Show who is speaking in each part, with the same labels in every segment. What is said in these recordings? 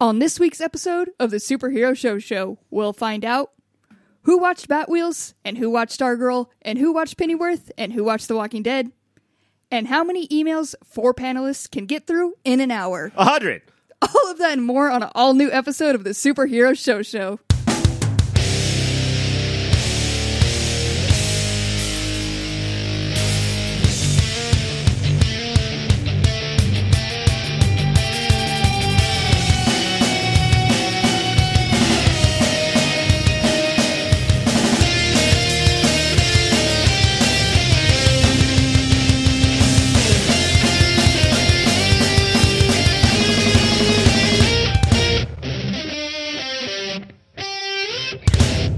Speaker 1: On this week's episode of the Superhero Show Show, we'll find out who watched Batwheels, and who watched Stargirl, and who watched Pennyworth, and who watched The Walking Dead, and how many emails four panelists can get through in an hour.
Speaker 2: A hundred.
Speaker 1: All of that and more on an all new episode of the Superhero Show Show.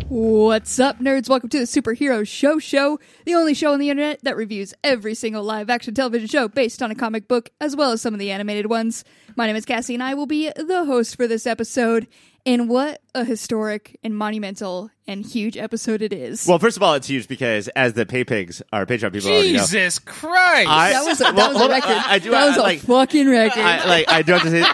Speaker 1: What's up, nerds? Welcome to the Superhero Show Show, the only show on the internet that reviews every single live action television show based on a comic book, as well as some of the animated ones. My name is Cassie, and I will be the host for this episode. And what a historic and monumental and huge episode it is!
Speaker 2: Well, first of all, it's huge because as the pay pigs, our Patreon people already know.
Speaker 3: Jesus Christ!
Speaker 2: I-
Speaker 1: that was a, that
Speaker 2: well,
Speaker 1: was a
Speaker 2: hold on,
Speaker 1: record.
Speaker 2: I, I do.
Speaker 1: that
Speaker 2: I,
Speaker 1: was a
Speaker 2: like,
Speaker 1: fucking record.
Speaker 2: I, like I do have to say, uh,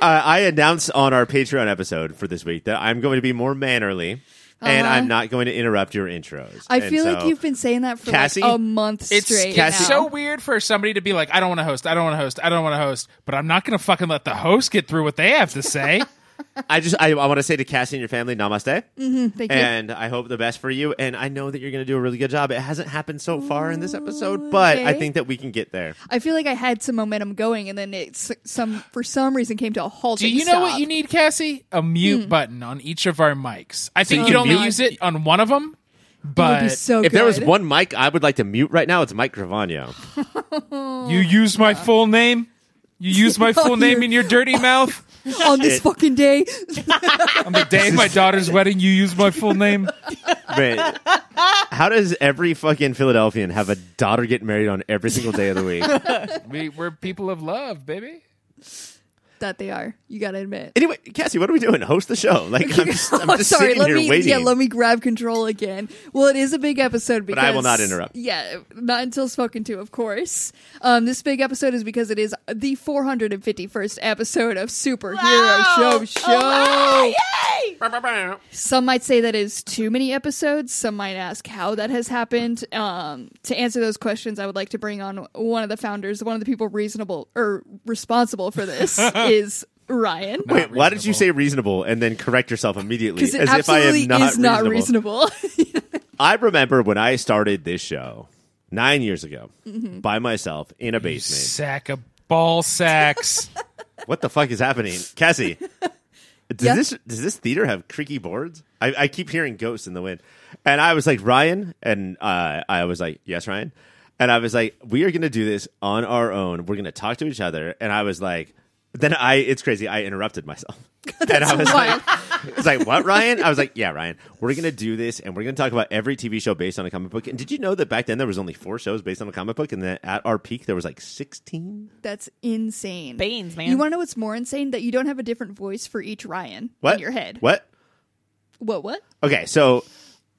Speaker 2: I announced on our Patreon episode for this week that I'm going to be more mannerly, and I'm not going to interrupt your intros.
Speaker 1: Uh-huh. I
Speaker 2: And
Speaker 1: feel
Speaker 2: so-
Speaker 1: like you've been saying that for
Speaker 2: Cassie,
Speaker 1: like a month
Speaker 3: it's
Speaker 1: straight.
Speaker 2: Cassie-
Speaker 3: it's
Speaker 1: now.
Speaker 3: so weird for somebody to be like, I don't want to host, I don't want to host, I don't want to host, but I'm not going to fucking let the host get through what they have to say.
Speaker 2: I just I, I want to say to Cassie and your family, Namaste,
Speaker 1: Thank you.
Speaker 2: and I hope the best for you. And I know that you're going to do a really good job. It hasn't happened so far in this episode, but I
Speaker 1: okay.
Speaker 2: think that we can get there.
Speaker 1: I feel like I had some momentum going, and then it's some for some reason came to a halt.
Speaker 3: Do you know what you need, Cassie? A mute
Speaker 1: Hmm.
Speaker 3: button on each of our mics. I think
Speaker 2: you can
Speaker 3: you would only
Speaker 2: mute-
Speaker 3: use it on one of them,
Speaker 1: Would be
Speaker 3: but
Speaker 1: so
Speaker 2: if there was
Speaker 1: good.
Speaker 2: one mic I would like to mute right now, it's Mike Gravano.
Speaker 3: you use my full name. You use my full name in your dirty mouth.
Speaker 1: on this fucking day,
Speaker 3: On the day of my daughter's wedding, you use my full name.
Speaker 2: But how does every fucking Philadelphian have a daughter get married on every single day of the week?
Speaker 3: We, we're people of love, baby.
Speaker 1: that they are. You gotta admit. Oh,
Speaker 2: anyway, Cassie, what are we doing? Host the show? Like I'm just, I'm just
Speaker 1: sorry.
Speaker 2: sitting
Speaker 1: Let
Speaker 2: here
Speaker 1: me
Speaker 2: waiting.
Speaker 1: yeah. Let me grab control again. Well, it is a big episode because
Speaker 2: I will not interrupt.
Speaker 1: Yeah, not until spoken to, of course. Um, this big episode is because it is the 451st episode of Superhero Show Show. Some might say that is too many episodes. Some might ask how that has happened. Um, to answer those questions, I would like to bring on one of the founders, one of the people reasonable or responsible for this is Ryan.
Speaker 2: Wait, why did you say reasonable and then correct yourself immediately
Speaker 1: Because it
Speaker 2: as if I
Speaker 1: absolutely
Speaker 2: am not
Speaker 1: is not reasonable.
Speaker 2: I remember when I started this show nine years ago
Speaker 1: Mm-hmm.
Speaker 2: by myself in a basement.
Speaker 3: Sack of ball sacks.
Speaker 2: what the fuck is happening, Cassie? Does
Speaker 1: Yeah.
Speaker 2: this does this theater have creaky boards? I, I keep hearing ghosts in the wind, and I was like Ryan, and uh, I was like yes Ryan, and I was like we are gonna do this on our own. We're gonna talk to each other, and I was like, then I it's crazy. I interrupted myself, and I was
Speaker 1: wild.
Speaker 2: like, it's like what Ryan? I was like yeah Ryan, we're gonna do this, and we're gonna talk about every TV show based on a comic book. And did you know that back then there was only four shows based on a comic book, and then at our peak there was like sixteen.
Speaker 1: That's insane.
Speaker 4: Beans, man.
Speaker 1: You want to know what's more insane? That you don't have a different voice for each Ryan
Speaker 2: What
Speaker 1: in your head.
Speaker 2: What?
Speaker 1: What? What?
Speaker 2: Okay, so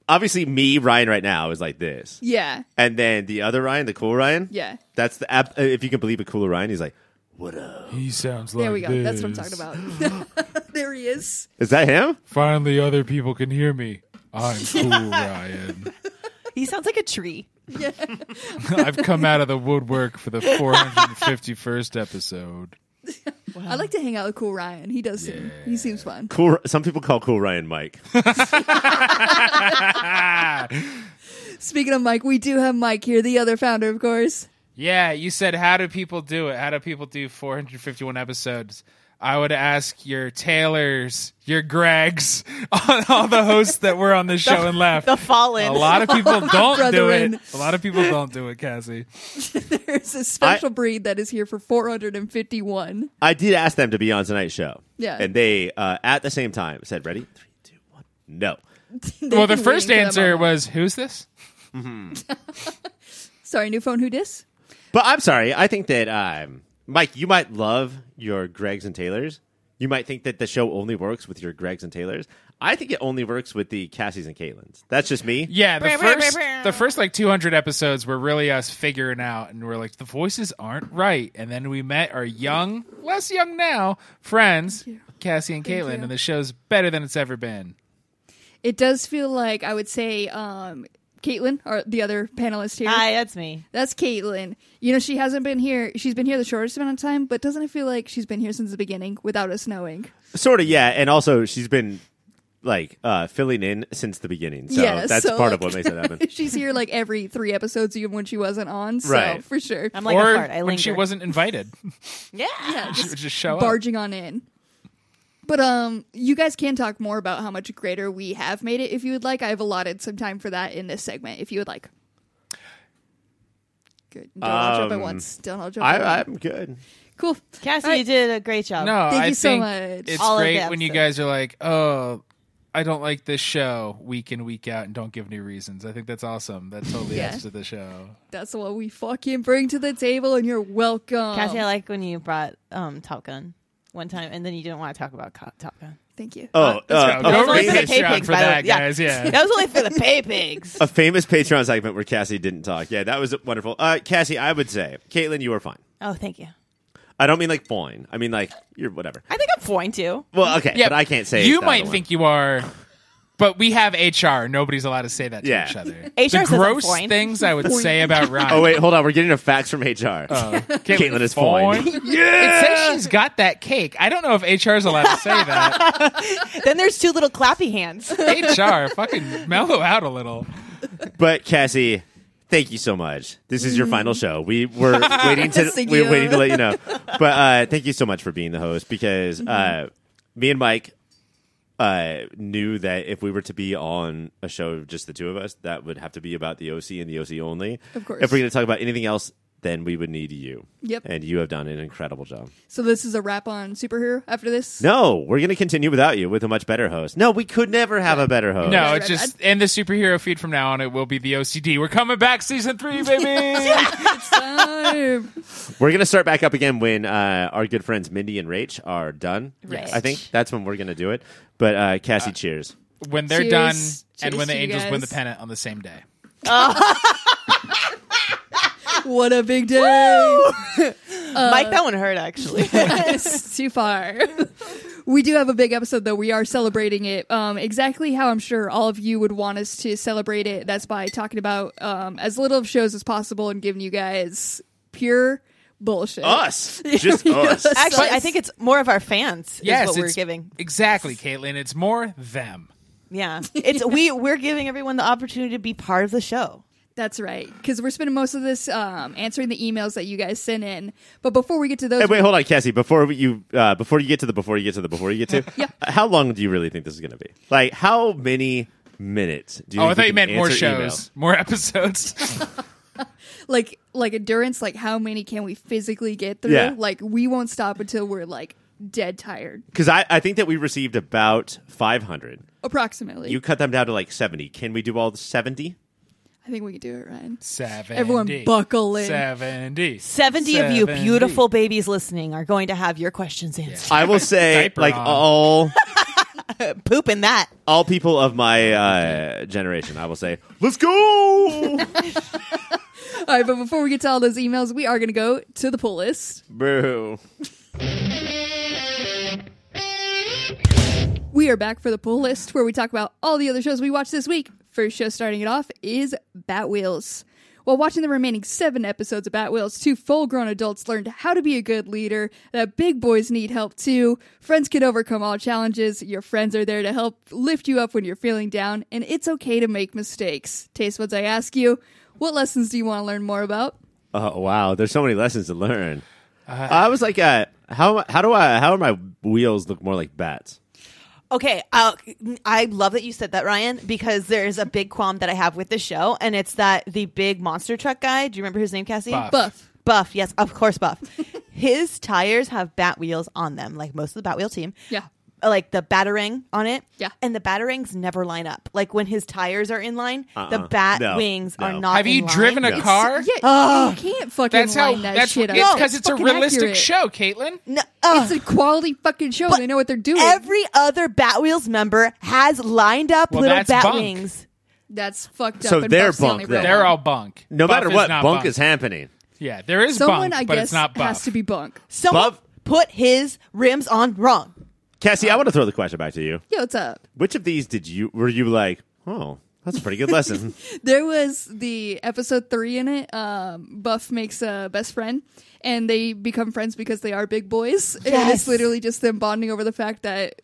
Speaker 2: obviously me, Ryan, right now is like this,
Speaker 1: Yeah.
Speaker 2: and then the other Ryan, the cool Ryan,
Speaker 1: Yeah.
Speaker 2: that's the app. uh, If you can believe a cooler Ryan, he's like, "What up?
Speaker 3: He sounds like
Speaker 1: There we go. That's what I'm talking about. there he is.
Speaker 2: Is that him?"
Speaker 3: Finally, other people can hear me. I'm cool, Ryan.
Speaker 4: He sounds like a tree.
Speaker 3: I've come out of the woodwork for the 451st episode.
Speaker 1: I like to hang out with cool Ryan. He does seem he seems fun.
Speaker 2: Cool. Some people call cool Ryan Mike.
Speaker 1: Speaking of Mike, we do have Mike here, the other founder, of course.
Speaker 3: Yeah, you said, how do people do it? How do people do 451 episodes? I would ask your Taylors, your Gregs, all, all the hosts that were on the show and left.
Speaker 4: The fallen.
Speaker 3: A lot of people don't do
Speaker 1: brethren.
Speaker 3: it. A lot of people don't do it, Cassie.
Speaker 1: There's a special breed that is here for 451.
Speaker 2: I did ask them to be on tonight's show,
Speaker 1: Yeah.
Speaker 2: and they uh, at the same time said, "Ready, three, two, one, no."
Speaker 1: They've
Speaker 3: Well, the
Speaker 1: been
Speaker 3: first
Speaker 1: waiting for that
Speaker 3: answer
Speaker 1: moment.
Speaker 3: was, who's this?
Speaker 1: sorry, new phone. Who dis?
Speaker 2: But I'm sorry. I think that um, Mike, you might love your Gregs and Taylors, You might think that the show only works with your Gregs and Taylors. I think it only works with the Cassies and Caitlins. That's just me.
Speaker 3: Yeah, the
Speaker 4: Brr, brr, brr,
Speaker 3: first
Speaker 4: brr.
Speaker 3: the first like 200 episodes were really us figuring out, and we're like the voices aren't right. And then we met our young, less young now friends, Cassie and
Speaker 1: Thank
Speaker 3: Caitlin,
Speaker 1: you.
Speaker 3: and the show's better than it's ever been.
Speaker 1: It does feel like I would say um, Caitlin, or the other panelist here.
Speaker 4: Hi, that's me.
Speaker 1: That's Caitlin. You know, she hasn't been here. She's been here the shortest amount of time, but doesn't it feel like she's been here since the beginning without us knowing?
Speaker 2: Sort of, yeah. And also, she's been like uh, filling in since the beginning. So
Speaker 1: Yeah,
Speaker 2: that's
Speaker 1: so,
Speaker 2: part of
Speaker 1: like-
Speaker 2: what makes it happen.
Speaker 1: She's here like every three episodes, even when she wasn't on. So
Speaker 2: Right.
Speaker 1: for sure.
Speaker 4: I'm like
Speaker 3: or
Speaker 4: a fart. I
Speaker 3: when she
Speaker 4: linger.
Speaker 3: wasn't invited,
Speaker 4: Yeah.
Speaker 1: yeah,
Speaker 3: she
Speaker 1: just
Speaker 3: would just
Speaker 2: Oh,
Speaker 3: show up.
Speaker 1: barging on in. But um, you guys can talk more about how much greater we have made it if you would like. I've allotted some time for that in this segment if you would like. Good. Don't all jump at
Speaker 2: Um,
Speaker 1: once. Don't all jump at
Speaker 2: I,
Speaker 1: once.
Speaker 2: I'm good.
Speaker 1: Cool.
Speaker 4: Cassie,
Speaker 1: All right.
Speaker 4: you did a great job.
Speaker 3: No,
Speaker 1: Thank
Speaker 3: I
Speaker 1: you so
Speaker 3: think
Speaker 1: much.
Speaker 3: It's
Speaker 4: All of the
Speaker 3: great when you
Speaker 4: episodes.
Speaker 3: guys are like, "Oh, I don't like this show week in week out," and don't give any reasons. I think that's awesome. That totally
Speaker 1: Yeah.
Speaker 3: adds to the show.
Speaker 1: That's what we fucking bring to the table, and you're welcome.
Speaker 4: Cassie, I like when you brought um, Top Gun one time, and then you didn't want to talk about co- Top Gun.
Speaker 1: Thank you.
Speaker 2: Oh,
Speaker 3: Uh,
Speaker 2: uh,
Speaker 3: let's go.
Speaker 2: a,
Speaker 3: Don't
Speaker 4: That was only
Speaker 3: raise
Speaker 2: famous,
Speaker 3: it. Patreon for
Speaker 4: by the
Speaker 3: that,
Speaker 4: way.
Speaker 3: guys, yeah.
Speaker 4: that was only for the pay pigs.
Speaker 2: a famous Patreon segment where Cassie didn't talk. Yeah, that was wonderful. Uh, Cassie, I would say, Caitlin, you were fine.
Speaker 4: Oh, thank you.
Speaker 2: I don't mean like fine. I mean like you're whatever.
Speaker 4: I think I'm fine too.
Speaker 2: Well, okay, but I can't say
Speaker 3: you
Speaker 2: the
Speaker 3: might
Speaker 2: other
Speaker 3: think you are, but we have HR. Nobody's allowed to say that to
Speaker 2: Yeah.
Speaker 3: each other.
Speaker 4: HR
Speaker 3: the
Speaker 4: says I'm
Speaker 3: gross
Speaker 4: fine.
Speaker 3: things I would say about Ryan.
Speaker 2: One. Oh wait, hold on. We're getting a fax from HR.
Speaker 3: Oh.
Speaker 2: Caitlin is fine.
Speaker 3: It says she's got that cake. I don't know if HR is allowed to say that.
Speaker 4: Then there's two little clappy hands.
Speaker 3: HR, fucking mellow out a little.
Speaker 2: But Cassie, thank you so much. This is
Speaker 1: Mm-hmm.
Speaker 2: your final show. We were waiting to
Speaker 1: Thank
Speaker 2: we
Speaker 1: you.
Speaker 2: were waiting to let you know. But uh, thank you so much for being the host because
Speaker 1: Mm-hmm.
Speaker 2: uh, me and Mike uh, knew that if we were to be on a show of just the two of us, that would have to be about the OC and the OC only.
Speaker 1: Of course.
Speaker 2: If we're going to talk about anything else, then we would need you.
Speaker 1: Yep.
Speaker 2: And you have done an incredible job.
Speaker 1: So this is a wrap on superhero after this.
Speaker 2: No, we're going to continue without you with a much better host. No, we could never have a better host.
Speaker 3: No,
Speaker 1: my
Speaker 3: it's just
Speaker 1: bad.
Speaker 3: in the superhero feed from now on. It will be the OCD. We're coming back, season three, baby.
Speaker 1: Time.
Speaker 2: We're gonna start back up again when uh, our good friends Mindy and Rach are done.
Speaker 4: Yes.
Speaker 2: I think that's when we're gonna do it. But uh, Cassie, cheers!
Speaker 3: When they're
Speaker 1: Cheers.
Speaker 3: done, and
Speaker 1: Cheers
Speaker 3: when the
Speaker 1: to you
Speaker 3: Angels win the
Speaker 1: guys.
Speaker 3: pennant on the same day.
Speaker 1: what a big day. Uh,
Speaker 4: Mike, that one hurt actually.
Speaker 1: It's too far. we do have a big episode though. We are celebrating it um, exactly how I'm sure all of you would want us to celebrate it. That's by talking about um, as little of shows as possible and giving you guys pure bullshit.
Speaker 2: Us, just us.
Speaker 4: Actually, I think it's more of our fans.
Speaker 3: Yes,
Speaker 4: is what we're
Speaker 3: it's-
Speaker 4: giving.
Speaker 3: Exactly, Caitlin. It's more them.
Speaker 4: Yeah, it's we we're giving everyone the opportunity to be part of the show.
Speaker 1: That's right. Because we're spending most of this um, answering the emails that you guys sent in. But before we get to those,
Speaker 2: Hey, wait, hold on, Cassie. Before we- you, uh, before you get to the, before you get to the, before you get to,
Speaker 1: Yeah.
Speaker 2: uh, how long do you really think this is gonna be? Like, how many minutes? Do you
Speaker 3: Oh, I
Speaker 2: think we
Speaker 3: thought you
Speaker 2: can
Speaker 3: meant more
Speaker 2: answer
Speaker 3: shows,
Speaker 2: emails?
Speaker 3: more episodes.
Speaker 1: like like endurance, like how many can we physically get through?
Speaker 2: Yeah.
Speaker 1: Like we won't stop until we're like dead tired,
Speaker 2: Because I, I think that we received about five hundred.
Speaker 1: approximately.
Speaker 2: You cut them down to like seventy. Can we do all the seventy?
Speaker 1: I think we can do it, Ryan.
Speaker 3: Seventy.
Speaker 1: Everyone buckle in.
Speaker 3: Seventy.
Speaker 4: 70 of you
Speaker 3: Seventy.
Speaker 4: beautiful babies listening are going to have your questions answered.
Speaker 2: I will say,
Speaker 3: Diaper
Speaker 2: like
Speaker 3: on.
Speaker 2: all.
Speaker 4: Poop in that.
Speaker 2: all people of my uh, generation, I will say, let's go.
Speaker 1: All right, but before we get to all those emails, we are going to go to the pull list.
Speaker 2: Boo.
Speaker 1: We are back for the pull list where we talk about all the other shows we watched this week. First show starting it off is Bat Wheels. While watching the remaining seven episodes of Bat Wheels, two full grown adults learned how to be a good leader, that big boys need help too, friends can overcome all challenges, your friends are there to help lift you up when you're feeling down, and it's okay to make mistakes. Taste buds, I ask you, what lessons do you want to learn more about?
Speaker 2: Oh wow, there's so many lessons to learn. I was like, uh, how how do I how do my wheels look more like bats?
Speaker 4: Okay, uh, I love that you said that, Ryan, because there's a big qualm that I have with this show, and it's that the big monster truck guy, do you remember his name, Cassie?
Speaker 3: Buff.
Speaker 1: Buff.
Speaker 4: Buff, yes, of course, Buff. his tires have bat wheels on them, like most of the Bat Wheel team.
Speaker 1: Yeah.
Speaker 4: like the batarang on it.
Speaker 1: Yeah.
Speaker 4: and the batarangs never line up. Like when his tires are in line, the
Speaker 2: Uh-uh.
Speaker 4: bat
Speaker 2: No,
Speaker 4: wings
Speaker 2: no.
Speaker 4: are not.
Speaker 3: Have
Speaker 4: in
Speaker 3: you
Speaker 4: line.
Speaker 3: driven a
Speaker 2: No.
Speaker 3: car?
Speaker 1: Yeah, you can't fucking
Speaker 3: That's how.
Speaker 1: line that
Speaker 3: that's
Speaker 1: shit up.
Speaker 3: it's because it's, a
Speaker 1: fucking
Speaker 3: realistic
Speaker 1: accurate.
Speaker 3: show, Caitlin.
Speaker 4: No,
Speaker 1: It's
Speaker 4: ugh.
Speaker 1: a quality fucking show.
Speaker 4: But
Speaker 1: They know what they're doing.
Speaker 4: Every other Batwheels member has lined up
Speaker 3: Well,
Speaker 4: little
Speaker 3: that's
Speaker 4: bat
Speaker 3: bunk.
Speaker 4: wings.
Speaker 1: That's fucked up.
Speaker 2: So
Speaker 1: and
Speaker 2: they're
Speaker 1: Buff's the
Speaker 2: bunk
Speaker 1: only real
Speaker 2: then.
Speaker 3: They're
Speaker 1: one.
Speaker 3: all bunk.
Speaker 2: No
Speaker 3: Buff
Speaker 2: matter
Speaker 3: is
Speaker 2: what,
Speaker 3: not
Speaker 2: bunk, is happening.
Speaker 3: yeah, there is
Speaker 1: Someone
Speaker 3: bunk,
Speaker 1: I
Speaker 3: but
Speaker 1: guess
Speaker 3: it's not bunk.
Speaker 1: has to be bunk.
Speaker 4: Someone
Speaker 2: Buff-
Speaker 4: put his rims on wrong.
Speaker 2: Cassie, I want to throw the question back to you.
Speaker 1: Yo, what's up?
Speaker 2: Which of these did you were you like? Oh, that's a pretty good lesson.
Speaker 1: There was the episode three in it. Um, Buff makes a best friend, and they become friends because they are big boys. And it's
Speaker 4: Yes.
Speaker 1: literally just them bonding over the fact that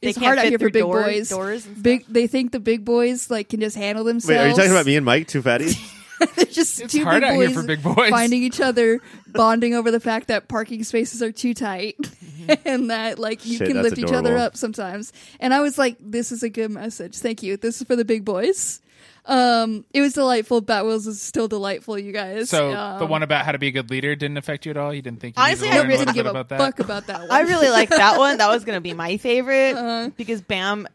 Speaker 1: it's
Speaker 4: can't
Speaker 1: hard out
Speaker 4: fit
Speaker 1: here for
Speaker 4: through
Speaker 1: big
Speaker 4: door-
Speaker 1: boys.
Speaker 4: doors and stuff.
Speaker 1: big, they think the big boys like can just handle themselves.
Speaker 2: Wait, are you talking about me and Mike, two fatties?
Speaker 1: They're just
Speaker 3: It's
Speaker 1: two
Speaker 3: hard
Speaker 1: big
Speaker 3: out
Speaker 1: boys
Speaker 3: here for big boys.
Speaker 1: finding each other, bonding over the fact that parking spaces are too tight,
Speaker 3: Mm-hmm.
Speaker 1: and that like you
Speaker 2: Shit,
Speaker 1: can
Speaker 2: that's
Speaker 1: lift each other
Speaker 2: adorable.
Speaker 1: up sometimes. And I was like, "This is a good message. Thank you. This is for the big boys." Um, it was delightful. Batwheels is still delightful, you guys.
Speaker 3: So
Speaker 1: um,
Speaker 3: the one about how to be a good leader didn't affect you at all. You didn't think you
Speaker 4: Honestly,
Speaker 3: needed to
Speaker 4: I
Speaker 3: learn
Speaker 4: really
Speaker 3: a little
Speaker 1: didn't give
Speaker 3: bit
Speaker 1: a
Speaker 3: about that.
Speaker 1: fuck about that one.
Speaker 4: I really like that one. That was going to be my favorite
Speaker 1: Uh-huh.
Speaker 4: because Bam,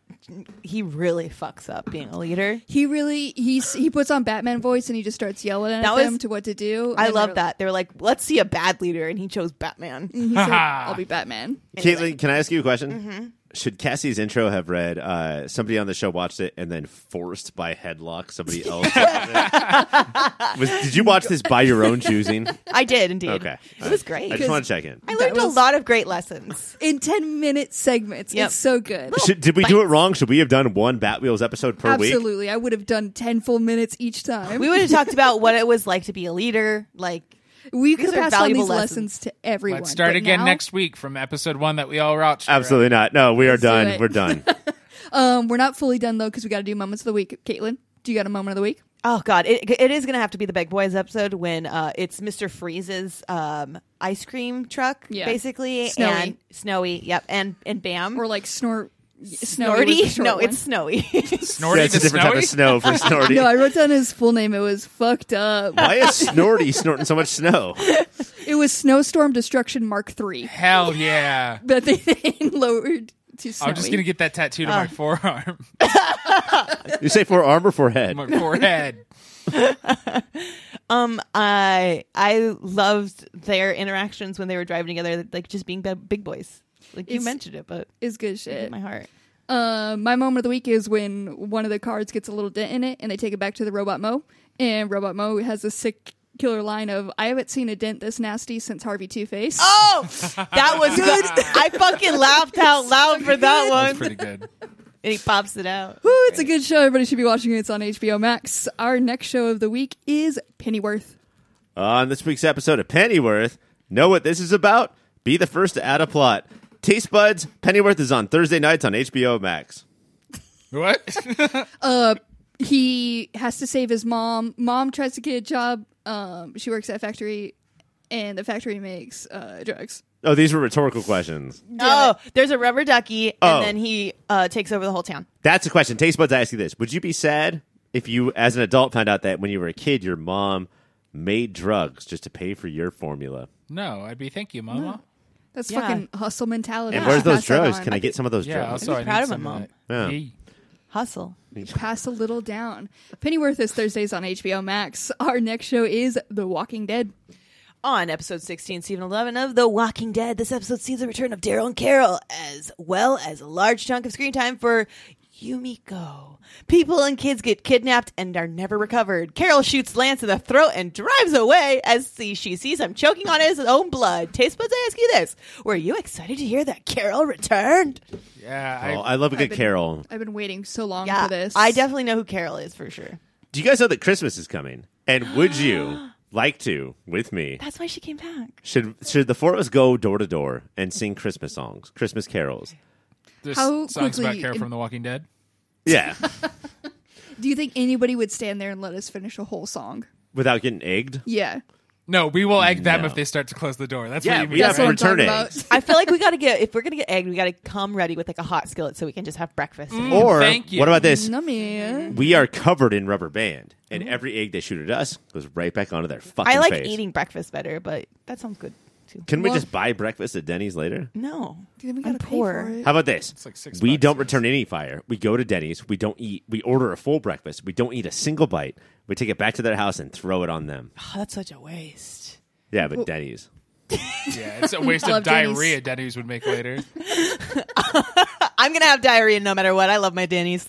Speaker 4: he really fucks up being a leader.
Speaker 1: he really he's he puts on Batman voice and he just starts yelling at
Speaker 4: That was-
Speaker 1: them to what to do.
Speaker 4: I
Speaker 1: And
Speaker 4: love
Speaker 1: they're-
Speaker 4: that. They were like, let's see a bad leader, and he chose Batman.
Speaker 1: and He's like, I'll be Batman.
Speaker 2: Caitlin, can I ask you a question?
Speaker 3: Mm-hmm.
Speaker 2: Should Cassie's intro have read uh, somebody on the show watched it and then forced by headlock somebody else? to watch it? Was- did you watch this by your own choosing?
Speaker 4: I did indeed.
Speaker 2: Okay,
Speaker 4: It was great.
Speaker 2: I just want to check in.
Speaker 4: I learned
Speaker 1: That
Speaker 4: a
Speaker 1: was-
Speaker 4: lot of great lessons.
Speaker 1: In ten minute segments,
Speaker 4: Yep.
Speaker 1: it's so good.
Speaker 2: Should, did we do it wrong? Should we have done one Batwheels episode per week?
Speaker 1: Absolutely. I would have done 10 full minutes each time.
Speaker 4: We would have talked about what it was like to be a leader, like
Speaker 1: we could
Speaker 4: These
Speaker 1: have
Speaker 4: are
Speaker 1: passed on these
Speaker 4: valuable
Speaker 1: lessons.
Speaker 4: lessons
Speaker 1: to everyone.
Speaker 3: Let's start
Speaker 1: but
Speaker 3: again
Speaker 1: now,
Speaker 3: next week from episode one that we all watched.
Speaker 2: Absolutely not. No, we are
Speaker 1: do
Speaker 2: done.
Speaker 1: it.
Speaker 2: We're done.
Speaker 1: Um, we're not fully done, though, because we got to do moments of the week. Caitlin, do you got a moment of the week?
Speaker 4: Oh God, it, it is going to have to be the Big Boys episode when uh, it's Mister Freeze's um, ice cream truck,
Speaker 1: Yeah.
Speaker 4: basically,
Speaker 1: Snowy.
Speaker 4: and Snowy. Yep, and and Bam
Speaker 1: Or like snort. Snowy was the
Speaker 4: Snorty.
Speaker 1: short
Speaker 4: No,
Speaker 1: one.
Speaker 4: it's Snowy.
Speaker 3: Snorty
Speaker 2: That's
Speaker 3: the
Speaker 2: a different type of snow
Speaker 3: Snowy?
Speaker 2: for Snorty.
Speaker 1: No, I wrote down his full name. It was fucked up.
Speaker 2: Why is Snorty snorting so much snow?
Speaker 1: It was Snowstorm Destruction Mark Three
Speaker 3: Hell yeah.
Speaker 1: that they then lowered to Snowy. Ah.
Speaker 3: I'm just gonna get that tattooed on my forearm,
Speaker 2: You say for arm or forehead?
Speaker 3: my forehead.
Speaker 4: um, I I loved their interactions when they were driving together, like just being big big boys. Like you
Speaker 1: It's-
Speaker 4: mentioned it, but
Speaker 1: Is good
Speaker 4: it hit
Speaker 1: shit.
Speaker 4: my heart.
Speaker 1: Uh, my moment of the week is when one of the cards gets a little dent in it and they take it back to the Robot Mo. And Robot Mo has a sick killer line of, I haven't seen a dent this nasty since Harvey Two Face.
Speaker 4: Oh, that was good. I fucking laughed out loud for that
Speaker 3: That's
Speaker 4: one.
Speaker 3: pretty good.
Speaker 4: And he pops it out.
Speaker 1: Woo, it's a good show. Everybody should be watching it. It's on HBO Max. Our next show of the week is Pennyworth.
Speaker 2: On this week's episode of Pennyworth, know what this is about? Be the first to add a plot. Taste buds. Pennyworth is on Thursday nights on HBO Max.
Speaker 3: What?
Speaker 1: He has to save his mom. Mom tries to get a job. Um, she works at a factory, and the factory makes uh, drugs.
Speaker 2: Oh, these were rhetorical questions.
Speaker 1: Damn
Speaker 4: oh, there's a rubber ducky, and
Speaker 2: Oh.
Speaker 4: then he uh, takes over the whole town.
Speaker 2: That's a question. Taste buds, I ask you this: Would you be sad if you, as an adult, found out that when you were a kid, your mom made drugs just to pay for your formula?
Speaker 3: no, I'd be thank you, Mama.
Speaker 1: That's
Speaker 4: Yeah.
Speaker 1: fucking hustle mentality.
Speaker 2: And
Speaker 1: I
Speaker 2: where's
Speaker 1: should
Speaker 2: those
Speaker 1: pass that
Speaker 2: drugs?
Speaker 1: on.
Speaker 2: Can I get some of those
Speaker 3: Yeah,
Speaker 2: drugs?
Speaker 3: also
Speaker 4: I'd
Speaker 3: I
Speaker 4: be
Speaker 3: need
Speaker 4: proud of my
Speaker 3: some
Speaker 4: mom.
Speaker 3: that.
Speaker 2: Yeah.
Speaker 3: Hey.
Speaker 4: Hustle.
Speaker 1: pass a little down. Pennyworth is Thursdays on HBO Max. Our next show is The Walking Dead.
Speaker 4: On episode 16, season 11 of The Walking Dead, this episode sees the return of Daryl and Carol, as well as a large chunk of screen time for Yumiko. People and kids get kidnapped and are never recovered. Carol shoots Lance in the throat and drives away as she she sees him choking on his own blood. Taste buds, I ask you this. Were you excited to hear that Carol returned?
Speaker 3: Yeah,
Speaker 2: Oh,
Speaker 3: I,
Speaker 2: I love a good
Speaker 1: been-
Speaker 2: carol.
Speaker 1: I've been waiting so long
Speaker 4: Yeah,
Speaker 1: for this.
Speaker 4: I definitely know who Carol is for sure.
Speaker 2: Do you guys know that Christmas is coming? And would you like to with me?
Speaker 4: That's why she came back.
Speaker 2: Should should the four of us go door to door and sing Christmas songs, Christmas carols?
Speaker 3: there's
Speaker 1: How
Speaker 3: songs about
Speaker 1: quickly-
Speaker 3: Carol from The Walking Dead.
Speaker 2: Yeah,
Speaker 1: Do you think anybody would stand there and let us finish a whole song?
Speaker 2: without getting egged.
Speaker 1: Yeah.
Speaker 3: No, we will egg them
Speaker 2: No.
Speaker 3: if they start to close the door. That's
Speaker 2: Yeah,
Speaker 3: what you
Speaker 2: we
Speaker 3: mean.
Speaker 2: have
Speaker 1: That's what
Speaker 3: right?
Speaker 1: I'm
Speaker 2: return
Speaker 1: talking
Speaker 2: eggs.
Speaker 1: about.
Speaker 4: I feel like we gotta get if we're gonna get egged, we gotta come ready with like a hot skillet so we can just have breakfast.
Speaker 2: Or
Speaker 3: Mm, thank you.
Speaker 2: what about this?
Speaker 1: Nummy.
Speaker 2: We are covered in rubber band, and every egg they shoot at us goes right back onto their fucking
Speaker 4: Mm-hmm. I like
Speaker 2: face.
Speaker 4: eating breakfast better, but that sounds good. to.
Speaker 2: Can we
Speaker 1: Well-
Speaker 2: just buy breakfast at Denny's later?
Speaker 4: No.
Speaker 1: Then we
Speaker 4: I'm
Speaker 1: gotta pay
Speaker 4: poor.
Speaker 1: for it.
Speaker 2: How about this?
Speaker 3: like six
Speaker 2: we
Speaker 3: bucks,
Speaker 2: don't
Speaker 3: yes.
Speaker 2: return any fire. We go to Denny's. We don't eat. We order a full breakfast. We don't eat a single bite. We take it back to their house and throw it on them.
Speaker 4: Oh, that's such a waste.
Speaker 2: Yeah, but Denny's.
Speaker 3: Yeah, it's a waste
Speaker 1: Love
Speaker 3: of
Speaker 1: Denny's.
Speaker 3: diarrhea Denny's would make later.
Speaker 4: I'm gonna have diarrhea no matter what. I love my Denny's.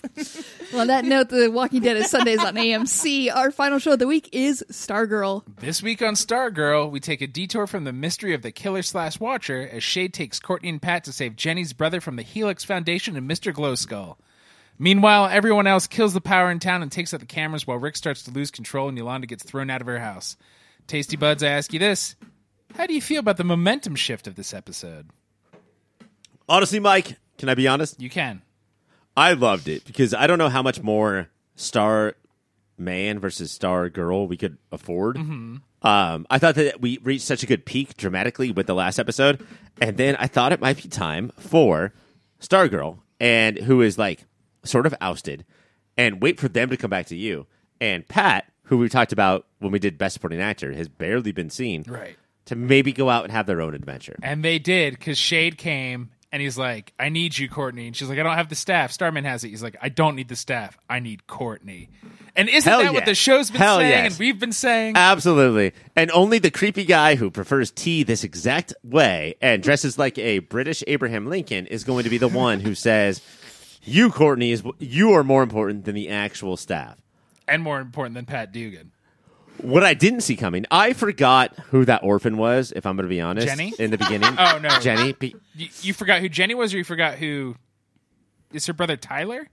Speaker 1: Well, on that note, The Walking Dead is Sundays on AMC. Our final show of the week is Stargirl.
Speaker 3: This week on Stargirl, we take a detour from the mystery of the killer slash watcher as Shade takes Courtney and Pat to save Jenny's brother from the Helix Foundation and Mr. Glowskull. Meanwhile, everyone else kills the power in town and takes out the cameras while Rick starts to lose control and Yolanda gets thrown out of her house. Tasty Buds, I ask you this. How do you feel about the momentum shift of this episode?
Speaker 2: Honestly, Mike, can I be honest?
Speaker 3: You can.
Speaker 2: I loved it because I don't know how much more Star Man versus Star Girl we could afford. Um, I thought that we reached such a good peak dramatically with the last episode, and then I thought it might be time for Star Girl, and who is like sort of ousted, and wait for them to come back to you. And Pat, who we talked about when we did Best Supporting Actor, has barely been seen,
Speaker 3: Right.
Speaker 2: To maybe go out and have their own adventure.
Speaker 3: And they did because Shade came and he's like, I need you, Courtney. And she's like, I don't have the staff. Starman has it. He's like, I don't need the staff. I need Courtney. And isn't
Speaker 2: Hell
Speaker 3: that what
Speaker 2: yes.
Speaker 3: the show's been
Speaker 2: Hell
Speaker 3: saying
Speaker 2: yes. Uh,
Speaker 3: and we've been saying?
Speaker 2: Absolutely. And only the creepy guy who prefers tea this exact way and dresses like a British Abraham Lincoln is going to be the one who says, "You Courtney is you are more important than the actual staff."
Speaker 3: and more important than Pat Dugan.
Speaker 2: What I didn't see coming, I forgot who that orphan was, if I'm going to be honest,
Speaker 3: Jenny?
Speaker 2: in the beginning.
Speaker 3: Oh, no.
Speaker 2: Jenny. Be-
Speaker 3: You, you forgot who Jenny was or you forgot who is her brother Tyler?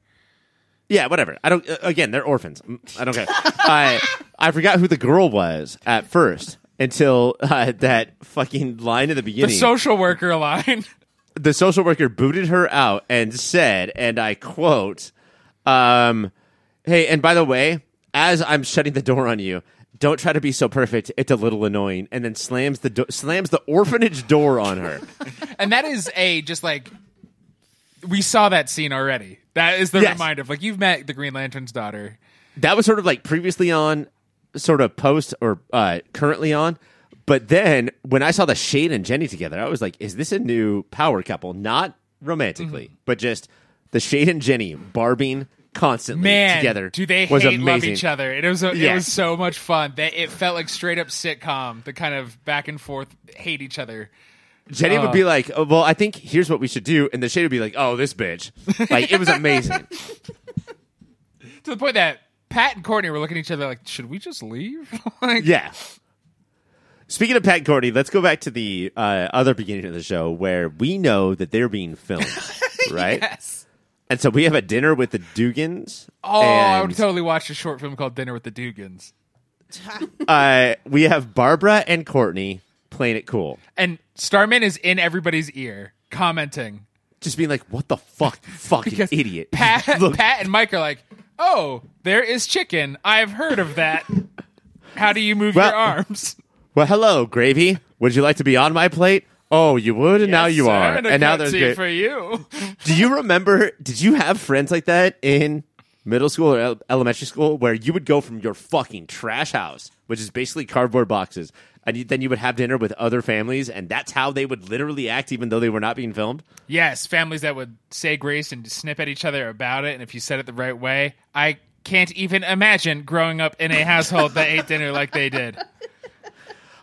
Speaker 2: yeah, whatever. I don't uh, again, they're orphans. Mm, I don't care. I I forgot who the girl was at first until uh, that fucking line in the
Speaker 3: The
Speaker 2: beginning.
Speaker 3: social worker line.
Speaker 2: the social worker booted her out and said, and I quote, um, "Hey, and by the way, as I'm shutting the door on you, don't try to be so perfect. It's a little annoying." And then slams the do- slams the orphanage door on her.
Speaker 3: and that is a just like we saw that scene already. That is the
Speaker 2: Yes.
Speaker 3: reminder of like you've met the Green Lantern's daughter.
Speaker 2: that was sort of like previously on, sort of post or uh, currently on. But then when I saw the Shade and Jenny together, I was like, "Is this a new power couple? Not romantically,
Speaker 3: Mm-hmm.
Speaker 2: but just the Shade and Jenny barbing." Constantly
Speaker 3: Man,
Speaker 2: together.
Speaker 3: do they
Speaker 2: was
Speaker 3: hate
Speaker 2: amazing.
Speaker 3: love each other? It was a, it
Speaker 2: Yes.
Speaker 3: was so much fun. That it felt like straight up sitcom. The kind of back and forth hate each other.
Speaker 2: Jenny would
Speaker 3: Uh.
Speaker 2: be like, oh, "Well, I think here's what we should do," and the shade would be like, "Oh, this bitch!" Like it was amazing.
Speaker 3: to the point that Pat and Courtney were looking at each other like, should we just leave? like,
Speaker 2: yeah. Speaking of Pat and Courtney, let's go back to the uh, other beginning of the show where we know that they're being filmed, right?
Speaker 3: Yes.
Speaker 2: And so we have a dinner with the Dugans.
Speaker 3: Oh, I would
Speaker 2: and,
Speaker 3: totally watch a short film called Dinner with the Dugans.
Speaker 2: uh, we have Barbara and Courtney playing it cool,
Speaker 3: And Starman is in everybody's ear commenting.
Speaker 2: just being like, "What the fuck, fucking
Speaker 3: Because
Speaker 2: idiot!"
Speaker 3: Pat,
Speaker 2: Look,
Speaker 3: Pat and Mike are like, oh, there is chicken. I've heard of that. How do you move
Speaker 2: Well-
Speaker 3: your arms?
Speaker 2: well, hello, gravy. Would you like to be on my plate? Oh, you would, and now you
Speaker 3: Sir,
Speaker 2: are,
Speaker 3: and, a
Speaker 2: and now there's good.
Speaker 3: there's for you.
Speaker 2: Do you remember? Did you have friends like that in middle school or el- elementary school, where you would go from your fucking trash house, which is basically cardboard boxes, and you, then you would have dinner with other families, and that's how they would literally act, even though they were not being filmed.
Speaker 3: Yes, families that would say grace and snip at each other about it, and if you said it the right way, I can't even imagine growing up in a household that ate dinner like they did.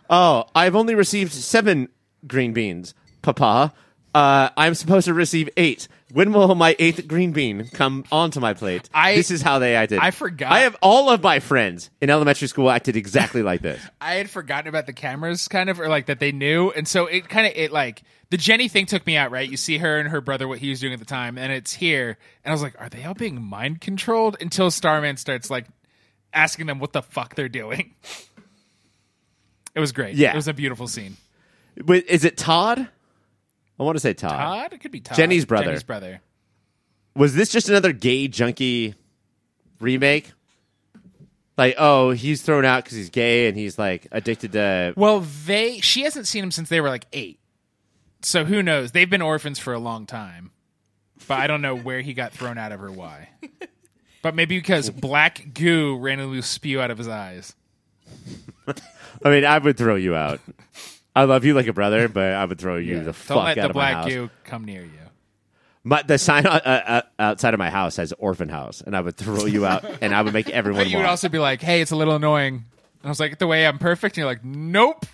Speaker 2: Oh, I've only received seven green beans, Papa. Uh, I'm supposed to receive eight. When will my eighth green bean come onto my plate?
Speaker 3: I-
Speaker 2: this is how they acted.
Speaker 3: I forgot-
Speaker 2: I have all of my friends in elementary school acted exactly like this.
Speaker 3: I had forgotten about the cameras, kind of, or like that they knew, and so it kind of it like the Jenny thing took me out. Right, you see her and her brother what he was doing at the time, and it's here, and I was like, are they all being mind controlled? Until Starman starts like asking them what the fuck they're doing. It was great.
Speaker 2: Yeah.
Speaker 3: it was a beautiful scene.
Speaker 2: Wait, is it Todd? I want to say Todd.
Speaker 3: Todd, it could be Todd.
Speaker 2: Jenny's brother.
Speaker 3: Jenny's brother.
Speaker 2: Was this just another gay junkie remake? Like, oh, he's thrown out because he's gay and he's like addicted to.
Speaker 3: Well, they she hasn't seen him since they were like eight, so who knows? They've been orphans for a long time, but I don't know where he got thrown out of or why. But maybe because black goo randomly spew out of his eyes.
Speaker 2: I mean, I would throw you out. I love you like a brother, but I would throw you the fuck
Speaker 3: Don't
Speaker 2: out
Speaker 3: let the
Speaker 2: of my
Speaker 3: black
Speaker 2: house.
Speaker 3: you come near you.
Speaker 2: My, the sign o- uh, uh, outside of my house says orphan house, and I would throw you out, and I would make everyone.
Speaker 3: But you would
Speaker 2: walk.
Speaker 3: also be like, "Hey, it's a little annoying." And I was like, "The way I'm perfect," and you're like, "Nope."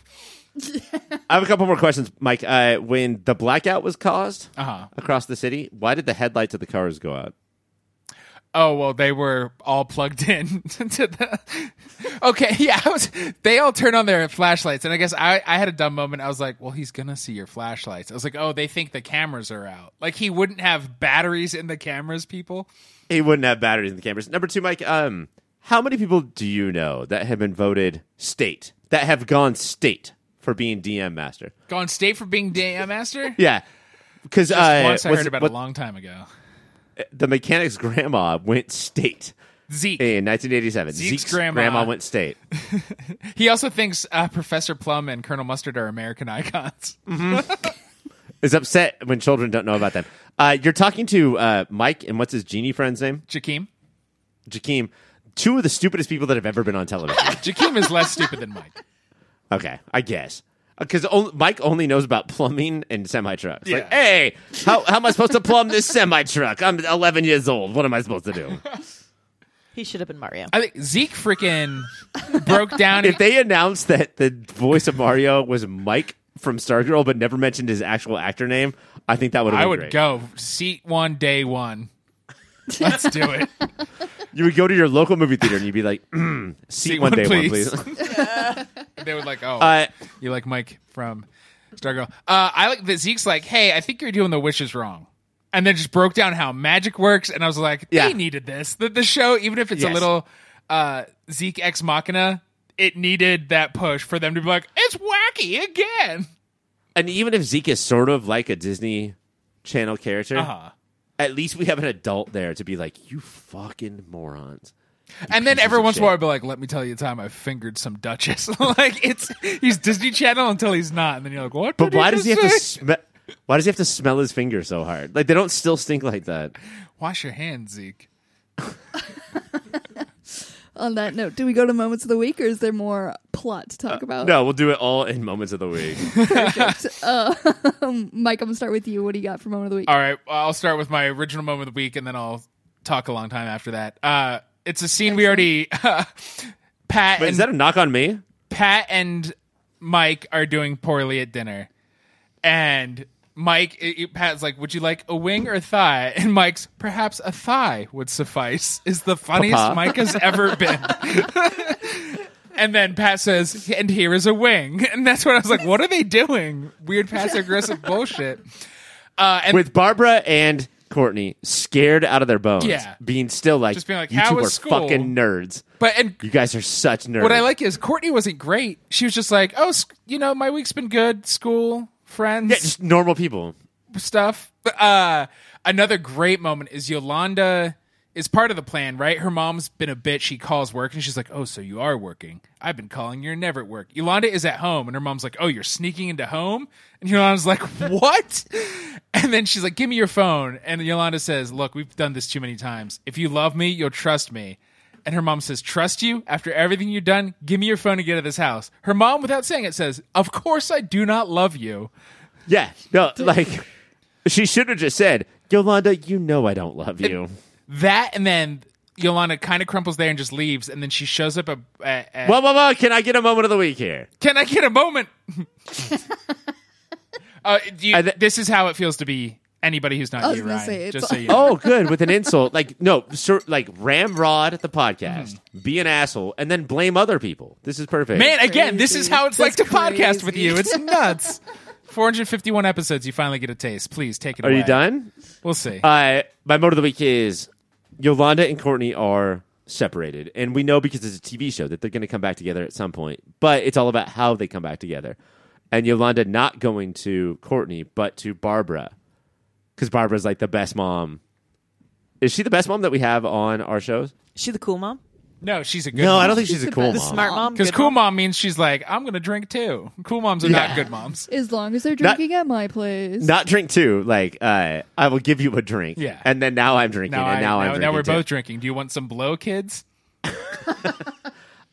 Speaker 2: I have a couple more questions, Mike. Uh, when the blackout was caused
Speaker 3: Uh-huh.
Speaker 2: across the city, why did the headlights of the cars go out?
Speaker 3: Oh well, they were all plugged in to the. Okay, yeah, I was. They all turned on their flashlights, and I guess I, I had a dumb moment. I was like, "Well, he's gonna see your flashlights." I was like, "Oh, they think the cameras are out." Like he wouldn't have batteries in the cameras, people.
Speaker 2: He wouldn't have batteries in the cameras. Number two, Mike. Um, how many people do you know that have been voted state that have gone state for being DM master?
Speaker 3: Gone state for being DM master.
Speaker 2: Yeah, because uh,
Speaker 3: Once I
Speaker 2: what's-
Speaker 3: heard about
Speaker 2: what-
Speaker 3: it a long time ago.
Speaker 2: the mechanic's grandma went state
Speaker 3: Zeke.
Speaker 2: in 1987.
Speaker 3: Zeke's grandma.
Speaker 2: went state.
Speaker 3: He also thinks uh, Professor Plum and Colonel Mustard are American icons.
Speaker 2: Mm. Is upset when children don't know about them. Uh, you're talking to uh, Mike and what's his genie friend's name?
Speaker 3: Jakeem.
Speaker 2: Jakeem, two of the stupidest people that have ever been on television.
Speaker 3: Jakeem is less stupid than Mike.
Speaker 2: okay, I guess. Because only, Mike only knows about plumbing and semi trucks. Like,
Speaker 3: Yeah.
Speaker 2: hey, how, how am I supposed to plumb this semi truck? I'm 11 years old. What am I supposed to do?
Speaker 4: He should have been Mario.
Speaker 3: I think Zeke freaking broke down.
Speaker 2: If they announced that the voice of Mario was Mike from Stargirl, but never mentioned his actual actor name, I think that would have
Speaker 3: I
Speaker 2: been
Speaker 3: would
Speaker 2: great.
Speaker 3: go seat one, day one. Let's do it.
Speaker 2: You would go to your local movie theater and you'd be like, mm, seat,
Speaker 3: Seat
Speaker 2: one,
Speaker 3: one,
Speaker 2: day
Speaker 3: please.
Speaker 2: one, please.
Speaker 3: They would like, oh,
Speaker 2: Uh,
Speaker 3: you like Mike from Stargirl. Uh, I like that Zeke's like, hey, I think you're doing the wishes wrong. And then just broke down how magic works. And I was like, they
Speaker 2: Yeah.
Speaker 3: needed this. The, the show, even if it's a
Speaker 2: Yes.
Speaker 3: little uh, Zeke ex machina, it needed that push for them to be like, it's wacky again.
Speaker 2: and even if Zeke is sort of like a Disney Channel character,
Speaker 3: Uh-huh.
Speaker 2: at least we have an adult there to be like, you fucking morons.
Speaker 3: And then
Speaker 2: pieces
Speaker 3: every
Speaker 2: of
Speaker 3: once in a while,
Speaker 2: shit.
Speaker 3: I'd be like, "Let me tell you, the time I fingered some duchess." like it's he's Disney Channel until he's not, and then you're like, "What?"
Speaker 2: But
Speaker 3: did
Speaker 2: why does he have to
Speaker 3: just say?"
Speaker 2: smell? Why does he have to smell his finger so hard? Like they don't still stink like that.
Speaker 3: Wash your hands, Zeke.
Speaker 1: On that note, do we go to moments of the week, or is there more plot to talk about?
Speaker 2: Uh, No, we'll do it all in moments of the week.
Speaker 1: Mike, I'm gonna start with you. What do you got for moment of the week?
Speaker 3: All right, I'll start with my original moment of the week, and then I'll talk a long time after that. Uh, it's a scene we already Pat
Speaker 2: Wait,
Speaker 3: and
Speaker 2: is that a knock on me?
Speaker 3: Pat and Mike are doing poorly at dinner, and Mike it- it- Pat's like, "Would you like a wing or thigh?" And Mike's, "Perhaps a thigh would suffice." Is the funniest
Speaker 2: Papa.
Speaker 3: Mike has ever been. and then Pat says, "And here is a wing," and that's when I was like, "What are they doing? Weird passive aggressive bullshit." Uh, and
Speaker 2: With Barbara and Courtney scared out of their bones,
Speaker 3: Yeah.
Speaker 2: being still like,
Speaker 3: Just being like,
Speaker 2: you
Speaker 3: "How
Speaker 2: two
Speaker 3: was
Speaker 2: are
Speaker 3: school?"
Speaker 2: fucking nerds.
Speaker 3: but and
Speaker 2: You guys are such nerds.
Speaker 3: What I like is Courtney wasn't great. She was just like, "Oh, sc- you know, my week's been good. School, friends,
Speaker 2: yeah, just normal people.
Speaker 3: stuff. But, uh, another great moment is Yolanda is part of the plan, right? Her mom's been a bitch. She calls work and she's like, "Oh, so you are working? I've been calling. You're never at work." Yolanda is at home, and her mom's like, "Oh, you're sneaking into home?" And Yolanda's like, "What?" and then she's like, "Give me your phone." And Yolanda says, "Look, we've done this too many times. If you love me, you'll trust me." And her mom says, Trust you? After everything you've done, give me your phone and get out of this house. Her mom, without saying it, says, Of course I do not love you.
Speaker 2: Yeah, no, like she should have just said, Yolanda, you know I don't love you.
Speaker 3: That and then Yolanda kind of crumples there and just leaves, and then she shows up. At, at, at-
Speaker 2: Well, well, well, can I get a moment of the week here?
Speaker 3: can I get a moment? uh, do you-
Speaker 2: I thi-
Speaker 3: this is how it feels to be anybody who's not
Speaker 1: was
Speaker 3: you,
Speaker 1: gonna
Speaker 3: Ryan.
Speaker 1: say, it's
Speaker 3: just so
Speaker 1: all-
Speaker 3: you know.
Speaker 2: Oh, good with an insult. Like no, sir, like ramrod the podcast, be an asshole, and then blame other people. This is perfect.
Speaker 3: man, again, this
Speaker 1: crazy.
Speaker 3: is how it's like to
Speaker 1: That's
Speaker 3: podcast with
Speaker 1: crazy.
Speaker 3: you. It's nuts. 451 episodes. You finally get a taste. Please take it
Speaker 2: are
Speaker 3: away.
Speaker 2: you done?
Speaker 3: We'll see.
Speaker 2: Uh, my moment of the week is Yolanda and Courtney are separated, and we know because it's a TV show that they're going to come back together at some point. But it's all about how they come back together, and Yolanda not going to Courtney but to Barbara, because Barbara's like the best mom. Is she the best mom that we have on our shows?
Speaker 4: Is she the cool mom?
Speaker 3: no, she's a good
Speaker 2: No,
Speaker 3: mom.
Speaker 2: I don't think she's, a
Speaker 1: the
Speaker 2: cool
Speaker 1: best.
Speaker 2: mom.
Speaker 4: The smart mom?
Speaker 3: Because
Speaker 4: Good
Speaker 3: cool
Speaker 4: mom?
Speaker 3: mom means she's like, I'm going to drink too. Cool moms are not good moms.
Speaker 1: As long as they're drinking at my place,
Speaker 2: not drink too. Like uh, I will give you a drink.
Speaker 3: Yeah.
Speaker 2: and then now I'm drinking,
Speaker 3: Now,
Speaker 2: and
Speaker 3: I,
Speaker 2: now,
Speaker 3: now,
Speaker 2: I'm
Speaker 3: now
Speaker 2: drinking
Speaker 3: we're
Speaker 2: too.
Speaker 3: both drinking. Do you want some blow, kids?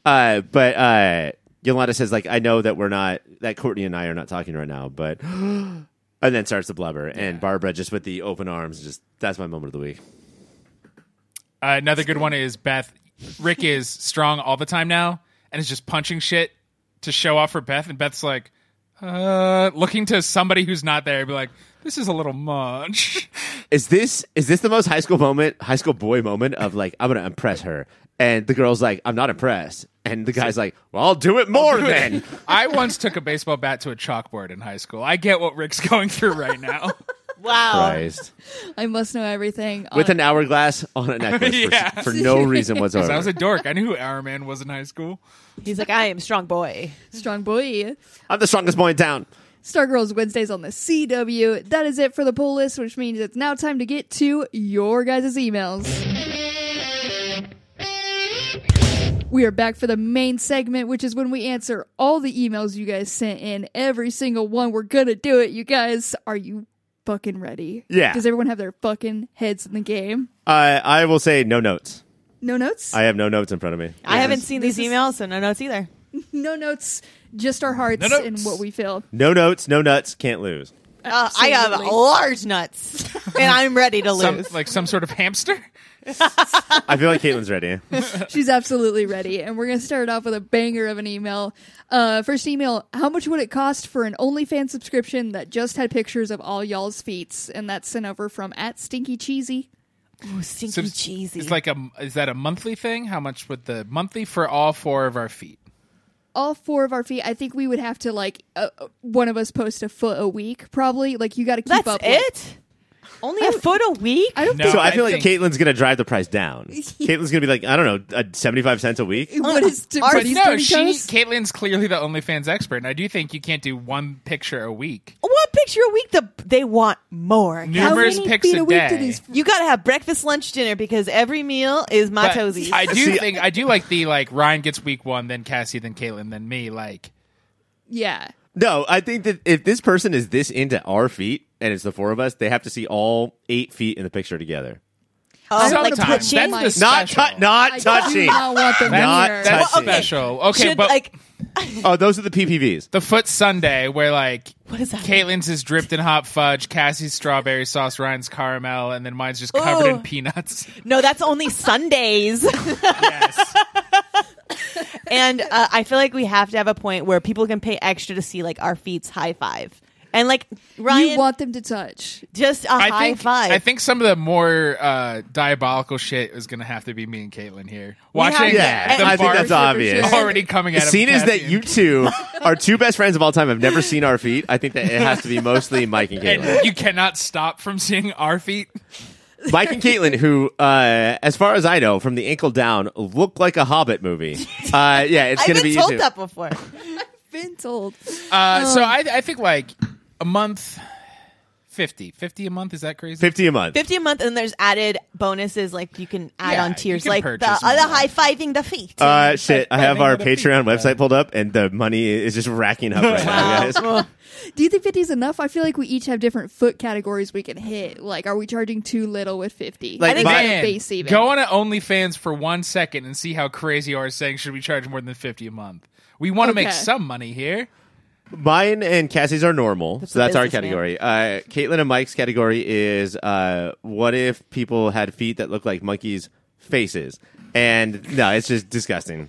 Speaker 2: Uh, but uh, Yolanda says, like, I know that we're not that Courtney and I are not talking right now, but and then starts to blubber. And Barbara just with the open arms, just that's my moment of the week.
Speaker 3: Uh, another good one is Beth. Rick is strong all the time now and is just punching shit to show off for Beth. And Beth's like, uh, looking to somebody who's not there, be like, this is a little much.
Speaker 2: Is this is this the most high school moment, high school boy moment of like, I'm gonna impress her? And the girl's like, I'm not impressed. And the guy's like, Well, I'll do it more then.
Speaker 3: I once took a baseball bat to a chalkboard in high school. I get what Rick's going through right now. Uh,
Speaker 4: Wow.
Speaker 2: Christ.
Speaker 1: I must know everything.
Speaker 2: With
Speaker 1: Hon-
Speaker 2: an hourglass on a necklace
Speaker 3: Yeah.
Speaker 2: for, for no reason whatsoever.
Speaker 3: I was a dork. I knew who Hourman was in high school.
Speaker 4: He's like, I am strong boy.
Speaker 1: strong boy.
Speaker 2: I'm the strongest boy in town.
Speaker 1: Stargirls Wednesdays on the CW. That is it for the poll list, which means it's now time to get to your guys' emails. We are back for the main segment, which is when we answer all the emails you guys sent in. Every single one. We're gonna do it, you guys. Are you fucking ready?
Speaker 2: Yeah.
Speaker 1: Does everyone have their fucking heads in the game?
Speaker 2: I I will say no notes.
Speaker 1: No notes?
Speaker 2: I have no notes in front of me.
Speaker 4: I haven't seen
Speaker 1: This
Speaker 4: these
Speaker 1: is-
Speaker 4: emails, so no notes either.
Speaker 1: no notes. Just our hearts
Speaker 3: No notes.
Speaker 1: and what we feel.
Speaker 2: No notes, no nuts, can't lose.
Speaker 4: Uh, I have
Speaker 1: Absolutely.
Speaker 4: large nuts, and I'm ready to
Speaker 3: Some,
Speaker 4: lose.
Speaker 3: like some sort of hamster.
Speaker 2: I feel like Caitlin's ready.
Speaker 1: She's absolutely ready. And we're going to start off with a banger of an email. Uh, first email How much would it cost for an OnlyFans subscription that just had pictures of all y'all's feats? And that's sent over from at Stinky Cheesy.
Speaker 4: Ooh, Oh, stinky
Speaker 3: Some-
Speaker 4: cheesy.
Speaker 3: It's like a is that a monthly thing? How much would the monthly for all four of our feet?
Speaker 1: All four of our feet, I think we would have to, like, uh, uh, one of us post a foot a week, probably. Like, you got to keep
Speaker 4: That's
Speaker 1: up. with-
Speaker 4: it. Only a foot a week.
Speaker 1: I don't
Speaker 3: No,
Speaker 2: so I feel like
Speaker 3: think-
Speaker 2: Caitlin's gonna drive the price down. Caitlin's gonna be like, I don't know, uh, seventy-five cents a week.
Speaker 4: Uh,
Speaker 1: think. What is
Speaker 4: Our-
Speaker 1: what is
Speaker 3: no,
Speaker 1: dirty
Speaker 3: she
Speaker 1: toes?
Speaker 3: Caitlin's clearly the OnlyFans expert, and I do think you can't do one picture a week.
Speaker 4: What picture a week? The they want more.
Speaker 3: New-
Speaker 1: How
Speaker 3: numerous
Speaker 1: many
Speaker 3: pics
Speaker 1: feet
Speaker 3: a
Speaker 1: a week
Speaker 3: day.
Speaker 1: do these?
Speaker 4: You gotta have breakfast, lunch, dinner because every meal is my
Speaker 3: But
Speaker 4: toesies.
Speaker 3: I do
Speaker 2: See-
Speaker 3: think I do like the like Ryan gets week one, then Cassie, then Caitlin, then me. Like
Speaker 1: Yeah.
Speaker 2: No, I think that if this person is this into our feet and it's the four of us, they have to see all eight feet in the picture together.
Speaker 4: oh, like
Speaker 1: Sometimes.
Speaker 3: that's
Speaker 4: touching.
Speaker 1: Like-
Speaker 3: the
Speaker 2: Not,
Speaker 3: special.
Speaker 2: tou- not
Speaker 1: I do
Speaker 2: touching.
Speaker 1: not want them
Speaker 2: That's-
Speaker 1: here.
Speaker 2: that's-
Speaker 3: That's
Speaker 2: Well, okay.
Speaker 3: special. Okay,
Speaker 4: Should
Speaker 3: but
Speaker 4: like
Speaker 2: Oh, those are the PPVs.
Speaker 3: the foot Sunday where like
Speaker 4: What is that?
Speaker 3: Caitlin's is dripped in hot fudge, Cassie's strawberry sauce, Ryan's caramel, and then mine's just covered
Speaker 4: Ooh.
Speaker 3: in peanuts.
Speaker 4: no, that's only Sundays.
Speaker 3: yes.
Speaker 4: and uh, I feel like we have to have a point where people can pay extra to see like our feet's high five. And like Ryan,
Speaker 1: You want them to touch.
Speaker 4: just a
Speaker 3: I
Speaker 4: high
Speaker 3: think
Speaker 4: five.
Speaker 3: I think some of the more uh, diabolical shit is going to have to be me and Caitlin here.
Speaker 4: have
Speaker 3: Watching
Speaker 4: to-
Speaker 2: Yeah,
Speaker 3: the
Speaker 2: I think
Speaker 3: bar
Speaker 2: that's
Speaker 1: sure, for
Speaker 2: obvious.
Speaker 1: sure.
Speaker 3: already coming
Speaker 2: The
Speaker 3: out of
Speaker 2: scene is that
Speaker 3: Cassie
Speaker 2: you two are two best friends of all time. I've never seen our feet. I think that it has to be mostly Mike and
Speaker 3: and-
Speaker 2: Caitlin.
Speaker 3: and you cannot stop from seeing our feet.
Speaker 2: Mike and Caitlin, who, uh, as far as I know, from the ankle down, look like a Hobbit movie. Uh, yeah, it's
Speaker 4: I've
Speaker 2: going to
Speaker 4: been
Speaker 2: be
Speaker 4: told
Speaker 2: you two.
Speaker 4: that before.
Speaker 1: Been told.
Speaker 3: Uh,
Speaker 4: Oh.
Speaker 3: so I, I think like a month, 50. 50 a month, is that crazy?
Speaker 2: fifty a month.
Speaker 4: Fifty a month, and there's added bonuses like you can add
Speaker 3: Yeah,
Speaker 4: on
Speaker 3: you
Speaker 4: tiers,
Speaker 3: can
Speaker 4: like the,
Speaker 3: purchase
Speaker 4: uh, the
Speaker 3: more.
Speaker 4: high fiving the feet.
Speaker 2: Uh, shit, I have our
Speaker 3: Five hundred
Speaker 2: Patreon
Speaker 3: feet.
Speaker 2: website pulled up, and the money is just racking up right now, guys.
Speaker 4: Wow.
Speaker 1: Do you think 50 is enough? I feel like we each have different foot categories we can hit. Like, are we charging too little with 50?
Speaker 2: Like,
Speaker 1: I think
Speaker 2: my-
Speaker 1: that's a
Speaker 3: Man,
Speaker 1: base even.
Speaker 3: go on to OnlyFans for one second and see how crazy you are saying should we charge more than 50 a month. We want to make
Speaker 1: Okay.
Speaker 3: some money here.
Speaker 2: Mine and Cassie's are normal, so
Speaker 4: a
Speaker 2: that's our
Speaker 4: businessman.
Speaker 2: category. Uh, Caitlin and Mike's category is uh, what if people had feet that look like monkeys' faces? And no, it's just disgusting.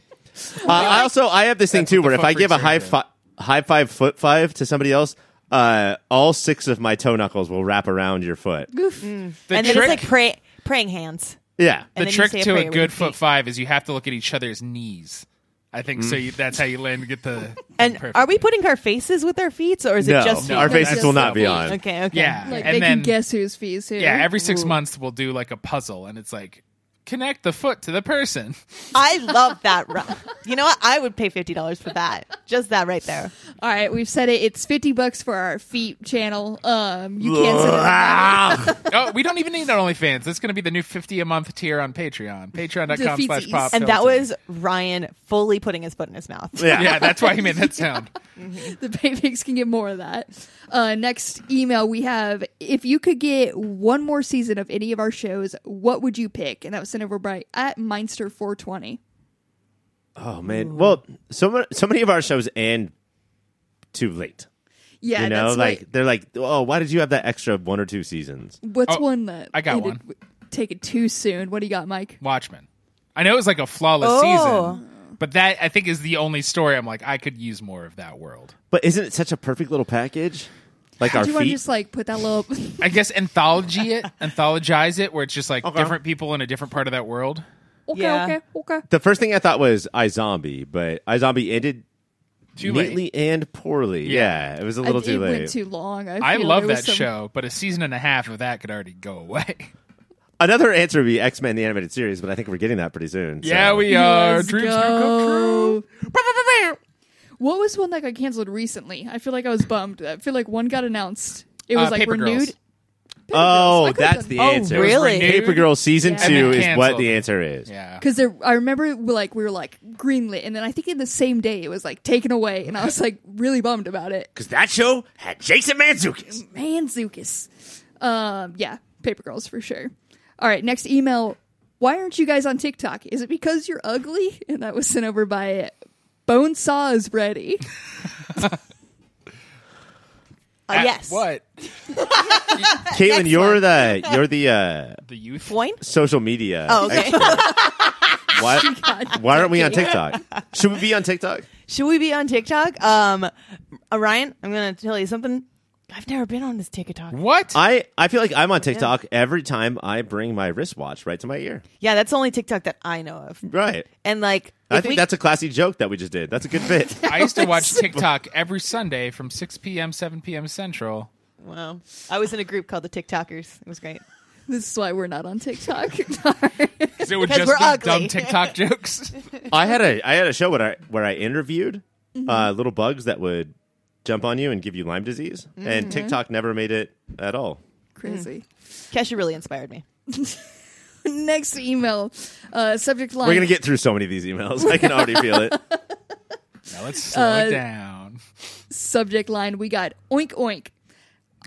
Speaker 2: Uh, I also I have this thing
Speaker 3: That's
Speaker 2: too,
Speaker 3: what the
Speaker 2: where if
Speaker 3: fuck
Speaker 2: I give a
Speaker 3: freaks are
Speaker 2: high
Speaker 3: into.
Speaker 2: fi- high five foot five to somebody else, uh, all six of my toe knuckles will wrap around your foot.
Speaker 1: Goof.
Speaker 3: The
Speaker 4: and then
Speaker 3: trick,
Speaker 4: it's like pray, praying hands.
Speaker 2: Yeah,
Speaker 3: the
Speaker 4: then you
Speaker 3: trick
Speaker 4: say a
Speaker 3: to
Speaker 4: prayer
Speaker 3: a
Speaker 4: with
Speaker 3: good
Speaker 4: your
Speaker 3: foot
Speaker 4: feet.
Speaker 3: five is you have to look at each other's knees. I think so.
Speaker 2: Mm.
Speaker 3: You, that's how you land and get the.
Speaker 4: And
Speaker 3: perfect.
Speaker 4: are we putting our faces with our feet, or is
Speaker 2: no,
Speaker 4: it just feet?
Speaker 2: our
Speaker 1: That's
Speaker 2: faces will
Speaker 1: just
Speaker 2: not be
Speaker 1: feet.
Speaker 2: on.
Speaker 4: Okay, okay.
Speaker 3: Yeah,
Speaker 1: Like,
Speaker 3: and
Speaker 1: they
Speaker 3: then
Speaker 1: can guess who's fees who.
Speaker 3: yeah, every six months we'll do like a puzzle, and it's like connect the foot to the person.
Speaker 4: I love that. ru- You know what? I would pay fifty dollars for that. Just that right there.
Speaker 1: All right, we've said it. It's 50 bucks for our feet channel. Um, You can't send it.
Speaker 3: oh, we don't even need an OnlyFans. That's going to be the new fifty a month tier on Patreon. Patreon.com
Speaker 1: Defeats
Speaker 3: slash
Speaker 1: ease.
Speaker 3: pop.
Speaker 4: And that
Speaker 3: filter.
Speaker 4: was Ryan fully putting his foot in his mouth.
Speaker 2: Yeah.
Speaker 3: yeah. That's why he made that sound.
Speaker 1: The paypigs can get more of that. Uh, next email we have if you could get one more season of any of our shows, what would you pick? And that was sent over by at Meinster420.
Speaker 2: Oh man. Well, so mu- so many of our shows end too late.
Speaker 1: Yeah,
Speaker 2: you know,
Speaker 1: that's
Speaker 2: like
Speaker 1: what-
Speaker 2: they're like, oh, why did you have that extra one or two seasons?
Speaker 1: what's
Speaker 3: Oh,
Speaker 1: one that
Speaker 3: I got
Speaker 1: ended
Speaker 3: one.
Speaker 1: w- Take it too soon. What do you got, Mike?
Speaker 3: Watchmen. I know it was like a flawless
Speaker 4: Oh.
Speaker 3: season, but that I think is the only story I'm like I could use more of that world.
Speaker 2: But isn't it such a perfect little package? Like our
Speaker 1: do you want to
Speaker 2: feet.
Speaker 1: just like put that little?
Speaker 3: I guess anthology it, anthologize it, where it's just like
Speaker 2: Okay.
Speaker 3: different people in a different part of that world.
Speaker 1: okay,
Speaker 4: Yeah.
Speaker 1: okay, okay.
Speaker 2: the first thing I thought was I Zombie, but I Zombie ended
Speaker 3: Too late.
Speaker 2: neatly and poorly. Yeah. it was a little
Speaker 1: I-
Speaker 2: too
Speaker 1: it
Speaker 2: late.
Speaker 1: went too long. I,
Speaker 3: I
Speaker 1: feel
Speaker 3: love
Speaker 1: there was
Speaker 3: that
Speaker 1: some-
Speaker 3: show, but a season and a half of that could already go away.
Speaker 2: Another answer would be X Men: The Animated Series, but I think we're getting that pretty soon. so-
Speaker 3: Yeah, we are.
Speaker 1: Let's
Speaker 3: Dreams do come true.
Speaker 1: go. What was one that got canceled recently? I feel like I was bummed. I feel like one got announced. It was
Speaker 3: Uh,
Speaker 1: like
Speaker 3: Paper Girls.
Speaker 1: renewed.
Speaker 2: Oh, that's the
Speaker 1: end.
Speaker 2: answer.
Speaker 4: Oh, really?
Speaker 2: Paper Girl season
Speaker 1: Yeah.
Speaker 2: two
Speaker 3: And then
Speaker 2: is what
Speaker 3: canceled.
Speaker 2: the answer is.
Speaker 3: Yeah.
Speaker 1: Because there, I remember it, like we were like greenlit, and then I think in the same day it was like taken away, and I was like really bummed about it.
Speaker 2: Because that show had Jason Manzukis.
Speaker 1: Man, Zukis. Um, yeah, Paper Girls for sure. All right, next email. Why aren't you guys on TikTok? Is it because you're ugly? And that was sent over by Bonesaw is ready.
Speaker 4: Uh,
Speaker 3: At
Speaker 4: yes.
Speaker 3: What?
Speaker 2: Caitlin, you're the you're the uh,
Speaker 3: The youth?
Speaker 4: Point?
Speaker 2: social media.
Speaker 4: Oh, okay.
Speaker 2: Why, why aren't we on TikTok? Should we be on TikTok?
Speaker 4: Should we be on TikTok? Um, uh, Ryan, I'm gonna tell you something. I've never been on this TikTok.
Speaker 3: What?
Speaker 2: I, I feel like I'm on TikTok every time I bring my wristwatch right to my ear.
Speaker 4: Yeah, that's the only TikTok that I know of.
Speaker 2: Right.
Speaker 4: And like,
Speaker 2: I
Speaker 4: if
Speaker 2: think
Speaker 4: we-
Speaker 2: that's a classy joke that we just did. That's a good fit.
Speaker 3: I used to watch TikTok every Sunday from 6 p.m. 7 p.m. Central.
Speaker 4: wow. I was in a group called the TikTokers. It was great.
Speaker 1: This is why we're not on TikTok. Sorry.
Speaker 3: Because it would
Speaker 4: Because
Speaker 3: just be
Speaker 4: we're
Speaker 3: dumb
Speaker 4: ugly.
Speaker 3: TikTok jokes.
Speaker 2: I had a I had a show where I where I interviewed
Speaker 4: Mm-hmm.
Speaker 2: uh, little bugs that would jump on you and give you Lyme disease,
Speaker 4: Mm-hmm.
Speaker 2: and TikTok never made it at all.
Speaker 1: Crazy.
Speaker 4: Kesha really inspired me.
Speaker 1: Next email. Uh, subject line.
Speaker 2: We're gonna get through so many of these emails. I can already feel it.
Speaker 3: now let's slow it down.
Speaker 1: subject line. We got oink oink.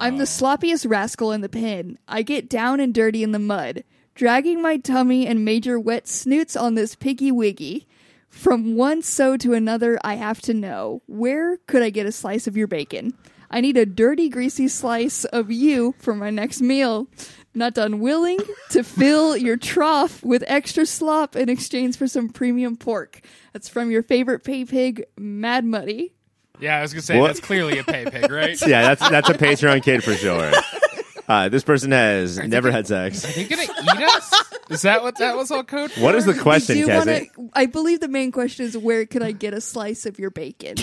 Speaker 1: I'm the sloppiest rascal in the pen. I get down and dirty in the mud, dragging my tummy and major wet snoots on this piggy wiggy. From one so to another, I have to know where could I get a slice of your bacon? I need a dirty, greasy slice of you for my next meal. Not unwilling to fill your trough with extra slop in exchange for some premium pork. That's from your favorite pay pig, Mad Muddy.
Speaker 3: Yeah, I was going to say,
Speaker 2: What?
Speaker 3: that's clearly a pay pig, right?
Speaker 2: Yeah, that's that's a Patreon kid for sure. Uh, this person has never had sex.
Speaker 3: Are they going to eat us? Is that what that was all code for?
Speaker 2: What is the question,
Speaker 1: I do
Speaker 2: Cassie?
Speaker 1: wanna- I believe the main question is where could I get a slice of your bacon?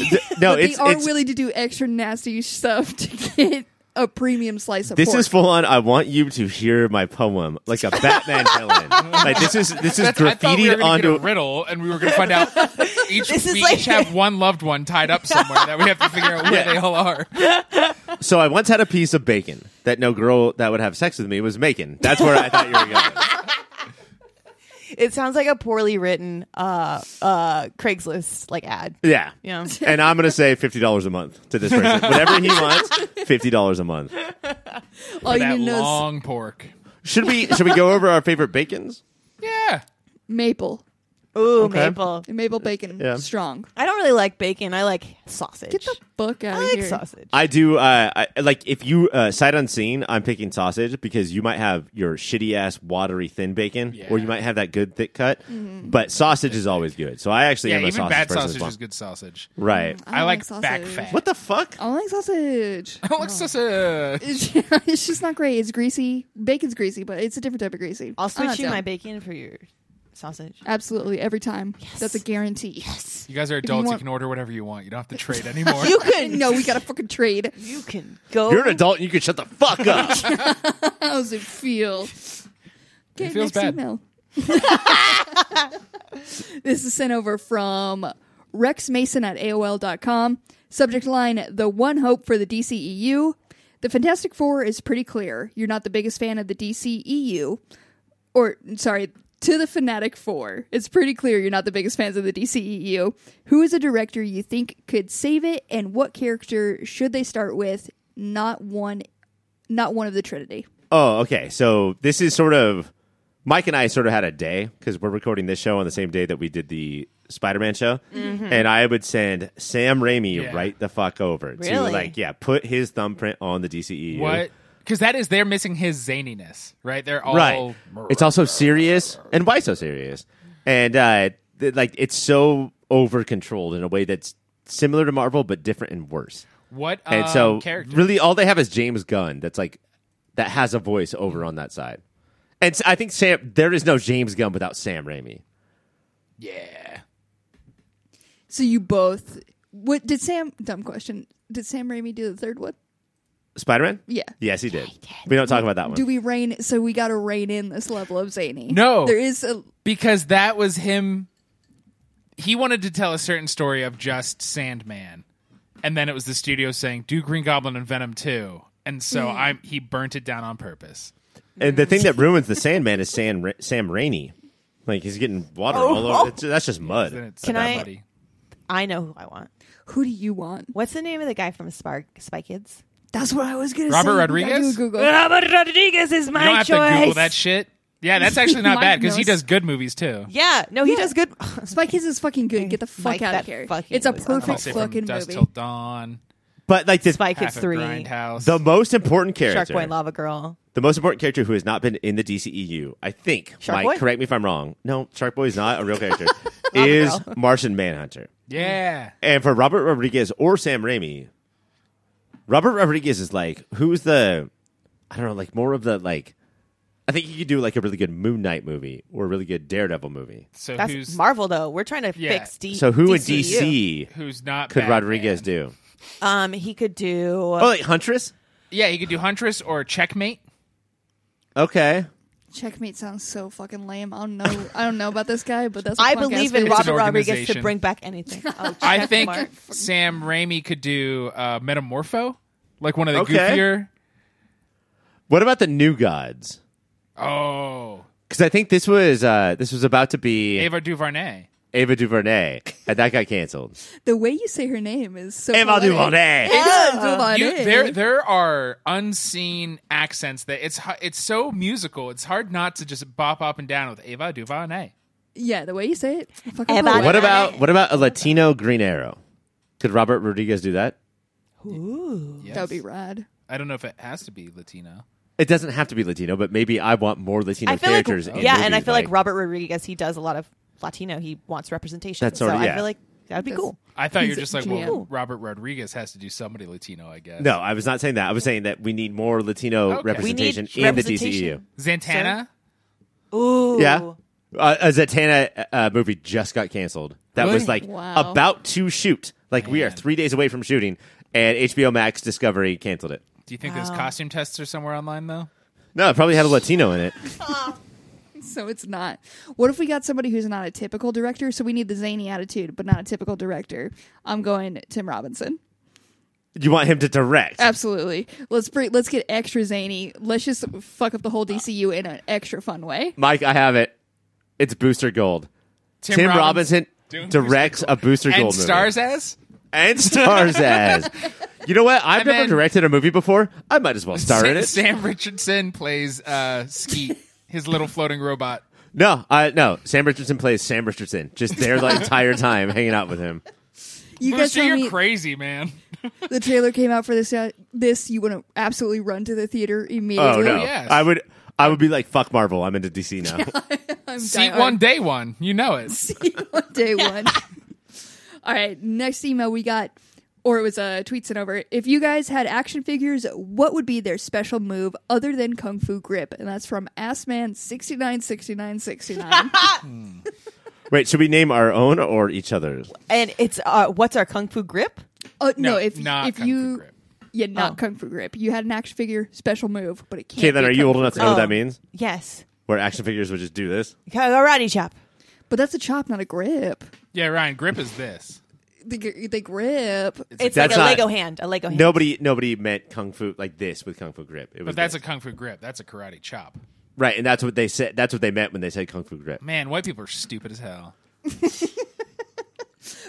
Speaker 2: No,
Speaker 1: but
Speaker 2: it's
Speaker 1: they are
Speaker 2: it's
Speaker 1: willing to do extra nasty stuff to get a premium slice of
Speaker 2: this
Speaker 1: pork.
Speaker 2: is full on. I want you to hear my poem like a Batman villain. Like this is this is
Speaker 3: That's, I thought we were
Speaker 2: graffitied
Speaker 3: going to
Speaker 2: onto.
Speaker 3: get a riddle, and we were going to find out each
Speaker 4: This is
Speaker 3: we
Speaker 4: like-
Speaker 3: each have one loved one tied up somewhere that we have to figure out where
Speaker 2: Yeah.
Speaker 3: they all are.
Speaker 2: So I once had a piece of bacon that no girl that would have sex with me was making. That's where I thought you were going.
Speaker 4: It sounds like a poorly written uh uh Craigslist like ad.
Speaker 2: Yeah.
Speaker 4: Yeah.
Speaker 2: And I'm gonna say fifty dollars a month to this person. Whatever he wants, fifty dollars a month.
Speaker 1: All you
Speaker 3: that
Speaker 1: need to know is
Speaker 3: long pork.
Speaker 2: Should we should we go over our favorite bacons?
Speaker 3: Yeah.
Speaker 1: maple.
Speaker 4: Ooh,
Speaker 2: Okay.
Speaker 4: maple.
Speaker 1: And maple bacon
Speaker 2: Yeah.
Speaker 1: strong.
Speaker 4: I don't really like bacon. I like sausage.
Speaker 1: Get the fuck out
Speaker 4: I
Speaker 1: of
Speaker 4: like
Speaker 1: here.
Speaker 4: sausage.
Speaker 2: I do. Uh, I, like if you uh, sight unseen, I'm picking sausage because you might have your shitty ass watery thin bacon, or you
Speaker 3: Yeah. Mm-hmm.
Speaker 2: might have that good thick cut. But sausage is always good. So I actually
Speaker 3: Yeah,
Speaker 2: am a
Speaker 3: even
Speaker 2: sausage
Speaker 3: bad
Speaker 2: person. as
Speaker 3: sausage
Speaker 2: well.
Speaker 3: is good Mm-hmm. sausage.
Speaker 2: Right.
Speaker 1: I
Speaker 3: I,
Speaker 1: don't
Speaker 3: like,
Speaker 1: like
Speaker 3: back
Speaker 1: sausage.
Speaker 3: fat.
Speaker 2: What the fuck?
Speaker 1: I don't like sausage.
Speaker 3: I like sausage.
Speaker 1: It's it's just not great. It's greasy. Bacon's greasy, but it's a different type of greasy.
Speaker 4: I'll
Speaker 1: I'm
Speaker 4: switch
Speaker 1: not
Speaker 4: you
Speaker 1: down.
Speaker 4: my bacon for your sausage.
Speaker 1: Absolutely, every time. That's a guarantee.
Speaker 3: You guys are adults. You,
Speaker 1: want-
Speaker 3: can order whatever you want. You don't have to trade anymore.
Speaker 4: You can
Speaker 1: No, we gotta fucking trade.
Speaker 4: you can go
Speaker 2: You're an adult and you can shut the fuck up.
Speaker 1: How's it feel? Okay,
Speaker 3: feels
Speaker 1: next
Speaker 3: bad.
Speaker 1: email. this is sent over from Rex Mason at AOL.com. Subject line The One Hope for the DCEU. The Fantastic Four is pretty clear. You're not the biggest fan of the DCEU. Or, sorry, to the Fanatic Four. It's pretty clear you're not the biggest fans of the DCEU. Who is a director you think could save it, and what character should they start with? Not one. Not one of the Trinity.
Speaker 2: oh, okay. So this is sort of Mike and I sort of had a day because we're recording this show on the same day that we did the Spider-Man show, and I would send Sam Raimi
Speaker 3: Mm-hmm. Yeah.
Speaker 2: right the fuck over to
Speaker 4: Really?
Speaker 2: like yeah, put his thumbprint on the E DCEU.
Speaker 3: What? Because that is they're missing his zaniness, right? They're all
Speaker 2: Right. It's also serious, and why so serious? And uh, th- like it's so over controlled in a way that's similar to Marvel but different and worse.
Speaker 3: what um,
Speaker 2: And so
Speaker 3: character.
Speaker 2: really all they have is James Gunn that's like that has a voice over on that side. And s- I think Sam there is no James Gunn without Sam Raimi.
Speaker 3: yeah.
Speaker 1: So you both. What did Sam? Dumb question. Did Sam Raimi do the third one?
Speaker 2: Spider-Man?
Speaker 1: Yeah.
Speaker 2: Yes, he did. We don't talk about that one.
Speaker 1: Do we rein? So we got to rein in this level of zany.
Speaker 3: No.
Speaker 1: there is a
Speaker 3: because that was him he wanted to tell a certain story of just sandman and then it was the studio saying do green goblin and venom too and so
Speaker 4: Hmm.
Speaker 3: i'm he burnt it down on purpose
Speaker 2: and the thing that ruins the Sandman is Sam Ra- Sam Raimi. Like he's getting water
Speaker 1: Oh.
Speaker 2: all over. It's, that's just mud.
Speaker 3: then it's
Speaker 4: Can
Speaker 3: that
Speaker 4: I-
Speaker 3: muddy.
Speaker 4: I know who I want.
Speaker 1: who do you want?
Speaker 4: What's the name of the guy from Spark Spy Kids?
Speaker 1: That's what I was gonna
Speaker 3: Robert
Speaker 1: say.
Speaker 3: Rodriguez?
Speaker 1: I do a Google.
Speaker 4: Robert Rodriguez is my
Speaker 3: you don't have to google that shit yeah that's actually not
Speaker 1: Mike
Speaker 3: bad because he
Speaker 1: knows.
Speaker 3: does good movies too
Speaker 4: yeah, no, he does good.
Speaker 1: Spy Kids is fucking good. Get the fuck
Speaker 4: Mike,
Speaker 1: out of
Speaker 4: that
Speaker 1: here.
Speaker 4: fucking
Speaker 1: It's a
Speaker 4: was awful.
Speaker 1: perfect
Speaker 3: Say from
Speaker 1: fucking
Speaker 3: dusk
Speaker 1: movie.
Speaker 3: till dawn
Speaker 2: But like the
Speaker 4: Spy Kids
Speaker 3: half of
Speaker 4: three,
Speaker 3: grindhouse
Speaker 2: the most important
Speaker 4: Shark
Speaker 2: character,
Speaker 4: Boy, and Lava Girl.
Speaker 2: the most important character who has not been in the DCEU, I think.
Speaker 4: Shark
Speaker 2: Mike,
Speaker 4: Boy?
Speaker 2: correct me if I'm wrong. No, Shark Boy is not a real character. is
Speaker 4: Girl.
Speaker 2: Martian Manhunter.
Speaker 3: yeah
Speaker 2: And for Robert Rodriguez or Sam Raimi, Robert Rodriguez is like, who's the, I don't know, like more of the, like, I think you could do like a really good Moon Knight movie or a really good Daredevil movie.
Speaker 3: so
Speaker 4: That's
Speaker 3: who's
Speaker 4: Marvel, though. We're trying to
Speaker 3: Yeah.
Speaker 4: fix D. E
Speaker 2: So who in
Speaker 4: DCU.
Speaker 2: DC
Speaker 3: who's not
Speaker 2: could
Speaker 3: Batman.
Speaker 2: Rodriguez do?
Speaker 4: Um, he could do.
Speaker 2: Oh, like Huntress?
Speaker 3: yeah he could do huntress or checkmate
Speaker 2: Okay.
Speaker 1: Checkmate sounds so fucking lame. I don't know. I don't know about this guy, but that's. What
Speaker 4: I
Speaker 1: punk
Speaker 4: believe
Speaker 1: ass
Speaker 4: in
Speaker 1: bitch-
Speaker 3: It's an
Speaker 4: Robert Rodriguez to
Speaker 3: organization.
Speaker 4: bring back anything. Oh,
Speaker 3: I
Speaker 4: check
Speaker 3: think
Speaker 4: mark.
Speaker 3: Sam Raimi could do uh, Metamorpho, like one of the
Speaker 2: Okay.
Speaker 3: goofier.
Speaker 2: What about the New Gods?
Speaker 3: Oh,
Speaker 2: Because I think this was uh, this was about to be Ava,
Speaker 3: Ava DuVernay.
Speaker 2: DuVernay, and that got canceled.
Speaker 1: The way you say her name is so.
Speaker 2: Ava
Speaker 1: poetic.
Speaker 2: DuVernay.
Speaker 1: Ava
Speaker 3: You,
Speaker 1: DuVernay.
Speaker 3: there, there are unseen accents that it's hu- it's so musical. It's hard not to just bop up and down with Ava DuVernay.
Speaker 1: Yeah, the way you say it. Fucking
Speaker 4: Ava
Speaker 1: poetic.
Speaker 2: What about what about a Latino Green Arrow? Could Robert Rodriguez do that?
Speaker 4: Ooh.
Speaker 3: Yes.
Speaker 1: That would be rad.
Speaker 3: I don't know if it has to be Latino.
Speaker 2: It doesn't have to be Latino, but maybe I want more Latino
Speaker 4: I feel like,
Speaker 2: characters.
Speaker 4: yeah,
Speaker 2: in
Speaker 4: and I
Speaker 2: movies,
Speaker 4: feel like, Robert Rodriguez, he does a lot of Latino. He wants representation.
Speaker 2: That's
Speaker 4: so
Speaker 2: sort of-
Speaker 4: I
Speaker 2: yeah.
Speaker 4: feel like that would be
Speaker 1: That's-
Speaker 4: cool.
Speaker 3: I thought you were
Speaker 1: He's a
Speaker 3: just like,
Speaker 1: GM.
Speaker 3: well, Robert Rodriguez has to do somebody Latino, I guess.
Speaker 2: No, I was not saying that. I was saying that we need more Latino
Speaker 3: Okay.
Speaker 4: We need
Speaker 2: representation in E
Speaker 4: representation.
Speaker 3: Zantana.
Speaker 4: Ooh.
Speaker 2: the DCEU. Yeah. Uh, a Zatanna uh, movie just got canceled. That
Speaker 3: Really?
Speaker 2: was like
Speaker 1: Wow.
Speaker 2: about to shoot. Like we are
Speaker 3: Man.
Speaker 2: three days away from shooting, and HBO Max Discovery canceled it.
Speaker 3: Do you think those costume tests are somewhere online though?
Speaker 2: No, it probably had a Latino in it.
Speaker 1: So it's not. What if we got somebody who's not a typical director? So we need the zany attitude, but not a typical director. I'm going Tim Robinson.
Speaker 2: You want him to direct?
Speaker 1: Absolutely. Let's bring, let's get extra zany. Let's just fuck up the whole DCU in an extra fun way.
Speaker 2: Mike, I have it. It's Booster Gold. Tim, Robinson,
Speaker 3: doing
Speaker 2: directs
Speaker 3: Booster
Speaker 2: a Booster
Speaker 3: and
Speaker 2: Gold movie.
Speaker 3: stars as
Speaker 2: and stars as. You know what? I've
Speaker 3: And
Speaker 2: never
Speaker 3: then-
Speaker 2: directed a movie before. I might as well star in
Speaker 3: Sam,
Speaker 2: it.
Speaker 3: Sam Richardson plays uh, Skeet, his little floating robot.
Speaker 2: No, I, no. Sam Richardson plays Sam Richardson. Just there the entire time, hanging out with him.
Speaker 1: You guys
Speaker 3: Booster,
Speaker 1: tell
Speaker 3: you're
Speaker 1: me
Speaker 3: crazy, man.
Speaker 1: the trailer came out for this. Uh, this you want to absolutely run to the theater
Speaker 2: Oh
Speaker 1: immediately.
Speaker 2: no!
Speaker 3: yes.
Speaker 2: I would, I would be like, fuck Marvel. I'm into DC now.
Speaker 1: I'm
Speaker 3: Seat
Speaker 1: diehard.
Speaker 3: one, day one. You know it.
Speaker 1: on day one. All right, next email we got, or it was a tweet sent over. If you guys had action figures, what would be their special move other than kung fu grip? And that's from Assman sixty nine sixty nine sixty nine.
Speaker 2: Wait, should we name our own or each other's?
Speaker 4: And it's uh, what's our kung fu grip?
Speaker 1: Oh no,
Speaker 3: No,
Speaker 1: if
Speaker 3: not
Speaker 1: if
Speaker 3: Kung Fu
Speaker 1: you
Speaker 3: Grip.
Speaker 1: yeah, not
Speaker 4: Oh.
Speaker 1: kung fu grip. You had an action figure special move, but it can't.
Speaker 2: Caitlin,
Speaker 1: be
Speaker 2: are you
Speaker 1: Kung
Speaker 2: old
Speaker 1: Fu
Speaker 2: enough to
Speaker 1: Grip.
Speaker 2: know what that
Speaker 4: Oh.
Speaker 2: means?
Speaker 4: Yes.
Speaker 2: Where action figures would just do this?
Speaker 4: Karate chop.
Speaker 1: But that's a chop, not a grip.
Speaker 3: Yeah, Ryan, grip is this.
Speaker 1: The, gr- the grip.
Speaker 4: It's
Speaker 2: That's
Speaker 4: like a
Speaker 2: not-
Speaker 4: Lego hand. A Lego hand.
Speaker 2: Nobody, nobody meant kung fu like this with kung fu grip. It was
Speaker 3: But that's a
Speaker 2: this.
Speaker 3: kung fu grip. That's a karate chop.
Speaker 2: right, and that's what they said. That's what they meant when they said kung fu grip.
Speaker 3: Man, white people are stupid as hell.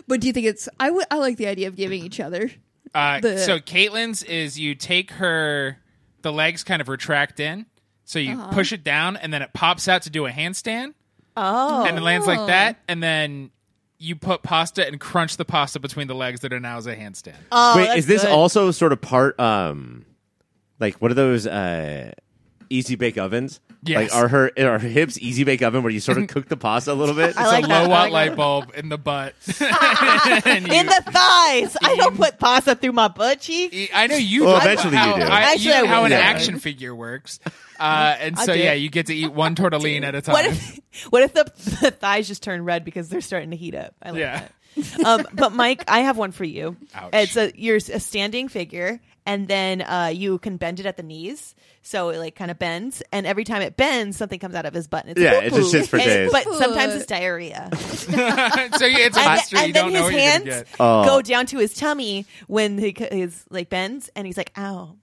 Speaker 1: But do you think it's? I would. I like the idea of giving each other.
Speaker 3: Uh,
Speaker 1: The-
Speaker 3: so Caitlin's is you take her, the legs kind of retract in, so you
Speaker 4: Uh-huh.
Speaker 3: push it down, and then it pops out to do a handstand,
Speaker 4: Oh.
Speaker 3: and it lands like that, and then you put pasta and crunch the pasta between the legs that are now as a handstand.
Speaker 4: Oh,
Speaker 2: Wait,
Speaker 4: that's
Speaker 2: is this
Speaker 4: good.
Speaker 2: also sort of part um like what are those uh easy bake ovens?
Speaker 3: Yes.
Speaker 2: Like are her are her hips easy bake oven where you sort of cook the pasta a little bit?
Speaker 4: I
Speaker 3: It's
Speaker 4: like
Speaker 3: a
Speaker 4: that.
Speaker 3: low
Speaker 4: I
Speaker 3: watt
Speaker 4: like
Speaker 3: light
Speaker 4: that.
Speaker 3: bulb in the butt.
Speaker 4: in the thighs? I don't put pasta through my butt cheek.
Speaker 3: I know you.
Speaker 2: Well,
Speaker 3: do.
Speaker 2: eventually you
Speaker 3: how,
Speaker 2: do.
Speaker 3: I,
Speaker 4: Actually,
Speaker 3: you know
Speaker 4: I
Speaker 3: how an
Speaker 2: will.
Speaker 3: action figure works, uh, and so
Speaker 4: do.
Speaker 3: yeah, you get to eat one tortellini at a time.
Speaker 4: What if what if the, the thighs just turn red because they're starting to heat up? I like
Speaker 3: Yeah.
Speaker 4: that. Um, but Mike, I have one for you.
Speaker 3: Ouch.
Speaker 4: It's a you're a standing figure, and then uh, you can bend it at the knees, so it like kind of bends, and every time it bends, something comes out of his butt. And it's
Speaker 2: Yeah,
Speaker 4: poo
Speaker 2: it just sits for days.
Speaker 4: But sometimes it's diarrhea.
Speaker 3: so yeah, it's a
Speaker 4: and,
Speaker 3: mystery.
Speaker 4: and
Speaker 3: you
Speaker 4: then
Speaker 3: don't know what
Speaker 4: his hands
Speaker 3: you're gonna get. Oh.
Speaker 4: go down to his tummy when he c- his like bends, and he's like, "Ow,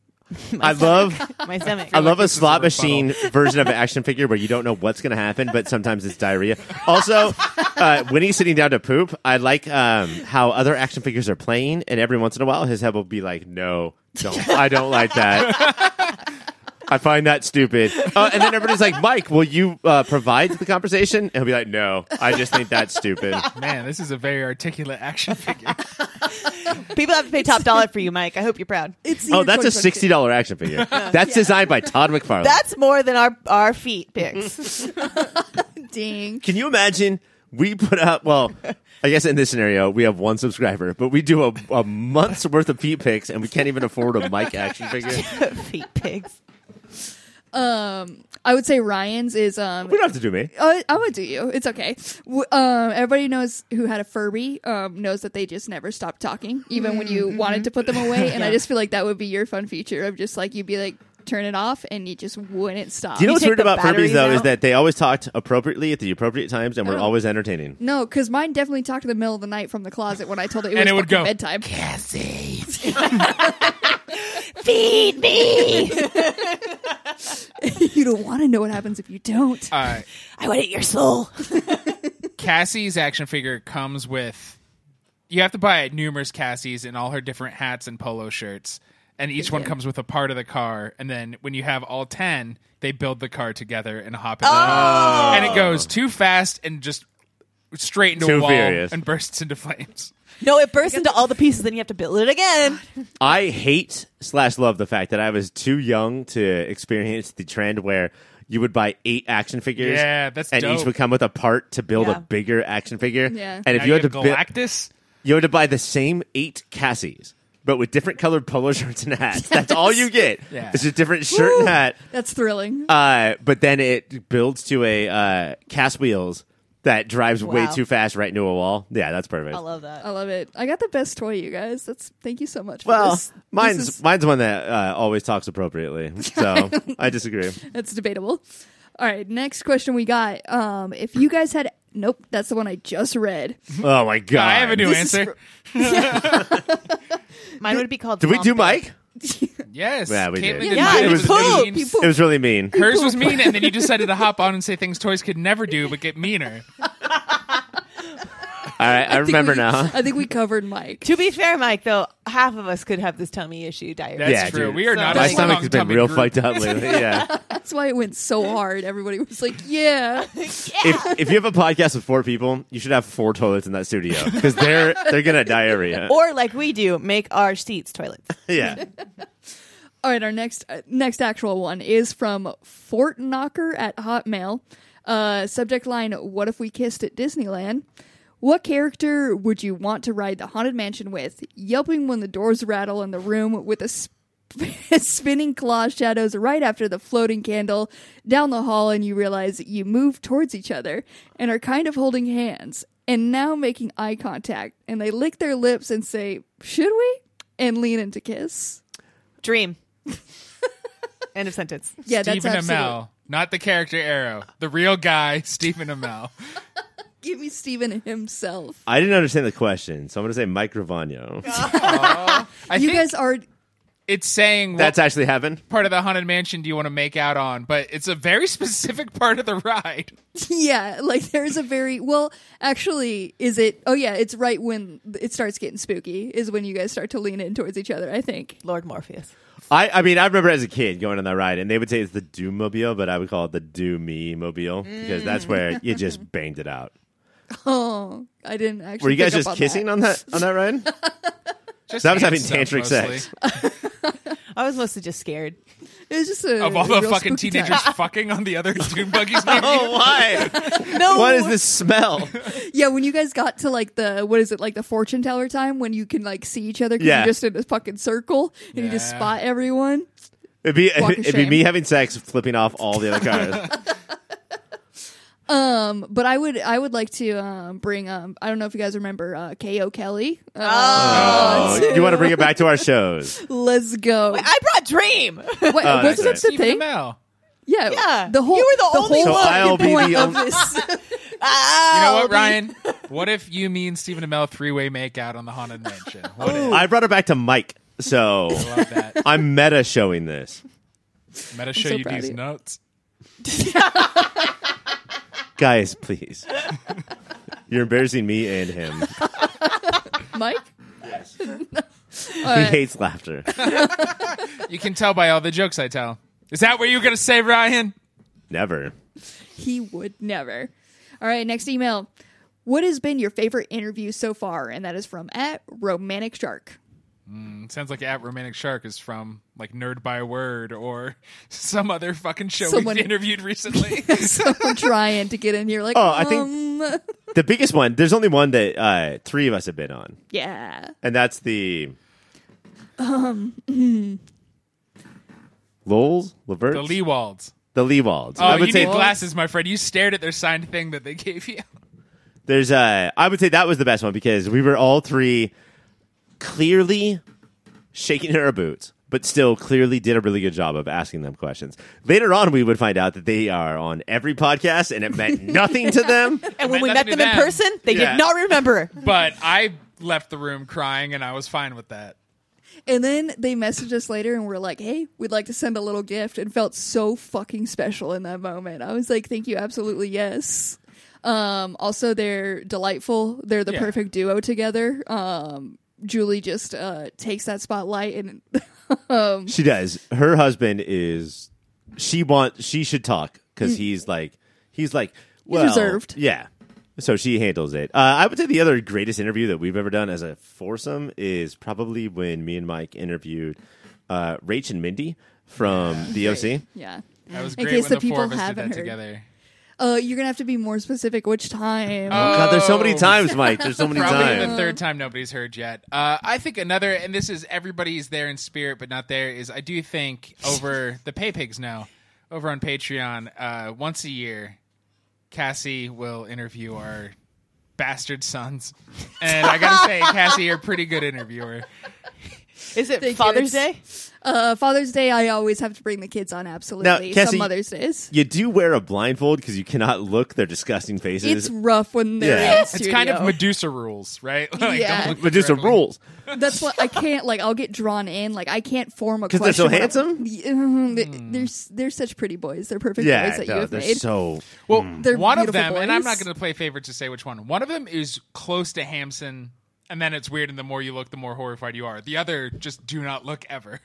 Speaker 2: I love
Speaker 4: my stomach."
Speaker 2: I love a
Speaker 3: this is a
Speaker 2: slot
Speaker 3: rebuttal.
Speaker 2: machine version of an action figure where you don't know what's going to happen, but sometimes it's diarrhea. Also, uh, when he's sitting down to poop, I like um, how other action figures are playing, and every once in a while, his head will be like, "No, don't, I don't like that." I find that stupid. Uh, and then everybody's like, "Mike, will you uh, provide the conversation?" And he'll be like, "No, I just think that's stupid."
Speaker 3: Man, this is a very articulate action figure.
Speaker 4: People have to pay top dollar for you, Mike. I hope you're proud.
Speaker 1: It's the
Speaker 2: Oh,
Speaker 1: year
Speaker 2: that's a
Speaker 1: 2022.
Speaker 2: sixty dollar action figure. That's designed by Todd McFarlane.
Speaker 4: That's more than our our feet picks.
Speaker 1: Dang.
Speaker 2: Can you imagine? We put out, well, I guess in this scenario, we have one subscriber, but we do a, a month's worth of feet pics and we can't even afford a mic action figure.
Speaker 4: feet pigs.
Speaker 1: Um, I would say Ryan's is um.
Speaker 2: We don't have to do me.
Speaker 1: Uh, I would do you. It's okay. W- Um, everybody knows who had a Furby. Um, knows that they just never stopped talking, even when you wanted to put them away. And I just feel like that would be your fun feature of just like you'd be like turn it off, and you just wouldn't stop.
Speaker 2: Do you know what's
Speaker 4: take
Speaker 2: weird
Speaker 4: the
Speaker 2: about Furbies,
Speaker 4: batteries
Speaker 2: though,
Speaker 4: out?
Speaker 2: is that they always talked appropriately at the appropriate times and were
Speaker 1: Oh.
Speaker 2: always entertaining.
Speaker 1: no, because mine definitely talked in the middle of the night from the closet when I told it it was
Speaker 3: And it would
Speaker 1: fucking
Speaker 3: go,
Speaker 1: bedtime.
Speaker 3: Cassie.
Speaker 4: Feed me.
Speaker 1: you don't want to know what happens if you don't.
Speaker 3: Uh,
Speaker 4: I would eat your soul.
Speaker 3: Cassie's action figure comes with you have to buy numerous Cassies in all her different hats and polo shirts, and each one comes with a part of the car. And then when you have all ten, they build the car together and hop it,
Speaker 1: Oh!
Speaker 3: up. and it goes too fast and just straight into
Speaker 2: Too
Speaker 3: a wall
Speaker 2: furious.
Speaker 3: and bursts into flames.
Speaker 4: No, it bursts into all the pieces, then you have to build it again.
Speaker 2: I hate slash love the fact that I was too young to experience the trend where you would buy eight action figures.
Speaker 3: Yeah, that's
Speaker 2: And
Speaker 3: dope.
Speaker 2: each would come with a part to build
Speaker 4: Yeah.
Speaker 2: a bigger action figure.
Speaker 1: Yeah.
Speaker 2: And if
Speaker 3: Now
Speaker 2: you had to
Speaker 3: have
Speaker 2: build.
Speaker 3: Galactus,
Speaker 2: You had to buy the same eight Cassies, but with different colored polo shirts and hats. That's all you get.
Speaker 3: Yeah.
Speaker 2: It's a different shirt and hat.
Speaker 1: That's thrilling.
Speaker 2: Uh, but then it builds to a uh, cast wheels that drives way
Speaker 4: Wow.
Speaker 2: too fast right into a wall. Yeah, that's perfect.
Speaker 4: I love that.
Speaker 1: I love it. I got the best toy, you guys. That's thank you so much. For
Speaker 2: well,
Speaker 1: this. This
Speaker 2: mine's
Speaker 1: is-
Speaker 2: mine's one that uh, always talks appropriately, so I disagree.
Speaker 1: That's debatable. All right, next question we got. Um, if you guys had nope, that's the one I just read.
Speaker 2: Oh my god!
Speaker 3: I have a new
Speaker 1: This is
Speaker 3: answer.
Speaker 4: Mine would be called.
Speaker 2: Did we do
Speaker 4: Zombie.
Speaker 2: Mike?
Speaker 3: yes,
Speaker 2: Yeah, we did.
Speaker 3: Caitlin
Speaker 1: Yeah,
Speaker 3: mine.
Speaker 4: it was
Speaker 3: really
Speaker 4: poop.
Speaker 3: mean.
Speaker 2: It was really mean.
Speaker 3: Hers was mean, and then you decided to hop on and say things toys could never do, but get meaner.
Speaker 2: All right, I
Speaker 1: think
Speaker 2: remember
Speaker 1: we-
Speaker 2: now.
Speaker 1: I think we covered Mike.
Speaker 4: To be fair, Mike, though, half of us could have this tummy issue diarrhea.
Speaker 3: That's
Speaker 2: Yeah,
Speaker 3: true.
Speaker 2: dude.
Speaker 3: We are not.
Speaker 2: My
Speaker 3: a
Speaker 2: stomach
Speaker 3: strong
Speaker 2: has been
Speaker 3: tummy
Speaker 2: real
Speaker 3: group.
Speaker 2: fucked up lately. Yeah.
Speaker 1: That's why it went so hard. Everybody was like, "Yeah."
Speaker 2: if, if you have a podcast with four people, you should have four toilets in that studio because they're they're gonna diarrhea.
Speaker 4: Or like we do, make our seats toilets.
Speaker 2: yeah,
Speaker 1: All right, our next uh, next actual one is from Fort Knocker at Hotmail. Uh, subject line: What if we kissed at Disneyland? What character would you want to ride the haunted mansion with? Yelping when the doors rattle in the room with a sp- spinning claw shadows right after the floating candle down the hall, and you realize you move towards each other and are kind of holding hands and now making eye contact, and they lick their lips and say, "Should we?" and lean in to kiss.
Speaker 4: Dream. End of sentence.
Speaker 1: Yeah,
Speaker 3: Stephen
Speaker 1: that's absolute-
Speaker 3: Amell, not the character Arrow, the real guy, Stephen Amell.
Speaker 1: Give me Steven himself.
Speaker 2: I didn't understand the question, so I'm gonna say Mike Gravano.
Speaker 3: I
Speaker 1: you
Speaker 3: think
Speaker 1: guys are
Speaker 3: it's saying
Speaker 2: That's
Speaker 3: what
Speaker 2: actually happened.
Speaker 3: part of the haunted mansion do you want to make out on, but it's a very specific part of the ride.
Speaker 1: yeah, like there's a very well actually is it oh yeah, it's right when it starts getting spooky is when you guys start to lean in towards each other, I think.
Speaker 4: Lord Morpheus.
Speaker 2: I I mean I remember as a kid going on that ride, and they would say it's the
Speaker 1: Mm.
Speaker 2: Doom Mobile, but I would call it the Do Me Mobile because that's where you just banged it out.
Speaker 1: Oh, I didn't actually.
Speaker 2: Were you guys
Speaker 1: pick up
Speaker 2: just
Speaker 1: on
Speaker 2: kissing on that on that Ryan?
Speaker 3: Just
Speaker 2: That was
Speaker 3: hand
Speaker 2: having
Speaker 3: stuff,
Speaker 2: tantric
Speaker 3: mostly.
Speaker 2: sex.
Speaker 4: I was mostly just scared.
Speaker 1: It was just a
Speaker 3: Of all the
Speaker 1: real
Speaker 3: fucking
Speaker 1: spooky
Speaker 3: teenagers
Speaker 1: time.
Speaker 3: fucking on the other dune buggies. maybe?
Speaker 2: oh, why?
Speaker 4: No,
Speaker 2: What is this smell?
Speaker 1: Yeah, when you guys got to like the what is it like the fortune teller time when you can like see each other 'cause
Speaker 2: Yeah.
Speaker 1: you're just in a fucking circle and you just
Speaker 3: Yeah.
Speaker 1: spot everyone.
Speaker 2: It'd be
Speaker 1: Walk of
Speaker 2: it'd be
Speaker 1: shame.
Speaker 2: me having sex, flipping off all the other cars.
Speaker 1: Um, but I would I would like to um bring um I don't know if you guys remember uh K.O. Kelly. Uh,
Speaker 2: Oh, you want to bring it back to our
Speaker 3: Oh.
Speaker 2: shows?
Speaker 1: let's go.
Speaker 4: I brought Dream.
Speaker 1: Wait,
Speaker 2: Oh,
Speaker 1: wasn't
Speaker 2: that's
Speaker 1: it the
Speaker 3: Even
Speaker 1: thing?
Speaker 3: now.
Speaker 1: Yeah,
Speaker 4: Yeah,
Speaker 1: the whole
Speaker 4: you were the, only
Speaker 1: whole
Speaker 2: So
Speaker 4: one.
Speaker 2: I'll be
Speaker 1: point
Speaker 2: the
Speaker 1: of
Speaker 2: only-
Speaker 1: this.
Speaker 3: You know
Speaker 1: Oh,
Speaker 4: I'll
Speaker 3: what,
Speaker 4: be-
Speaker 3: Ryan? What if you, me, and Stephen Amell three-way make out on the haunted mansion? What
Speaker 1: Oh.
Speaker 3: if?
Speaker 2: I brought it back to Mike, so
Speaker 3: I love that.
Speaker 2: I'm meta showing this.
Speaker 3: I'm gonna show
Speaker 1: so
Speaker 3: you
Speaker 1: proud of
Speaker 3: these
Speaker 1: you.
Speaker 3: notes.
Speaker 2: Guys, please. You're embarrassing me and him.
Speaker 1: Mike.
Speaker 2: He
Speaker 1: Yes.
Speaker 2: hates laughter.
Speaker 3: You can tell by all the jokes I tell. Is that what you're gonna say, Ryan?
Speaker 2: Never.
Speaker 1: He would never. All right, next email. What has been your favorite interview so far? And that is from at Romantic Shark.
Speaker 3: It sounds like at Romantic Shark is from like Nerd by Word or some other fucking show
Speaker 1: Someone-
Speaker 3: we've interviewed recently.
Speaker 1: Someone trying to get in here, like,
Speaker 2: Oh, I think-
Speaker 1: um,
Speaker 2: The biggest one. There's only one that uh, three of us have been on,
Speaker 1: yeah,
Speaker 2: and that's the. Um. Lowell's, Levert's,
Speaker 3: the Leewalds.
Speaker 2: the Leewalds.
Speaker 3: Oh,
Speaker 2: I would
Speaker 3: you
Speaker 2: say
Speaker 3: need glasses, my friend. You stared at their signed thing that they gave you.
Speaker 2: there's uh I would say that was the best one because we were all three clearly shaking in our boots, but still clearly did a really good job of asking them questions. Later on we would find out that they are on every podcast and it meant nothing to them.
Speaker 4: And when
Speaker 3: meant
Speaker 4: we met
Speaker 3: nothing
Speaker 4: them
Speaker 3: to
Speaker 4: in
Speaker 3: them.
Speaker 4: person, they
Speaker 2: Yeah.
Speaker 4: did not remember.
Speaker 3: But I left the room crying, and I was fine with that.
Speaker 1: And then they messaged us later and were like, hey, we'd like to send a little gift and felt so fucking special in that moment. I was like, thank you, absolutely, yes. Um, also, they're delightful. They're the
Speaker 3: Yeah.
Speaker 1: perfect duo together. Um, Julie just uh, takes that spotlight and
Speaker 2: She does. Her husband is she wants she should talk because he's like he's like well
Speaker 1: Mm. reserved.
Speaker 2: Yeah. So she handles it. Uh, I would say the other greatest interview that we've ever done as a foursome is probably when me and Mike interviewed uh, Rach and Mindy from the OC.
Speaker 1: yeah.
Speaker 3: That was
Speaker 1: In
Speaker 3: great
Speaker 1: case
Speaker 3: when
Speaker 1: the
Speaker 3: the, four
Speaker 1: people
Speaker 3: of us did that
Speaker 1: haven't heard.
Speaker 3: together.
Speaker 1: Uh, you're gonna have to be more specific. Which time?
Speaker 2: God, there's so many
Speaker 3: Oh.
Speaker 2: times, Mike. There's so many
Speaker 3: Probably
Speaker 2: times.
Speaker 3: the third time nobody's heard yet. Uh, I think another, and this is everybody's there in spirit but not there, is I do think over the pay pigs now, over on Patreon, uh, once a year, Cassie will interview our bastard sons. And I gotta say, Cassie, you're a pretty good interviewer.
Speaker 4: Is it
Speaker 1: Thank you.
Speaker 4: Father's Day?
Speaker 1: Uh, Father's Day, I always have to bring the kids on. Absolutely,
Speaker 2: Now, Cassie-
Speaker 1: some Mother's Days.
Speaker 2: You do wear a blindfold because you cannot look their disgusting
Speaker 1: It's
Speaker 2: faces.
Speaker 1: rough when they're
Speaker 2: Yeah.
Speaker 1: in
Speaker 2: It's
Speaker 3: It's kind of
Speaker 1: studio.
Speaker 3: Medusa rules, right?
Speaker 1: Yeah.
Speaker 3: look
Speaker 2: But just the
Speaker 3: directly.
Speaker 2: rules.
Speaker 1: That's what I can't like. I'll get drawn in. Like I can't form a
Speaker 2: 'Cause they're so
Speaker 1: question
Speaker 2: handsome?
Speaker 1: when I- Mm,
Speaker 3: Hmm.
Speaker 1: they- They're s- they're such pretty boys. They're perfect boys
Speaker 2: Yeah,
Speaker 1: that you
Speaker 2: no,
Speaker 1: have
Speaker 2: they're
Speaker 1: made.
Speaker 2: so.
Speaker 3: Well,
Speaker 2: Hmm.
Speaker 1: They're
Speaker 3: one of
Speaker 1: beautiful
Speaker 3: them, and I'm
Speaker 1: boys.
Speaker 3: not going to play favorites to say which one. One of them is close to Hamson, and then it's weird. And the more you look, the more horrified you are. The other, just do not look ever.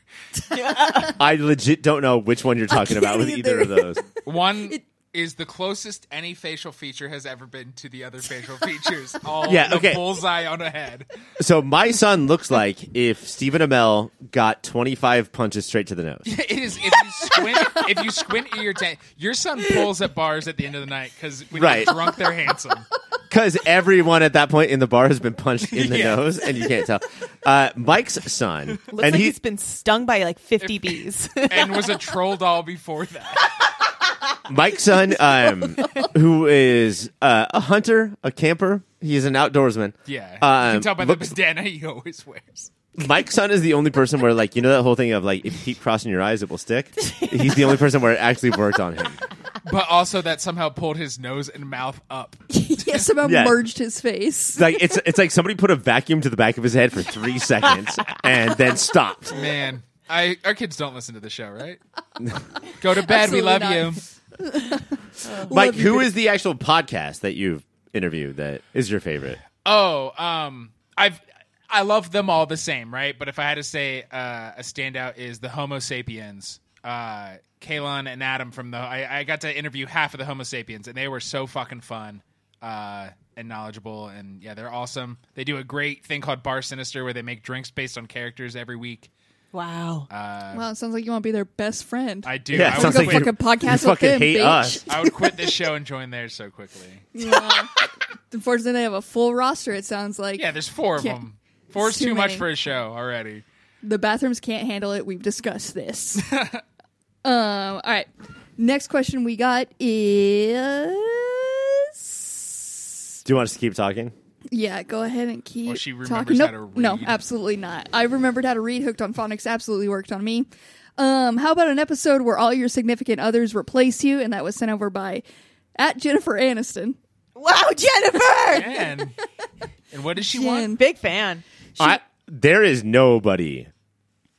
Speaker 2: I legit don't know which one you're talking
Speaker 1: can't
Speaker 2: about with either
Speaker 1: either.
Speaker 2: of those.
Speaker 3: One is the closest any facial feature has ever been to the other facial features. All
Speaker 2: Yeah,
Speaker 3: the
Speaker 2: okay.
Speaker 3: bullseye on a head.
Speaker 2: So my son looks like if Stephen Amell got 25 punches straight to the nose.
Speaker 3: It is if you squint. if you squint at your tent, your son pulls at bars at the end of the night because when
Speaker 2: Right.
Speaker 3: you're drunk, they're handsome.
Speaker 2: Because everyone at that point in the bar has been punched in the
Speaker 3: Yeah.
Speaker 2: nose, and you can't tell. Uh, Mike's son,
Speaker 4: Looks
Speaker 2: and
Speaker 4: like
Speaker 2: he-
Speaker 4: he's been stung by like 50 bees.
Speaker 3: And was a troll doll before that.
Speaker 2: Mike's son, um, who is uh, a hunter, a camper, he is an outdoorsman.
Speaker 3: Yeah, you
Speaker 2: um,
Speaker 3: can tell by
Speaker 2: looks-
Speaker 3: the bandana he always wears.
Speaker 2: Mike's son is the only person where, like, you know that whole thing of like, if you keep crossing your eyes, it will stick. He's the only person where it actually worked on him.
Speaker 3: But also that somehow pulled his nose and mouth up.
Speaker 1: yeah, somehow
Speaker 2: Yeah.
Speaker 1: merged his face.
Speaker 2: It's like it's it's like somebody put a vacuum to the back of his head for three seconds and then stopped.
Speaker 3: Man, I our kids don't listen to the show, right? Go to bed.
Speaker 1: Absolutely
Speaker 3: we love
Speaker 1: not.
Speaker 3: you.
Speaker 2: Mike,
Speaker 1: you,
Speaker 2: who
Speaker 1: babe.
Speaker 2: is the actual podcast that you've interviewed that is your favorite?
Speaker 3: Oh, um, I've I love them all the same, right? But if I had to say uh, a standout is the Homo sapiens. Uh, Kalon and Adam from the I, I got to interview half of the Homo sapiens, and they were so fucking fun. Uh, and knowledgeable, and yeah, they're awesome. They do a great thing called Bar Sinister, where they make drinks based on characters every week.
Speaker 4: Wow.
Speaker 3: Uh,
Speaker 1: wow, it sounds like you want to be their best friend.
Speaker 3: I do.
Speaker 2: Yeah, it
Speaker 3: I, would
Speaker 2: sounds
Speaker 1: Go
Speaker 2: like
Speaker 3: quit,
Speaker 2: you-
Speaker 1: fucking podcast
Speaker 2: you
Speaker 1: with
Speaker 2: fucking
Speaker 1: them,
Speaker 2: hate
Speaker 1: bitch.
Speaker 2: us.
Speaker 3: I would quit this show and join theirs so quickly.
Speaker 1: Unfortunately, they have a full roster. It sounds like
Speaker 3: Yeah, there's four of
Speaker 1: Yeah.
Speaker 3: them. Four's
Speaker 1: It's too
Speaker 3: too much
Speaker 1: many.
Speaker 3: for a show already.
Speaker 1: the bathrooms can't handle it. We've discussed this. um, all right. Next question we got is
Speaker 2: Do you want us to keep talking?
Speaker 1: yeah. Go ahead and keep.
Speaker 3: Well, she
Speaker 1: talking.
Speaker 3: remembers how
Speaker 1: Nope.
Speaker 3: to read.
Speaker 1: No, absolutely not. I remembered how to read. Hooked on phonics absolutely worked on me. Um, how about an episode where all your significant others replace you? And that was sent over by at Jennifer Aniston.
Speaker 4: wow, Jennifer!
Speaker 3: And and what does she
Speaker 1: Jen.
Speaker 3: want?
Speaker 4: Big fan.
Speaker 2: I, there is nobody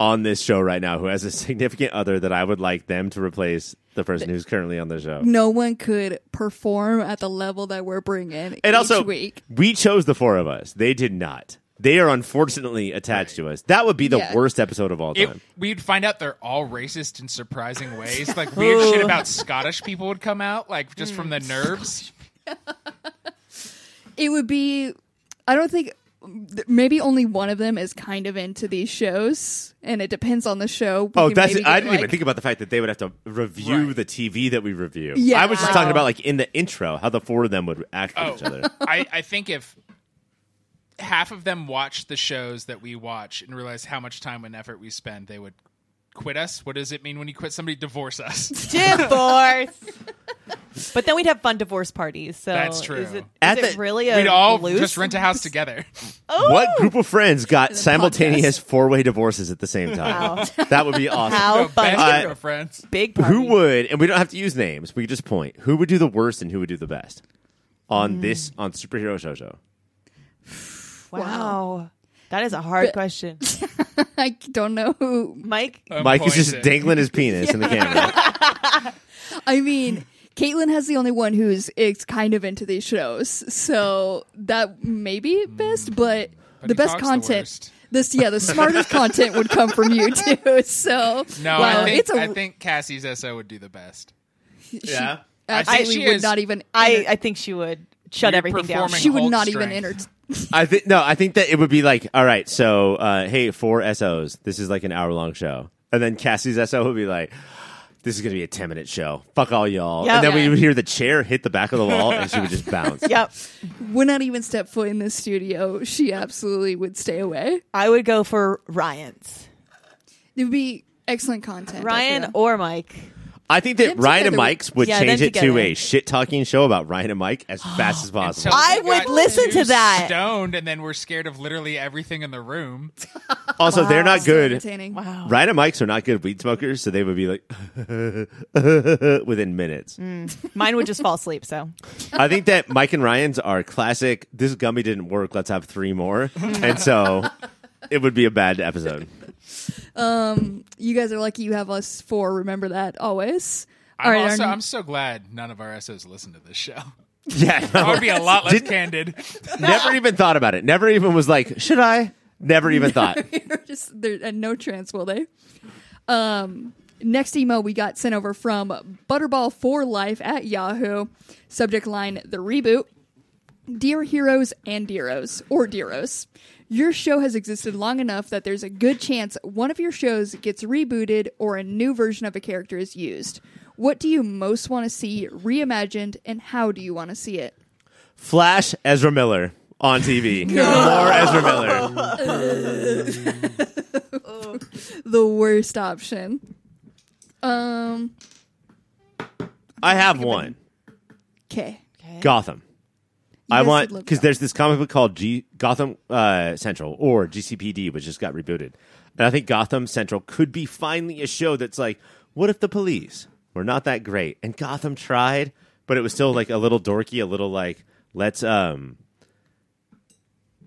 Speaker 2: on this show right now who has a significant other that I would like them to replace the person who's currently on the show.
Speaker 1: No one could perform at the level that we're bringing each
Speaker 2: And also,
Speaker 1: week.
Speaker 2: we chose the four of us. They did not. They are unfortunately attached to us. That would be the
Speaker 1: Yeah.
Speaker 2: worst episode of all time.
Speaker 3: It, we'd find out they're all racist in surprising ways. Like weird shit about Scottish people would come out, like just from
Speaker 1: Mm.
Speaker 3: the nerves.
Speaker 1: it would be i don't think th- maybe only one of them is kind of into these shows and it depends on the show We
Speaker 2: Oh,
Speaker 1: can
Speaker 2: that's.
Speaker 1: maybe
Speaker 2: I
Speaker 1: get,
Speaker 2: didn't even
Speaker 1: like-
Speaker 2: think about the fact that they would have to review
Speaker 3: Right.
Speaker 2: the TV that we review.
Speaker 1: Yeah.
Speaker 2: I was just
Speaker 1: Wow.
Speaker 2: talking about like in the intro how the four of them would act with
Speaker 3: Oh,
Speaker 2: each other.
Speaker 3: I, I think if half of them watched the shows that we watch and realized how much time and effort we spend, they would quit us. What does it mean when you quit somebody? Divorce us.
Speaker 4: Divorce. but then we'd have fun divorce parties. So
Speaker 3: That's true.
Speaker 4: Is it, is
Speaker 2: At
Speaker 4: it
Speaker 2: the-
Speaker 4: really a
Speaker 3: We'd all
Speaker 4: loose?
Speaker 3: just rent a house together.
Speaker 2: What
Speaker 4: Oh!
Speaker 2: group of friends got
Speaker 1: the
Speaker 2: simultaneous four-way divorces at the same time?
Speaker 4: Wow.
Speaker 2: That would be awesome.
Speaker 4: How
Speaker 3: So best
Speaker 4: funny.
Speaker 2: I-
Speaker 3: girlfriends.
Speaker 4: Big party.
Speaker 2: Who would? And we don't have to use names. We could just point. Who would do the worst and who would do the best on
Speaker 4: Mm.
Speaker 2: this on superhero shojo?
Speaker 4: Wow. That is a hard question.
Speaker 1: i don't know who
Speaker 4: Mike,
Speaker 3: Uh,
Speaker 2: Mike is just
Speaker 3: Unpointed.
Speaker 2: dangling his penis in the camera.
Speaker 1: i mean caitlin has the only one who's it's kind of into these shows so that may be best but,
Speaker 3: But
Speaker 1: the
Speaker 3: he
Speaker 1: best
Speaker 3: talks Hmm. the
Speaker 1: content
Speaker 3: worst.
Speaker 1: this yeah the smartest content would come from you too so
Speaker 3: No,
Speaker 1: wow,
Speaker 3: I, think,
Speaker 1: it's a
Speaker 3: I think Cassie's SO would do the best.
Speaker 2: yeah.
Speaker 3: think
Speaker 1: absolutely
Speaker 3: she
Speaker 1: would
Speaker 3: is-
Speaker 1: not even
Speaker 4: I, I think she would shut
Speaker 3: You're
Speaker 4: everything down.
Speaker 3: performing-
Speaker 1: she would
Speaker 3: hold
Speaker 1: not even
Speaker 3: strength.
Speaker 1: entertain
Speaker 2: I think no. I think that it would be like, all right, so uh, hey, four SOs. This is like an hour long show, and then Cassie's SO would be like, this is gonna be a ten minute show. Fuck all y'all,
Speaker 4: Yep.
Speaker 2: and then
Speaker 1: Yeah.
Speaker 2: we would hear the chair hit the back of the wall, and she would just bounce.
Speaker 4: Yep.
Speaker 1: would not even step foot in this studio, she absolutely would stay away.
Speaker 4: I would go for Ryan's.
Speaker 1: It would be excellent content. I
Speaker 4: Ryan
Speaker 1: feel.
Speaker 4: or Mike.
Speaker 2: I think that
Speaker 1: Them
Speaker 2: Ryan
Speaker 1: together
Speaker 2: and Mike's would
Speaker 4: Yeah,
Speaker 2: change
Speaker 4: them
Speaker 2: it to
Speaker 4: together.
Speaker 2: a shit talking show about Ryan and Mike as fast as
Speaker 3: So
Speaker 2: possible.
Speaker 4: I
Speaker 3: they
Speaker 4: would
Speaker 3: got
Speaker 4: listen
Speaker 3: too
Speaker 4: to that.
Speaker 3: Stoned, and then we're scared of literally everything in the room.
Speaker 2: also, they're not good.
Speaker 1: Entertaining.
Speaker 4: Wow.
Speaker 2: Ryan and Mike's are not good weed smokers, so they would be like within minutes.
Speaker 4: Mine would just fall asleep. So
Speaker 2: I think that Mike and Ryan's are classic. This gummy didn't work. Let's have three more, and so it would be a bad episode.
Speaker 1: You guys are lucky you have us four. Remember that always.
Speaker 3: I'm,
Speaker 1: right,
Speaker 3: also,
Speaker 1: our-
Speaker 3: I'm so glad none of our SOs listen to this show.
Speaker 2: Yeah, no.
Speaker 3: I would be a lot less
Speaker 2: Didn't-
Speaker 3: candid.
Speaker 2: never even thought about it. Never even was like, should I? Never even thought.
Speaker 1: You're just there and no chance will they. Um, next email we got sent over from Butterball for Life at Yahoo. Subject line: The reboot. Dear heroes and dearos, or dearos, your show has existed long enough that there's a good chance one of your shows gets rebooted or a new version of a character is used. What do you most want to see reimagined, and how do you want to see it?
Speaker 2: Flash Ezra Miller on TV. More Ezra Miller.
Speaker 1: The worst option. Um.
Speaker 2: I have one.
Speaker 1: Okay.
Speaker 2: Gotham. I
Speaker 1: guys
Speaker 2: want
Speaker 1: would love
Speaker 2: because
Speaker 1: Gotham.
Speaker 2: there's this comic book called G- Gotham uh, Central or GCPD, which just got rebooted, and I think Gotham Central could be finally a show that's like, what if the police were not that great and Gotham tried, but it was still like a little dorky, a little like let's um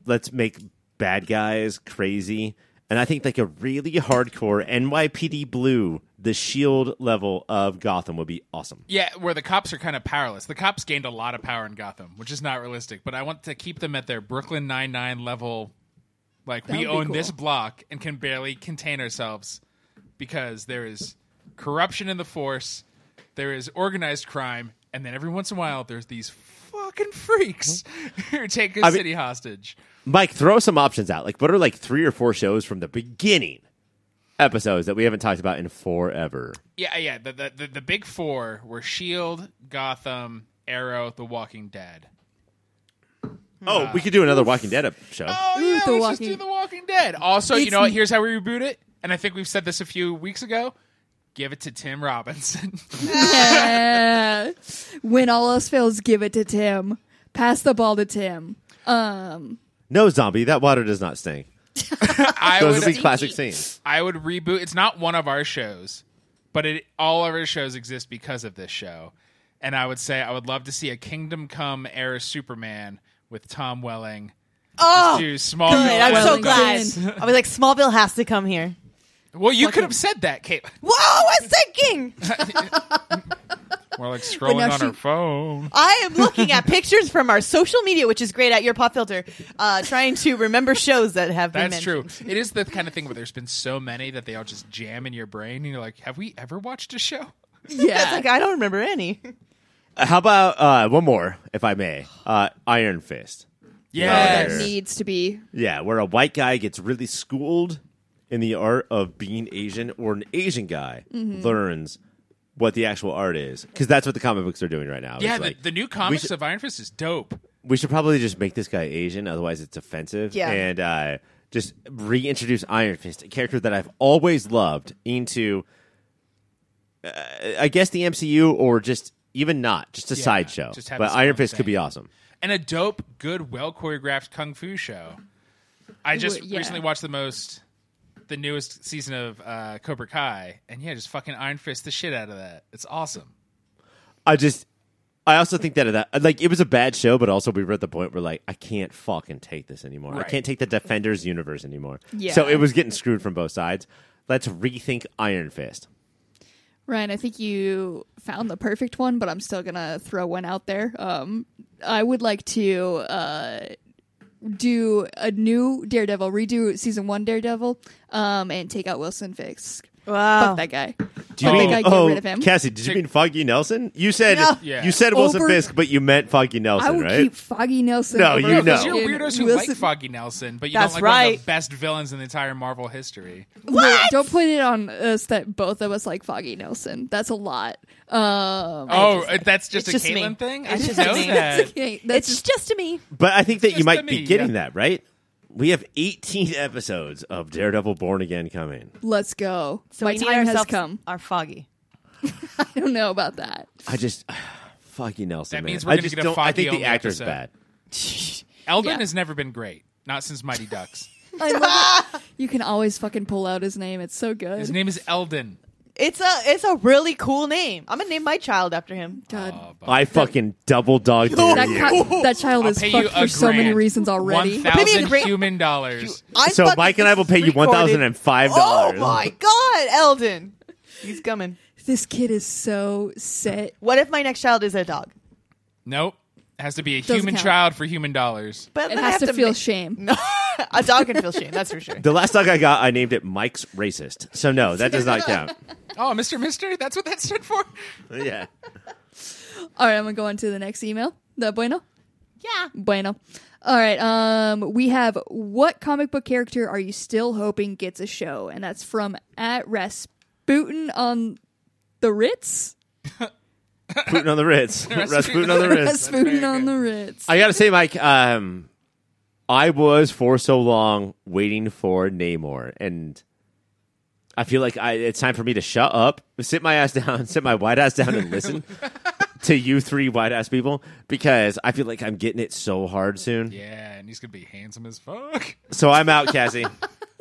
Speaker 2: let's make bad guys crazy, and I think like a really hardcore NYPD Blue, the Shield level of Gotham would be awesome.
Speaker 3: Yeah, where the cops are kind of powerless. The cops gained a lot of power in Gotham, which is not realistic. But I want to keep them at their Brooklyn Nine Nine level. Like
Speaker 1: That would
Speaker 3: we
Speaker 1: be
Speaker 3: own
Speaker 1: cool.
Speaker 3: this block and can barely contain ourselves because there is corruption in the force, there is organized crime, And then every once in a while, there's these fucking freaks who take a
Speaker 2: I mean-
Speaker 3: city hostage.
Speaker 2: Mike, throw some options out. Like, what are like three or four shows from the beginning episodes that we haven't talked about in forever?
Speaker 3: Yeah, yeah. The, the, the, the big four were S.H.I.E.L.D., E Gotham, Arrow, The Walking Dead. Hmm.
Speaker 2: Oh, we could do another Walking Dead up- show.
Speaker 3: Oh,
Speaker 1: Ooh,
Speaker 3: yeah,
Speaker 1: The
Speaker 3: we should
Speaker 1: Walking-
Speaker 3: do The Walking Dead. Also, you
Speaker 1: It's
Speaker 3: know what?
Speaker 1: n-
Speaker 3: Here's how we reboot it. And I think we've said this a few weeks ago. Give it to Tim Robinson.
Speaker 1: Yeah. when all else fails, give it to Tim. Pass the ball to Tim. Um,
Speaker 2: No zombie, that water does not stink.
Speaker 3: I
Speaker 2: Those
Speaker 3: would,
Speaker 2: are the classic scenes.
Speaker 3: I would reboot. It's not one of our shows, but it, all of our shows exist because of this show. And I would say I would love to see a Kingdom Come era Superman with Tom Welling.
Speaker 4: Oh,
Speaker 3: do small.
Speaker 4: good. I'm so
Speaker 1: Wellington.
Speaker 4: glad. I was like, Smallville has to come here.
Speaker 3: well, you could have said that, Kate.
Speaker 4: Whoa, I was thinking.
Speaker 3: We're like scrolling
Speaker 1: now
Speaker 3: on
Speaker 1: she-
Speaker 3: our phone.
Speaker 4: I am looking at pictures from our social media, which is great at your pop filter, uh, trying to remember shows that have been
Speaker 3: That's true.
Speaker 4: mentioned.
Speaker 3: It is the kind of thing where there's been so many that they all just jam in your brain, and you're like, "Have we ever watched a show?"
Speaker 1: yeah.
Speaker 4: It's like, I don't remember any.
Speaker 2: How about uh, one more, if I may? Uh, Iron Fist.
Speaker 1: that
Speaker 2: Yes.
Speaker 1: needs to be.
Speaker 2: Yeah, where a white guy gets really schooled in the art of being Asian, or an Asian guy
Speaker 3: Mm-hmm.
Speaker 2: learns what the actual art is, because that's what the comic books are doing right now.
Speaker 3: yeah.
Speaker 2: It's
Speaker 3: The,
Speaker 2: like,
Speaker 3: the new comics
Speaker 2: should-
Speaker 3: of Iron Fist is dope.
Speaker 2: we should probably just make this guy Asian, otherwise it's offensive.
Speaker 4: Yeah.
Speaker 2: And uh, just reintroduce Iron Fist, a character that I've always loved, into, uh, I guess, the MCU or just even not, just a sideshow.
Speaker 3: just have
Speaker 2: But
Speaker 3: his
Speaker 2: Iron
Speaker 3: own
Speaker 2: Fist could be
Speaker 3: thing.
Speaker 2: awesome.
Speaker 3: and a dope, good, well choreographed kung fu show. I just
Speaker 1: Well, yeah.
Speaker 3: recently watched the most, the newest season of uh, Cobra Kai, and yeah, just fucking Iron Fist the shit out of that. It's awesome.
Speaker 2: I just, I also think that, that like it was a bad show, but also we were at the point where like I can't fucking take this anymore. I
Speaker 3: Right.
Speaker 2: can't take the Defenders universe anymore.
Speaker 1: Yeah.
Speaker 2: So it was getting screwed from both sides. Let's rethink Iron Fist.
Speaker 1: Ryan, I think you found the perfect one, but I'm still gonna throw one out there. Um, I would like to uh, do a new Daredevil, redo season one Daredevil, um, and take out Wilson Fisk.
Speaker 4: Wow.
Speaker 1: Fuck that guy.
Speaker 2: Do
Speaker 1: I
Speaker 2: you mean
Speaker 1: think I get
Speaker 2: oh,
Speaker 1: rid of him.
Speaker 2: Cassie? Did you mean Foggy Nelson? You said
Speaker 4: No.
Speaker 3: Yeah.
Speaker 2: you said Wilson
Speaker 1: Over-
Speaker 2: Fisk, but you meant Foggy
Speaker 1: I
Speaker 2: Nelson,
Speaker 1: would
Speaker 2: right?
Speaker 1: keep Foggy Nelson.
Speaker 2: No,
Speaker 1: over
Speaker 2: you know.
Speaker 3: Because
Speaker 1: fucking
Speaker 3: you're weirdos who
Speaker 1: Wilson.
Speaker 3: like Foggy Nelson, but you
Speaker 4: That's
Speaker 3: don't like one of
Speaker 4: right.
Speaker 3: the best villains in the entire Marvel history.
Speaker 1: Wait, don't put it on us that both of us like Foggy Nelson. That's a lot. Um,
Speaker 3: Oh, that's just a
Speaker 4: It's just me.
Speaker 3: Caitlyn thing. I
Speaker 4: It's
Speaker 3: didn't
Speaker 4: just
Speaker 3: know
Speaker 4: me.
Speaker 3: that.
Speaker 1: okay, that's
Speaker 4: It's just to me.
Speaker 2: but I think that you
Speaker 3: just
Speaker 2: might
Speaker 3: to
Speaker 2: be
Speaker 3: me,
Speaker 2: getting
Speaker 3: yeah.
Speaker 2: that right. We have 18 episodes of Daredevil: Born Again coming.
Speaker 1: let's go.
Speaker 4: So
Speaker 1: My
Speaker 4: we need
Speaker 1: time has
Speaker 4: ourselves
Speaker 1: come.
Speaker 4: Our foggy.
Speaker 1: I don't know about that.
Speaker 2: I just Foggy Nelson.
Speaker 3: That
Speaker 2: man.
Speaker 3: means we're
Speaker 2: I
Speaker 3: gonna
Speaker 2: just
Speaker 3: get a
Speaker 2: don't. I think
Speaker 3: Foggy-only
Speaker 2: the actor's
Speaker 3: episode.
Speaker 2: bad.
Speaker 3: Eldon
Speaker 1: Yeah.
Speaker 3: has never been great, not since Mighty Ducks.
Speaker 1: I love it. You can always fucking pull out his name. It's so good.
Speaker 3: His name is Eldon.
Speaker 4: It's a it's a really cool name. I'm gonna name my child after him.
Speaker 1: God.
Speaker 3: Oh,
Speaker 2: I fucking double dog
Speaker 1: that,
Speaker 2: dare you.
Speaker 1: co- that child is
Speaker 3: Pay you
Speaker 1: fucked
Speaker 3: a
Speaker 1: for so many
Speaker 3: grand.
Speaker 1: reasons already.
Speaker 3: One
Speaker 4: Pay me a
Speaker 3: thousand
Speaker 4: grand-
Speaker 3: human dollars.
Speaker 4: I
Speaker 2: So
Speaker 4: thought
Speaker 2: Mike
Speaker 4: this
Speaker 2: and I will
Speaker 4: was
Speaker 2: pay you one
Speaker 4: recorded.
Speaker 2: thousand and five
Speaker 4: Oh
Speaker 2: dollars.
Speaker 4: my God, Eldon, he's coming.
Speaker 1: This kid is so set.
Speaker 4: What if my next child is a dog?
Speaker 3: Nope. Has to be a
Speaker 1: Doesn't
Speaker 3: human
Speaker 1: count.
Speaker 3: child for human dollars.
Speaker 4: But
Speaker 1: It
Speaker 4: I
Speaker 1: has
Speaker 4: have
Speaker 1: to, feel
Speaker 4: ma-
Speaker 1: shame.
Speaker 4: No, a dog can feel shame. That's for sure.
Speaker 2: The last dog I got, I named it Mike's racist. So no, that does not count.
Speaker 3: Oh, Mr. Mister? That's what that stood for?
Speaker 2: yeah.
Speaker 1: All right, I'm gonna go on to the next email. The bueno,
Speaker 4: Yeah.
Speaker 1: bueno. All right, um, we have what comic book character are you still hoping gets a show? And that's from at Rasputin on the Ritz.
Speaker 2: Putin on the Ritz. Rasputin on the Ritz.
Speaker 1: Rasputin on the Ritz.
Speaker 2: I gotta say, Mike, um, I was for so long waiting for Namor, and I feel like I, it's time for me to shut up, sit my ass down, sit my white ass down, and listen to you three white ass people because I feel like I'm getting it so hard soon.
Speaker 3: Yeah, and he's gonna be handsome as fuck.
Speaker 2: So I'm out, Cassie.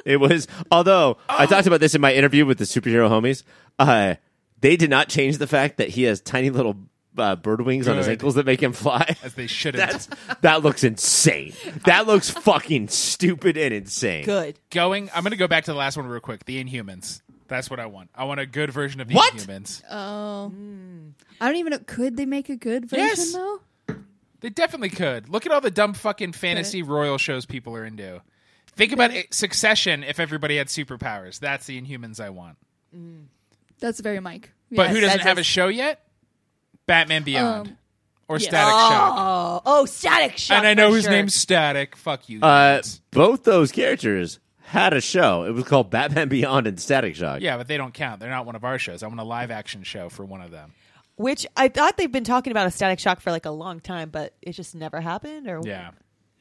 Speaker 2: it was, although I talked about this in my interview with the superhero homies. Uh, they did not change the fact that he has tiny little uh, bird wings on his
Speaker 3: Good.
Speaker 2: ankles that make him fly.
Speaker 3: As they should have.
Speaker 2: That's that looks insane. That looks fucking stupid and insane.
Speaker 4: Good.
Speaker 3: Going I'm gonna go back to the last one real quick. The Inhumans. That's what I want. I want a good version of the
Speaker 2: What?
Speaker 3: Inhumans.
Speaker 1: Oh, I don't even know. Could they make a good version
Speaker 3: Yes.
Speaker 1: though?
Speaker 3: They definitely could. Look at all the dumb fucking fantasy royal shows people are into. Think about it, Succession if everybody had superpowers. That's the Inhumans I want.
Speaker 1: That's very Mike.
Speaker 3: But
Speaker 1: Yes.
Speaker 3: who doesn't
Speaker 4: that
Speaker 3: have
Speaker 4: does-
Speaker 3: a show yet? Batman Beyond
Speaker 1: Um,
Speaker 3: or
Speaker 1: yes.
Speaker 3: Static Shock.
Speaker 4: Oh, oh, Static Shock.
Speaker 3: And I know
Speaker 4: for
Speaker 3: his
Speaker 4: sure.
Speaker 3: name's Static. Fuck you.
Speaker 2: Uh,
Speaker 3: idiots.
Speaker 2: both those characters had a show. It was called Batman Beyond and Static Shock.
Speaker 3: yeah, but they don't count. They're not one of our shows. I want a live action show for one of them.
Speaker 4: Which I thought they've been talking about a Static Shock for like a long time, but it just never happened. Or
Speaker 3: Yeah.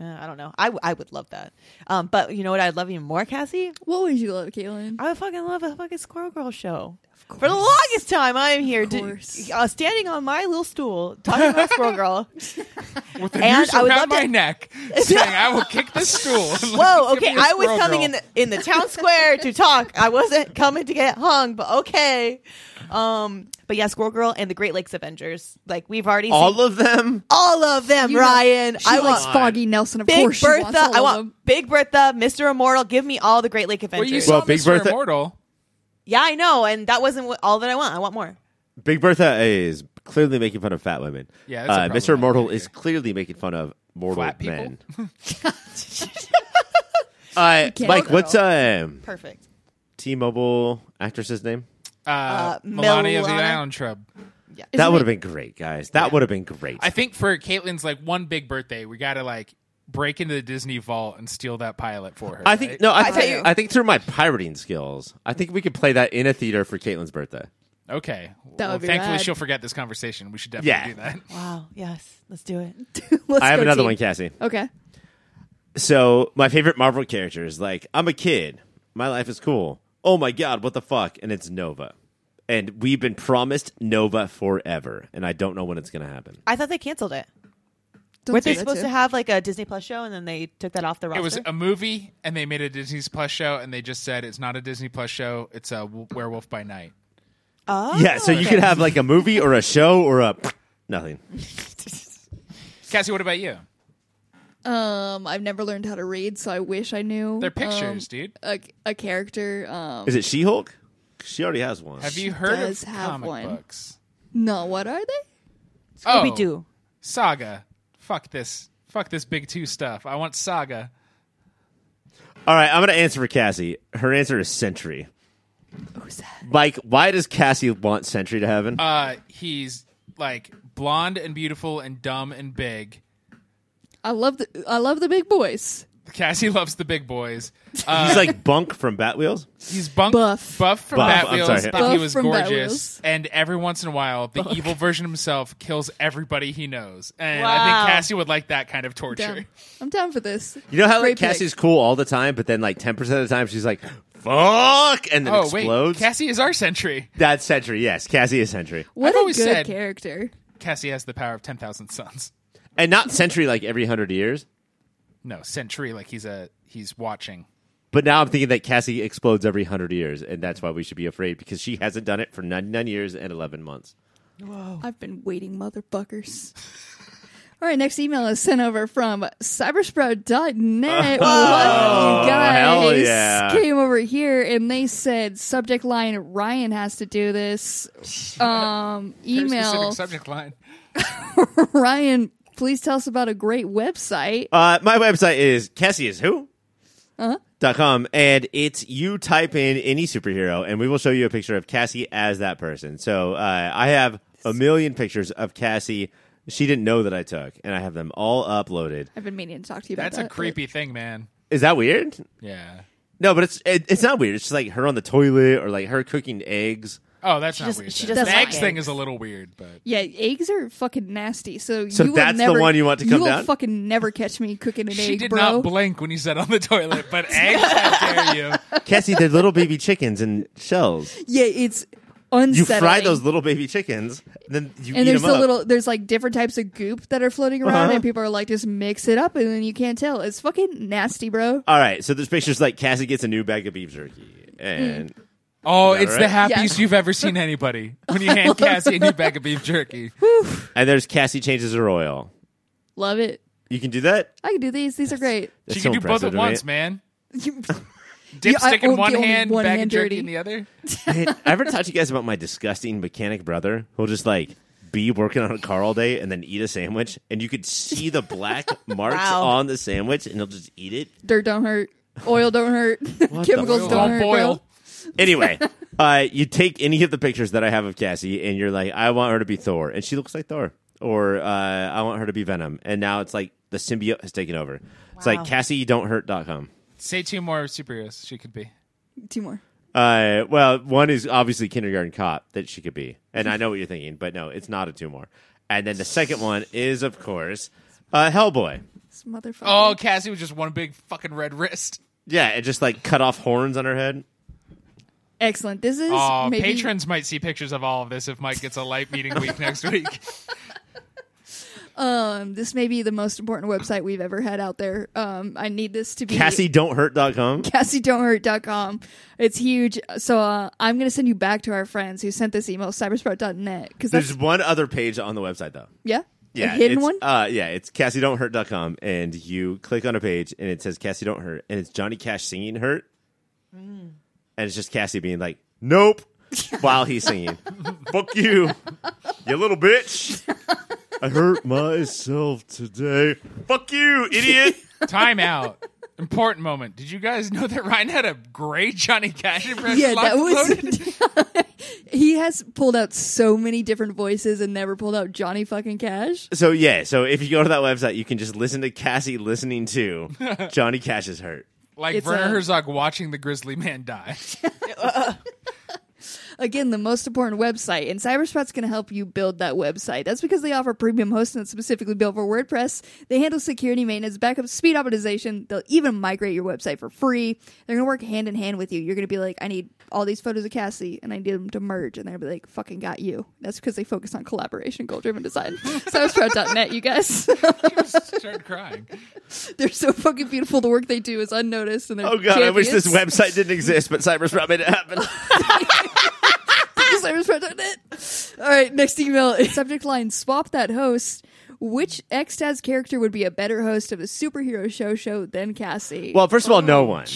Speaker 4: Uh, I don't know. I, w- I would love that. Um, but you know what? I'd love even more, Cassie.
Speaker 1: What would you love, Caitlin?
Speaker 4: I would fucking love a fucking Squirrel Girl show. For the longest time, I am here, di-
Speaker 1: course.
Speaker 4: uh, standing on my little stool, talking about Squirrel Girl.
Speaker 3: With the
Speaker 4: And
Speaker 3: noose
Speaker 4: I would
Speaker 3: around
Speaker 4: love
Speaker 3: my
Speaker 4: to-
Speaker 3: neck saying, I will kick this stool.
Speaker 4: Whoa, okay, I was
Speaker 3: Squirrel
Speaker 4: coming
Speaker 3: Girl.
Speaker 4: in the in the town square to talk. I wasn't coming to get hung, but okay. Um, but yeah, Squirrel Girl and the Great Lakes Avengers. Like we've already seen
Speaker 2: All of them.
Speaker 4: all of them,
Speaker 1: You know,
Speaker 4: Ryan.
Speaker 1: She
Speaker 4: I
Speaker 1: likes
Speaker 4: want
Speaker 1: Foggy Nelson. Of
Speaker 4: Big
Speaker 1: course, she
Speaker 4: Bertha.
Speaker 1: wants all
Speaker 4: I
Speaker 1: of
Speaker 4: want
Speaker 1: them.
Speaker 4: Big Bertha, Mr. Immortal. Give me all the Great Lake
Speaker 3: Well, you
Speaker 4: Avengers.
Speaker 3: saw
Speaker 2: Well, Big
Speaker 3: Mr.
Speaker 2: Bertha-
Speaker 3: Immortal.
Speaker 4: yeah, I know, and that wasn't what, all that I want. I want more.
Speaker 2: Big Bertha is clearly making fun of fat women.
Speaker 3: Yeah, that's a
Speaker 2: uh,
Speaker 3: problem
Speaker 2: Mr. Immortal
Speaker 3: right
Speaker 2: is clearly making fun of mortal
Speaker 3: Flat people?
Speaker 2: men. uh,
Speaker 1: can't
Speaker 2: Mike,
Speaker 1: go.
Speaker 2: what's um,
Speaker 4: Perfect.
Speaker 2: T-Mobile actress's name?
Speaker 3: Uh, Melania
Speaker 4: Melania.
Speaker 3: of the Island Trub.
Speaker 1: Isn't
Speaker 2: that would have
Speaker 1: it-
Speaker 2: been great, guys. That would have been great.
Speaker 3: I think for Caitlin's like one big birthday, we got to like break into the Disney vault and steal that pilot for her.
Speaker 2: I think
Speaker 3: right?
Speaker 2: no. I,
Speaker 4: I
Speaker 2: think
Speaker 4: tell you-
Speaker 2: I think through my pirating skills, I think we could play that in a theater for Caitlin's birthday.
Speaker 3: Okay.
Speaker 1: That
Speaker 3: well,
Speaker 1: would be
Speaker 3: thankfully,
Speaker 1: rad.
Speaker 3: she'll forget this conversation. We should definitely
Speaker 2: Yeah.
Speaker 3: do that.
Speaker 4: Wow. Yes. Let's do it.
Speaker 1: Let's
Speaker 2: I have
Speaker 1: go,
Speaker 2: another
Speaker 1: team.
Speaker 2: one, Cassie.
Speaker 1: Okay.
Speaker 2: So my favorite Marvel character is like I'm a kid. My life is cool. Oh my god, what the fuck? And it's Nova. And we've been promised Nova forever, and I don't know when it's gonna happen.
Speaker 4: I thought they canceled it.
Speaker 1: Don't
Speaker 4: Weren't
Speaker 1: say
Speaker 4: they
Speaker 1: that
Speaker 4: supposed
Speaker 1: too.
Speaker 4: to have like a Disney Plus show and then they took that off the roster?
Speaker 3: It was a movie, and they made a Disney Plus show, and they just said it's not a Disney Plus show; it's a w- Werewolf by Night.
Speaker 4: oh,
Speaker 2: yeah, so you
Speaker 4: okay.
Speaker 2: could have like a movie or a show or a nothing.
Speaker 3: Cassie, what about you?
Speaker 1: Um, I've never learned how to read, so I wish I knew.
Speaker 3: They're
Speaker 1: Um,
Speaker 3: pictures, dude.
Speaker 1: A, a character. Um,
Speaker 2: Is it She Hulk? She already has one.
Speaker 3: Have you heard
Speaker 1: does
Speaker 3: of
Speaker 1: have
Speaker 3: comic
Speaker 1: one.
Speaker 3: books?
Speaker 1: no, what are they?
Speaker 3: Oh,
Speaker 4: Scooby Doo.
Speaker 3: Saga. Fuck this. Fuck this big two stuff. I want Saga.
Speaker 2: All right, I'm gonna answer for Cassie. Her answer is Sentry.
Speaker 1: Who's that?
Speaker 2: Mike, why does Cassie want Sentry to heaven?
Speaker 3: Uh, he's like blonde and beautiful and dumb and big.
Speaker 1: I love the I love the big boys.
Speaker 3: Cassie loves the big boys.
Speaker 2: He's like Bunk from Batwheels.
Speaker 3: He's bunk,
Speaker 1: Buff.
Speaker 3: buff from
Speaker 2: Buff, I'm sorry.
Speaker 3: Batwheels, but he
Speaker 1: Buff
Speaker 3: was
Speaker 1: from
Speaker 3: gorgeous.
Speaker 1: Batwheels.
Speaker 3: And every once in a while, the evil version of himself kills everybody he knows. And I
Speaker 4: Wow.
Speaker 3: think Cassie would like that kind of torture.
Speaker 1: Down. I'm down for this.
Speaker 2: You know how like
Speaker 1: Great pick.
Speaker 2: Cassie's cool all the time, but then like ten percent of the time she's like, "Fuck," and then
Speaker 3: Oh
Speaker 2: explodes.
Speaker 3: wait, Cassie is our sentry.
Speaker 2: That's Sentry. Yes, Cassie is Sentry,
Speaker 1: What
Speaker 3: I've
Speaker 1: a good
Speaker 3: always said-
Speaker 1: character.
Speaker 3: Cassie has the power of ten thousand suns.
Speaker 2: and not Sentry like every hundred years.
Speaker 3: No, sentry like he's a he's watching.
Speaker 2: But now I'm thinking that Cassie explodes every hundred years, and that's why we should be afraid because she hasn't done it for 99 years and 11 months.
Speaker 1: I've been waiting, motherfuckers. All right, next email is sent over from cybersprout.net. Love you
Speaker 2: Oh, hell
Speaker 1: guys
Speaker 2: yeah.
Speaker 1: came over here and they said subject line Ryan has to do this. Um,
Speaker 3: Very
Speaker 1: email
Speaker 3: specific subject line.
Speaker 1: Ryan, please tell us about a great website.
Speaker 2: Uh, my website is Cassie is who.
Speaker 1: Uh-huh.
Speaker 2: Dot com and it's you type in any superhero and we will show you a picture of Cassie as that person. So uh, I have a million pictures of Cassie. She didn't know that I took, and I have them all uploaded.
Speaker 1: I've been meaning to talk to you about
Speaker 3: That's
Speaker 1: that.
Speaker 3: a creepy thing, man.
Speaker 2: Is that weird?
Speaker 3: Yeah.
Speaker 2: No, but it's it, it's not weird. It's just like her on the toilet or like her cooking eggs.
Speaker 3: Oh, that's not
Speaker 4: just-
Speaker 3: weird.
Speaker 4: she
Speaker 3: then.
Speaker 4: just
Speaker 3: the
Speaker 1: like
Speaker 3: eggs thing
Speaker 4: eggs.
Speaker 3: is a little weird, but
Speaker 1: Yeah, eggs are fucking nasty. So,
Speaker 2: So
Speaker 1: you will
Speaker 2: that's the
Speaker 1: never,
Speaker 2: one you want to come
Speaker 1: will
Speaker 2: down?
Speaker 1: fucking never catch me cooking an
Speaker 3: she
Speaker 1: egg,
Speaker 3: did
Speaker 1: bro.
Speaker 3: not blink when you said on the toilet. But eggs, how dare you?
Speaker 2: Cassie, they're little baby chickens and shells.
Speaker 1: yeah, it's
Speaker 2: You
Speaker 1: unsettling.
Speaker 2: fry those little baby chickens, and then you
Speaker 1: and
Speaker 2: eat
Speaker 1: there's
Speaker 2: them
Speaker 1: the
Speaker 2: up.
Speaker 1: little there's like different types of goop that are floating around
Speaker 2: Uh-huh.
Speaker 1: and people are like just mix it up and then you can't tell it's fucking nasty bro
Speaker 2: All right, so there's pictures like Cassie gets a new bag of beef jerky,
Speaker 1: Mm.
Speaker 2: and
Speaker 3: Oh,
Speaker 2: that
Speaker 3: it's the
Speaker 2: right?
Speaker 3: happiest
Speaker 1: Yeah.
Speaker 3: you've ever seen anybody when you hand Cassie a new bag of beef jerky.
Speaker 2: and there's Cassie changes her oil.
Speaker 1: love it
Speaker 2: You can do that.
Speaker 1: i can do these these are great
Speaker 2: That's
Speaker 3: she
Speaker 2: so
Speaker 3: can do both
Speaker 2: impressive
Speaker 3: at
Speaker 2: to me.
Speaker 3: once, man.
Speaker 1: Yeah, I
Speaker 3: Dipstick in
Speaker 1: won't
Speaker 3: one
Speaker 1: get only
Speaker 3: hand,
Speaker 1: one
Speaker 3: bag
Speaker 1: hand
Speaker 3: of jerky
Speaker 1: dirty.
Speaker 3: in the other.
Speaker 2: Man, I ever talked to you guys about my disgusting mechanic brother who'll just like be working on a car all day and then eat a sandwich, and you could see the black marks
Speaker 4: Wow.
Speaker 2: on the sandwich, and he'll just eat it.
Speaker 1: dirt don't hurt oil don't hurt chemicals
Speaker 2: fuck?
Speaker 1: don't
Speaker 2: Don't
Speaker 1: hurt
Speaker 3: boil.
Speaker 1: bro.
Speaker 2: Anyway, uh, you take any of the pictures that I have of Cassie, and you're like, I want her to be Thor, and she looks like Thor, or uh, I want her to be Venom, and now it's like the symbiote has taken over. It's
Speaker 4: Wow.
Speaker 2: like CassieDon'tHurt.com.
Speaker 3: Say two more superheroes she could be.
Speaker 1: Two more.
Speaker 2: Uh, well, one is obviously kindergarten cop that she could be, and I know what you're thinking, but no, it's not a two more. And then the second one is, of course, uh, Hellboy.
Speaker 1: This motherfucker.
Speaker 3: Oh, Cassie was just one big fucking red wrist.
Speaker 2: Yeah, and just like cut off horns on her head.
Speaker 1: Excellent. This is
Speaker 3: Oh,
Speaker 1: maybe
Speaker 3: patrons might see pictures of all of this if Mike gets a light meeting week next week.
Speaker 1: um this may be the most important website we've ever had out there. Um I need this to be
Speaker 2: CassieDon'tHurt.com.
Speaker 1: CassieDon'tHurt.com. It's huge. So uh, I'm going to send you back to our friends who sent this email, cybersprout.net. Because that's,
Speaker 2: There's one other page on the website though.
Speaker 1: yeah?
Speaker 2: Yeah,
Speaker 1: A hidden
Speaker 2: it's,
Speaker 1: one?
Speaker 2: Uh, yeah, it's CassieDon'tHurt.com, and you click on a page, and it says Cassie Don't Hurt, and it's Johnny Cash singing Hurt, and it's just Cassie being like, "Nope," while he's singing, "Fuck you, you little bitch." I hurt myself today. Fuck you, idiot.
Speaker 3: Time out. Important moment. Did you guys know that Ryan had a great Johnny Cash impression?
Speaker 1: yeah, that
Speaker 3: uploaded?
Speaker 1: was. he has pulled out so many different voices and never pulled out Johnny fucking Cash.
Speaker 2: so yeah, so if you go to that website, you can just listen to Cassie listening to Johnny Cash's Hurt.
Speaker 3: like
Speaker 1: It's
Speaker 3: Werner
Speaker 1: a-
Speaker 3: Herzog watching the Grizzly Man die.
Speaker 1: Again, the most important website, and Cyberspot's going to help you build that website. That's because they offer premium hosting that's specifically built for WordPress. They handle security maintenance, backup, speed optimization. They'll even migrate your website for free. They're going to work hand in hand with you. You're going to be like, I need all these photos of Cassie, and I need them to merge, and they'll be like, fucking got you. That's because they focus on collaboration, goal-driven design. Cyberspot.net, you guys.
Speaker 3: She just started crying.
Speaker 1: they're so fucking beautiful. The work they do is unnoticed, and they're
Speaker 2: Oh god, I wish this
Speaker 1: champions.
Speaker 2: website didn't exist, but Cyberspot made it happen.
Speaker 1: Cyberspot.net. All right, next email. Subject line: Swap that host. Which Xtaz character would be a better host of a superhero show show than Cassie?
Speaker 2: well, first of all, no one.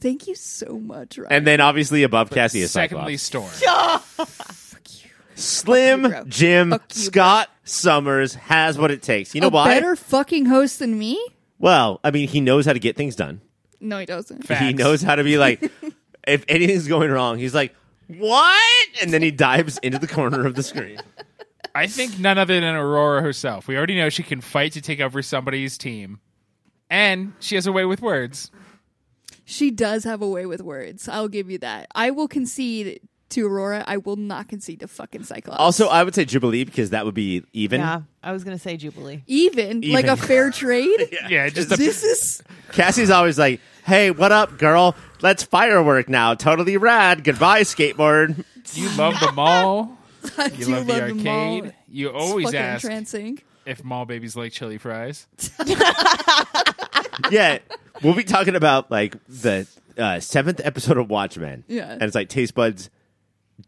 Speaker 1: thank you so much, Ryan.
Speaker 2: And then obviously above Cassie is
Speaker 3: Secondly,
Speaker 2: Cyclops.
Speaker 3: Storm.
Speaker 1: Fuck you,
Speaker 2: Slim
Speaker 1: bro.
Speaker 2: Jim
Speaker 1: Fuck you, bro.
Speaker 2: Scott Summers has what it takes. You know
Speaker 1: a
Speaker 2: why?
Speaker 1: better fucking host than me?
Speaker 2: well, I mean, he knows how to get things done.
Speaker 1: No, he doesn't.
Speaker 3: Fact.
Speaker 2: He
Speaker 3: Facts.
Speaker 2: knows how to be like, if anything's going wrong, he's like, what? And then he dives into the corner of the screen.
Speaker 3: I think none other than Aurora herself. We already know she can fight to take over somebody's team. And she has a way with words.
Speaker 1: She does have a way with words. I'll give you that. I will concede to Aurora. I will not concede to fucking Cyclops.
Speaker 2: Also, I would say Jubilee because that would be even.
Speaker 4: Yeah, I was gonna say Jubilee.
Speaker 1: even, like a
Speaker 2: Even.
Speaker 1: fair trade.
Speaker 3: Yeah, just a-
Speaker 1: This is
Speaker 2: Cassie's always like, hey, what up, girl? Let's firework now. Totally rad. Goodbye, skateboard.
Speaker 3: you love the mall.
Speaker 1: I
Speaker 3: You
Speaker 1: do
Speaker 3: love the
Speaker 1: them all.
Speaker 3: arcade. You
Speaker 1: It's
Speaker 3: always
Speaker 1: fucking
Speaker 3: ask
Speaker 1: entrancing.
Speaker 3: if mall babies like chili fries.
Speaker 2: yeah, we'll be talking about like the uh, seventh episode of Watchmen.
Speaker 1: Yeah.
Speaker 2: and it's like taste buds.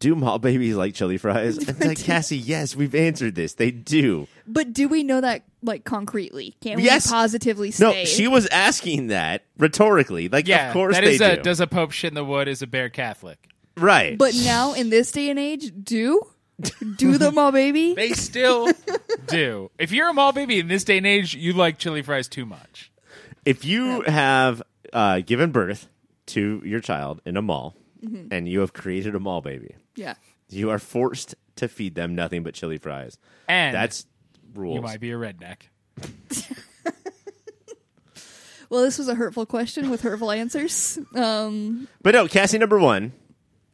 Speaker 2: Do mall babies like chili fries? And it's like Cassie, yes, we've answered this. They do.
Speaker 1: But do we know that like concretely? Can we
Speaker 2: Yes.
Speaker 1: positively
Speaker 2: No,
Speaker 1: say
Speaker 2: she was asking that rhetorically. Like,
Speaker 3: Yeah,
Speaker 2: of course
Speaker 3: that
Speaker 2: they
Speaker 3: is a
Speaker 2: do.
Speaker 3: does a pope shit in the wood is a bear Catholic.
Speaker 2: right,
Speaker 1: But now in this day and age, do do them all, baby.
Speaker 3: They still do. If you're a mall baby in this day and age, you like chili fries too much.
Speaker 2: if you have uh, given birth to your child in a mall
Speaker 1: Mm-hmm.
Speaker 2: and you have created a mall baby,
Speaker 1: yeah.
Speaker 2: you are forced to feed them nothing but chili fries.
Speaker 3: And
Speaker 2: That's rules.
Speaker 3: you might be a redneck.
Speaker 1: Well, this was a hurtful question with hurtful answers. Um.
Speaker 2: But no, Cassie number one.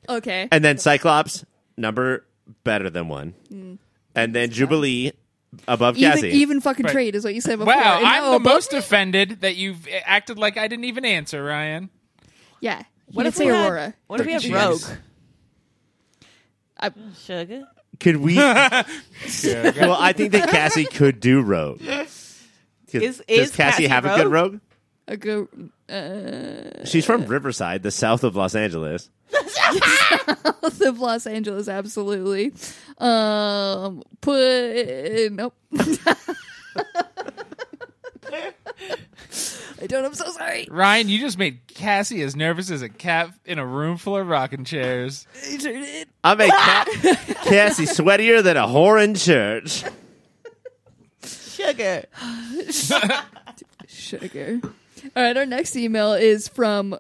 Speaker 1: Okay.
Speaker 2: And then Cyclops, number better than one. And then Jubilee above
Speaker 1: Even,
Speaker 2: Cassie.
Speaker 1: even fucking
Speaker 3: Right.
Speaker 1: trade is what you said before.
Speaker 3: Wow,
Speaker 1: And
Speaker 3: I'm
Speaker 1: now
Speaker 3: the
Speaker 1: above-
Speaker 3: most offended that you've acted like I didn't even answer, Ryan.
Speaker 1: Yeah. You
Speaker 4: What
Speaker 1: did
Speaker 4: if
Speaker 1: say
Speaker 4: we had-
Speaker 1: Aurora?
Speaker 4: What if we have
Speaker 3: Jeez.
Speaker 4: Rogue?
Speaker 1: I,
Speaker 4: Sugar.
Speaker 2: could we? well, I think that Cassie could do Rogue. 'Cause-
Speaker 4: Is-
Speaker 2: does
Speaker 4: is
Speaker 2: Cassie,
Speaker 4: Cassie
Speaker 2: have a good Rogue?
Speaker 1: I go. uh,
Speaker 2: She's from Riverside, the south of Los Angeles.
Speaker 1: South of Los Angeles, absolutely. Um. Put nope. I don't. I'm so sorry.
Speaker 3: Ryan, you just made Cassie as nervous as a cat in a room full of rocking chairs.
Speaker 1: I sure did.
Speaker 2: I make Ca- Cassie sweatier than a whore in church.
Speaker 4: Sugar.
Speaker 1: Sugar. All right, our next email is from uh,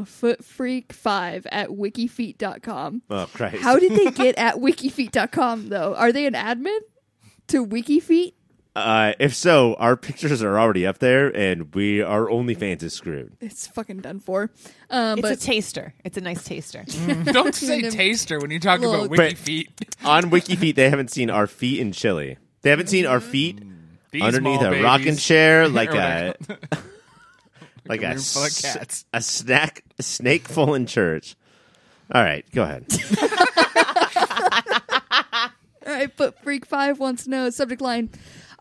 Speaker 1: footfreak5 at wikifeet.com.
Speaker 2: Oh Christ!
Speaker 1: How did they get at wikifeet.com, though? Are they an admin to wikifeet?
Speaker 2: uh, if so, our pictures are already up there, and we our OnlyFans is screwed.
Speaker 1: It's fucking done for. Um,
Speaker 4: It's
Speaker 1: but
Speaker 4: a taster. It's a nice taster.
Speaker 3: Don't say taster when you talk
Speaker 1: Little-
Speaker 3: about wiki
Speaker 2: But-
Speaker 3: feet.
Speaker 2: On WikiFeet, they haven't seen our feet in Chile. They haven't seen our feet
Speaker 3: These
Speaker 2: underneath
Speaker 3: small
Speaker 2: a
Speaker 3: babies.
Speaker 2: rocking chair, like
Speaker 3: Or
Speaker 2: a like
Speaker 3: a
Speaker 2: a
Speaker 3: room full of
Speaker 2: s-
Speaker 3: cats.
Speaker 2: a snack a snake full in church. All right, go ahead.
Speaker 1: All right, but Freak Five wants to know subject line.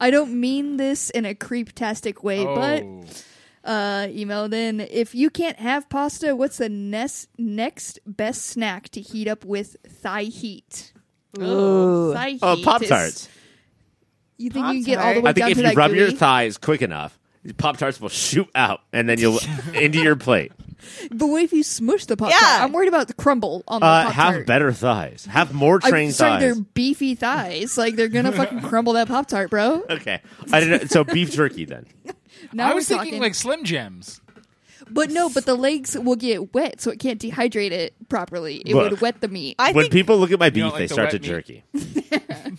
Speaker 1: I don't mean this in a creeptastic way,
Speaker 3: Oh.
Speaker 1: but uh, emailed in. If you can't have pasta, what's the nes- next best snack to heat up with thigh heat?
Speaker 4: Ooh.
Speaker 1: Thigh heat.
Speaker 2: Oh, Pop
Speaker 1: is-
Speaker 2: Tarts.
Speaker 1: You think you can get all the
Speaker 4: Pop-Tart.
Speaker 1: way down
Speaker 2: I think if
Speaker 1: to
Speaker 2: you
Speaker 1: that
Speaker 2: rub your
Speaker 1: gooey?
Speaker 2: thighs quick enough, Pop Tarts will shoot out, and then you'll into your plate.
Speaker 1: But what if you smush the pop tart?
Speaker 4: Yeah.
Speaker 1: I'm worried about the crumble on the
Speaker 2: Uh,
Speaker 1: pop
Speaker 2: have
Speaker 1: tart.
Speaker 2: better thighs. Have more trained
Speaker 1: I'm sorry,
Speaker 2: thighs.
Speaker 1: they're beefy thighs. Like they're gonna fucking crumble that pop tart, bro.
Speaker 2: Okay, I didn't. Know. So beef jerky then.
Speaker 1: Now
Speaker 3: I was
Speaker 1: we're
Speaker 3: thinking
Speaker 1: talking.
Speaker 3: like Slim Jims.
Speaker 1: But no, but the legs will get wet, so it can't dehydrate it properly. It would
Speaker 2: Look.
Speaker 1: wet the meat.
Speaker 4: I
Speaker 2: when
Speaker 4: think
Speaker 2: people look at my beef,
Speaker 3: don't like
Speaker 2: they
Speaker 3: the
Speaker 2: start
Speaker 3: wet
Speaker 2: to
Speaker 3: meat.
Speaker 2: jerky.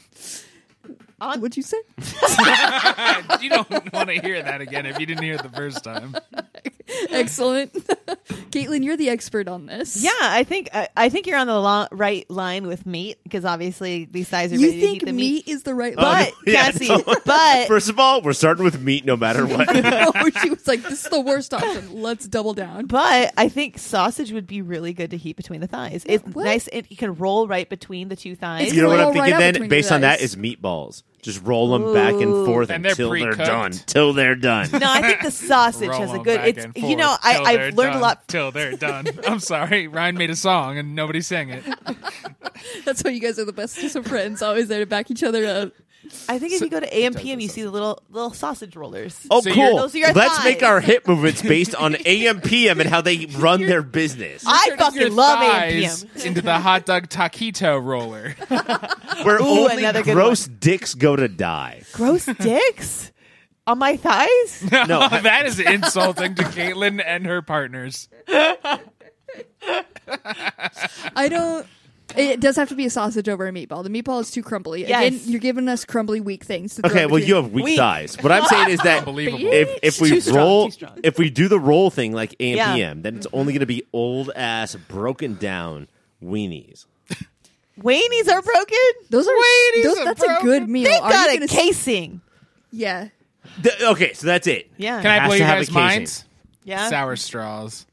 Speaker 1: What'd you say?
Speaker 3: you don't want to hear that again if you didn't hear it the first time.
Speaker 1: Excellent, Caitlin, you're the expert on this.
Speaker 4: Yeah, I think I, I think you're on the lo- right line with meat because obviously these thighs are
Speaker 1: you
Speaker 4: ready to eat
Speaker 1: think
Speaker 4: the
Speaker 1: meat,
Speaker 4: meat.
Speaker 1: is the right
Speaker 4: But
Speaker 1: line?
Speaker 2: no. Yeah,
Speaker 4: Cassie,
Speaker 2: no.
Speaker 4: but
Speaker 2: First of all, we're starting with meat no matter what.
Speaker 1: she was like, "This is the worst option. Let's double down."
Speaker 4: but I think sausage would be really good to heat between the thighs. It's
Speaker 1: what?
Speaker 4: nice. It, you can roll right between the two thighs.
Speaker 1: It's
Speaker 2: you know what
Speaker 1: Roll
Speaker 2: I'm
Speaker 1: right
Speaker 2: thinking
Speaker 1: up
Speaker 2: then?
Speaker 1: between
Speaker 2: Based
Speaker 1: your
Speaker 2: on that
Speaker 1: thighs.
Speaker 2: is meatballs. Just roll them back and forth
Speaker 3: And they're
Speaker 2: until they're,
Speaker 3: pre-cooked.
Speaker 2: done. Till they're done.
Speaker 4: no, I think the sausage
Speaker 3: Roll
Speaker 4: has a
Speaker 3: 'em
Speaker 4: good.
Speaker 3: back
Speaker 4: It's
Speaker 3: and
Speaker 4: you know
Speaker 3: forth
Speaker 4: I,
Speaker 3: till
Speaker 4: I've
Speaker 3: they're
Speaker 4: learned a
Speaker 3: done,
Speaker 4: lot.
Speaker 3: till they're done. I'm sorry, Ryan made a song and nobody sang it.
Speaker 1: That's why you guys are the bestest of friends. Always there to back each other up.
Speaker 4: I think if you go to AMPM, you
Speaker 3: sausage.
Speaker 4: see the little little sausage rollers.
Speaker 2: Oh,
Speaker 3: So you're-
Speaker 2: cool.
Speaker 4: those are your
Speaker 2: Let's
Speaker 4: thighs.
Speaker 2: make our hip movements based on AM, PM, and how they run their business.
Speaker 4: I
Speaker 3: Turning your
Speaker 4: fucking love
Speaker 3: thighs
Speaker 4: AMPM.
Speaker 3: Into the hot dog taquito roller.
Speaker 2: Where only
Speaker 4: another good
Speaker 2: gross dicks go to die.
Speaker 4: Gross dicks on my thighs.
Speaker 2: No, I-
Speaker 3: that is insulting to Caitlin and her partners.
Speaker 1: I don't. It does have to be a sausage over a meatball. The meatball is too crumbly.
Speaker 4: Yes.
Speaker 1: Again, you're giving us crumbly, weak things. To throw
Speaker 2: Okay, well,
Speaker 1: between-
Speaker 2: you have weak
Speaker 4: Weak.
Speaker 2: thighs. What I'm saying is that
Speaker 3: Unbelievable.
Speaker 2: if if we
Speaker 4: Too strong,
Speaker 2: roll,
Speaker 4: too strong.
Speaker 2: if we do the roll thing like AM,
Speaker 4: Yeah. Mm-hmm.
Speaker 2: PM, then it's only going to be old ass, broken down weenies.
Speaker 4: Weenies are broken.
Speaker 1: Those are.
Speaker 3: Ladies
Speaker 1: Those,
Speaker 3: are
Speaker 1: that's a good
Speaker 3: broken.
Speaker 1: meal.
Speaker 4: They've
Speaker 1: Are you
Speaker 4: got
Speaker 1: gonna
Speaker 4: a
Speaker 1: s-
Speaker 4: casing.
Speaker 1: Yeah.
Speaker 2: Th- okay, so that's it.
Speaker 4: Yeah.
Speaker 3: Can I
Speaker 2: Has
Speaker 3: blow
Speaker 2: to
Speaker 3: you
Speaker 2: have a
Speaker 3: guys'
Speaker 2: casing.
Speaker 3: minds?
Speaker 4: yeah.
Speaker 3: Sour straws.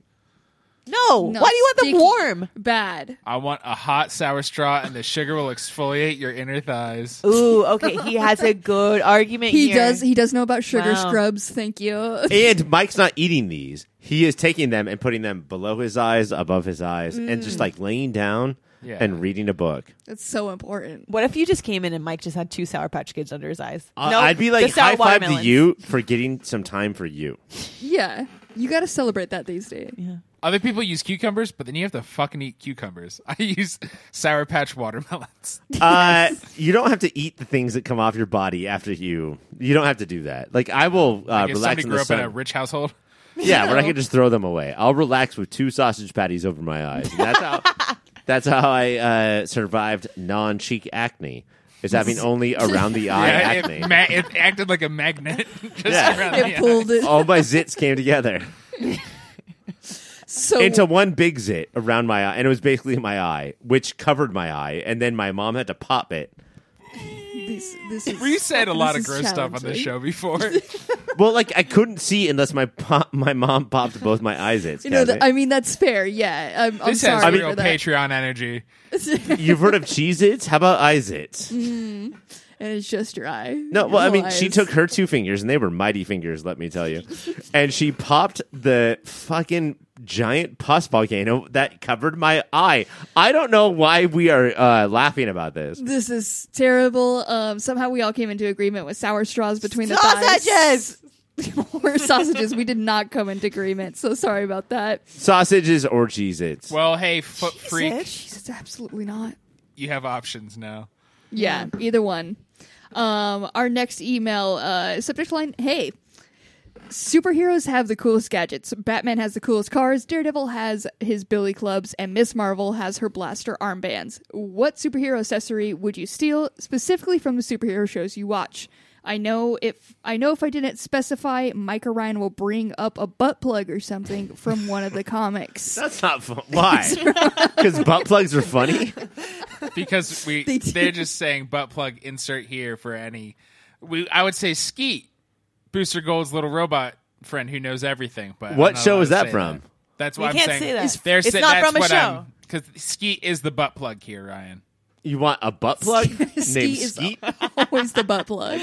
Speaker 4: No.
Speaker 1: No,
Speaker 4: Why do you want
Speaker 1: sticky.
Speaker 4: them warm?
Speaker 1: Bad.
Speaker 3: I want a hot sour straw, and the sugar will exfoliate your inner thighs.
Speaker 4: Ooh, okay. He has a good argument.
Speaker 1: He
Speaker 4: here.
Speaker 1: does. He does know about sugar
Speaker 4: Wow.
Speaker 1: scrubs. Thank you.
Speaker 2: And Mike's not eating these. He is taking them and putting them below his eyes, above his eyes, and
Speaker 4: Mm.
Speaker 2: just like laying down
Speaker 3: Yeah.
Speaker 2: and reading a book.
Speaker 1: That's so important.
Speaker 4: What if you just came in and Mike just had two Sour Patch Kids under his eyes?
Speaker 2: I-
Speaker 4: Uh, Nope,
Speaker 2: Uh, I'd be
Speaker 4: the
Speaker 2: like
Speaker 4: sour
Speaker 2: high five to
Speaker 4: watermelons.
Speaker 2: you for getting some time for you.
Speaker 1: Yeah, you got to celebrate that these days.
Speaker 3: Other people use cucumbers, but then you have to fucking eat cucumbers. I use sour patch watermelons.
Speaker 2: Uh, you don't have to eat the things that come off your body after you. You don't have to do that. Like I will uh,
Speaker 3: If
Speaker 2: relax
Speaker 3: somebody
Speaker 2: in
Speaker 3: grew
Speaker 2: the
Speaker 3: up
Speaker 2: sun.
Speaker 3: in a rich household.
Speaker 2: Yeah, where I can just throw them away. I'll relax with two sausage patties over my eyes. And that's how. that's how I uh, survived non-cheek acne. Is having only around the eye
Speaker 3: Yeah, it,
Speaker 2: acne.
Speaker 3: ma- it acted like a magnet. Just
Speaker 2: Yeah.
Speaker 3: around the
Speaker 1: It pulled it
Speaker 2: All my zits came together
Speaker 1: so
Speaker 2: into one big zit around my eye, and it was basically my eye, which covered my eye. And then my mom had to pop it.
Speaker 1: This, this is,
Speaker 3: We said a lot
Speaker 1: this
Speaker 3: of
Speaker 1: is
Speaker 3: gross stuff on this
Speaker 1: challenging.
Speaker 3: show before.
Speaker 2: Well, like I couldn't see unless my pop, my mom popped both my eye zits.
Speaker 1: You know,
Speaker 2: Kevin.
Speaker 1: th- I mean, that's fair. Yeah, I'm, I'm
Speaker 3: this has
Speaker 1: sorry
Speaker 3: real
Speaker 1: for that.
Speaker 3: Patreon energy.
Speaker 2: You've heard of Cheez Its? How about eye zits?
Speaker 1: and it's just your eye.
Speaker 2: No, well, I
Speaker 1: Your
Speaker 2: mean,
Speaker 1: eyes.
Speaker 2: she took her two fingers, and they were mighty fingers, let me tell you. and she popped the fucking giant pus volcano that covered my eye. I don't know why we are uh, laughing about this.
Speaker 1: This is terrible. Um, somehow we all came into agreement with sour straws between the
Speaker 4: Sausages.
Speaker 1: thighs. or sausages. We did not come into agreement. So sorry about that.
Speaker 2: Sausages or Cheez Its?
Speaker 3: Well, hey, foot freak,
Speaker 4: Bitch.
Speaker 1: Jesus, absolutely not.
Speaker 3: you have options now.
Speaker 1: Yeah,
Speaker 2: Mm.
Speaker 1: either one. Um, our next email uh, subject line: Hey, Superheroes have the coolest gadgets. Batman has the coolest cars, Daredevil has his billy clubs, and Miss Marvel has her blaster armbands. What superhero accessory would you steal specifically from the superhero shows you watch? I know if I know if I didn't specify, Mike or Ryan will bring up a butt plug or something from one of the comics.
Speaker 2: That's not fun. Why? Because butt plugs are funny.
Speaker 3: because we
Speaker 1: They do.
Speaker 3: they are just saying butt plug insert here for any. We I would say Skeet, Booster Gold's little robot friend who knows everything. But I'm
Speaker 2: What
Speaker 3: not
Speaker 2: show
Speaker 3: allowed
Speaker 2: is
Speaker 3: to
Speaker 2: that
Speaker 3: say
Speaker 2: from?
Speaker 3: That's
Speaker 4: We
Speaker 3: why I'm
Speaker 4: can't
Speaker 3: saying
Speaker 4: say that. It's-
Speaker 3: they're
Speaker 4: it's
Speaker 3: sa-
Speaker 4: not
Speaker 3: that's
Speaker 4: from a
Speaker 3: what
Speaker 4: show.
Speaker 3: I'm- Cause Skeet is the butt plug here, Ryan.
Speaker 2: You want a butt plug named
Speaker 1: Skeet is-
Speaker 2: Skeet?
Speaker 1: Always the butt plug.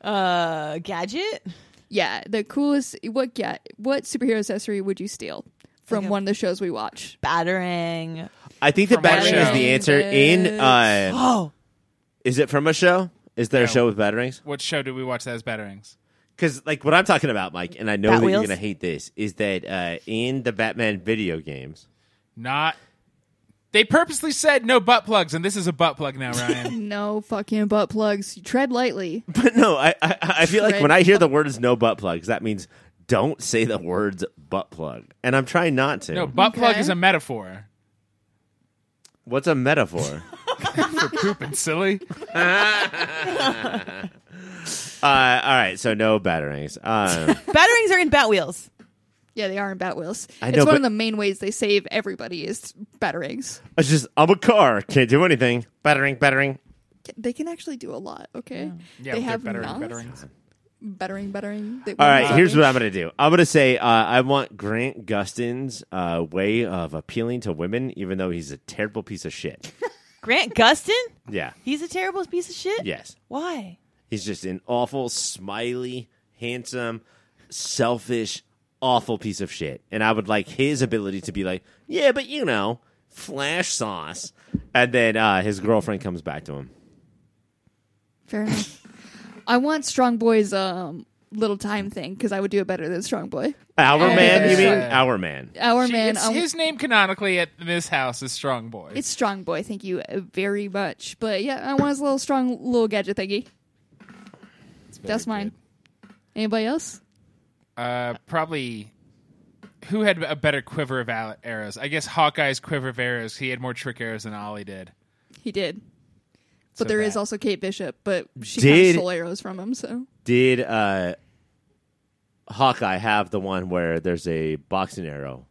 Speaker 4: Uh, gadget.
Speaker 1: Yeah, the coolest. What yeah, what superhero accessory would you steal from
Speaker 4: Okay.
Speaker 1: one of the shows we watch?
Speaker 4: Battering.
Speaker 2: I think the
Speaker 3: From what
Speaker 2: battering is
Speaker 3: show?
Speaker 2: the answer. In uh,
Speaker 4: Oh,
Speaker 2: is it from a show? Is there a
Speaker 3: No.
Speaker 2: show with batterings?
Speaker 3: What show did we watch that as batterings?
Speaker 2: Because like what I'm talking about, Mike, and I know
Speaker 4: Bat
Speaker 2: that you're
Speaker 4: wheels?
Speaker 2: gonna hate this, is that uh, in the Batman video games,
Speaker 3: Not. They purposely said no butt plugs, and this is a butt plug now, Ryan.
Speaker 1: No fucking butt plugs. You tread lightly.
Speaker 2: but no, I I, I feel like
Speaker 1: Right.
Speaker 2: when I hear the words no butt plugs, that means don't say the words butt plug, and I'm trying not to.
Speaker 3: No butt plug
Speaker 1: Okay.
Speaker 3: is a metaphor
Speaker 2: What's a metaphor?
Speaker 3: for pooping silly.
Speaker 2: uh, all right, so no batterings. Um,
Speaker 4: batterings are in bat wheels.
Speaker 1: Yeah, they are in bat wheels.
Speaker 2: I
Speaker 1: it's
Speaker 2: know,
Speaker 1: one of
Speaker 2: but-
Speaker 1: the main ways they save everybody is batterings.
Speaker 2: It's just I'm a car, can't do anything. Battering, battering.
Speaker 1: They can actually do a lot. Okay,
Speaker 3: Yeah,
Speaker 1: they
Speaker 3: they're
Speaker 1: have
Speaker 3: better-
Speaker 1: knives?
Speaker 3: betterings.
Speaker 1: battering, battering. They-
Speaker 2: All right,
Speaker 1: Wow.
Speaker 2: here's what I'm gonna do. I'm gonna say uh, I want Grant Gustin's uh, way of appealing to women, even though he's a terrible piece of shit.
Speaker 4: Grant Gustin.
Speaker 2: Yeah.
Speaker 4: He's a terrible piece of shit.
Speaker 2: Yes.
Speaker 4: Why?
Speaker 2: He's just an awful, smiley, handsome, selfish, awful piece of shit. And I would like his ability to be like, yeah, but you know, flash sauce. And then uh, his girlfriend comes back to him.
Speaker 1: Fair enough. I want Strong Boy's um little time thing because I would do it better than Strong Boy.
Speaker 2: Our man, you mean?
Speaker 3: yeah.
Speaker 2: Our man.
Speaker 1: Our
Speaker 3: She-
Speaker 1: man.
Speaker 3: it's-
Speaker 4: um,
Speaker 1: I-
Speaker 3: his name canonically at this house is Strong Boy.
Speaker 1: it's Strong Boy. Thank you uh, very much. But yeah, I want his little strong little gadget thingy. That's mine. Anybody else?
Speaker 3: Uh, probably who had a better quiver of al- arrows? I guess Hawkeye's quiver of arrows. He had more trick arrows than Ollie did.
Speaker 1: He did. But
Speaker 3: So
Speaker 1: there is
Speaker 3: that-
Speaker 1: also Kate Bishop, but she kind of
Speaker 2: Did-
Speaker 1: stole arrows from him, so
Speaker 2: Did uh, Hawkeye have the one where there's a boxing arrow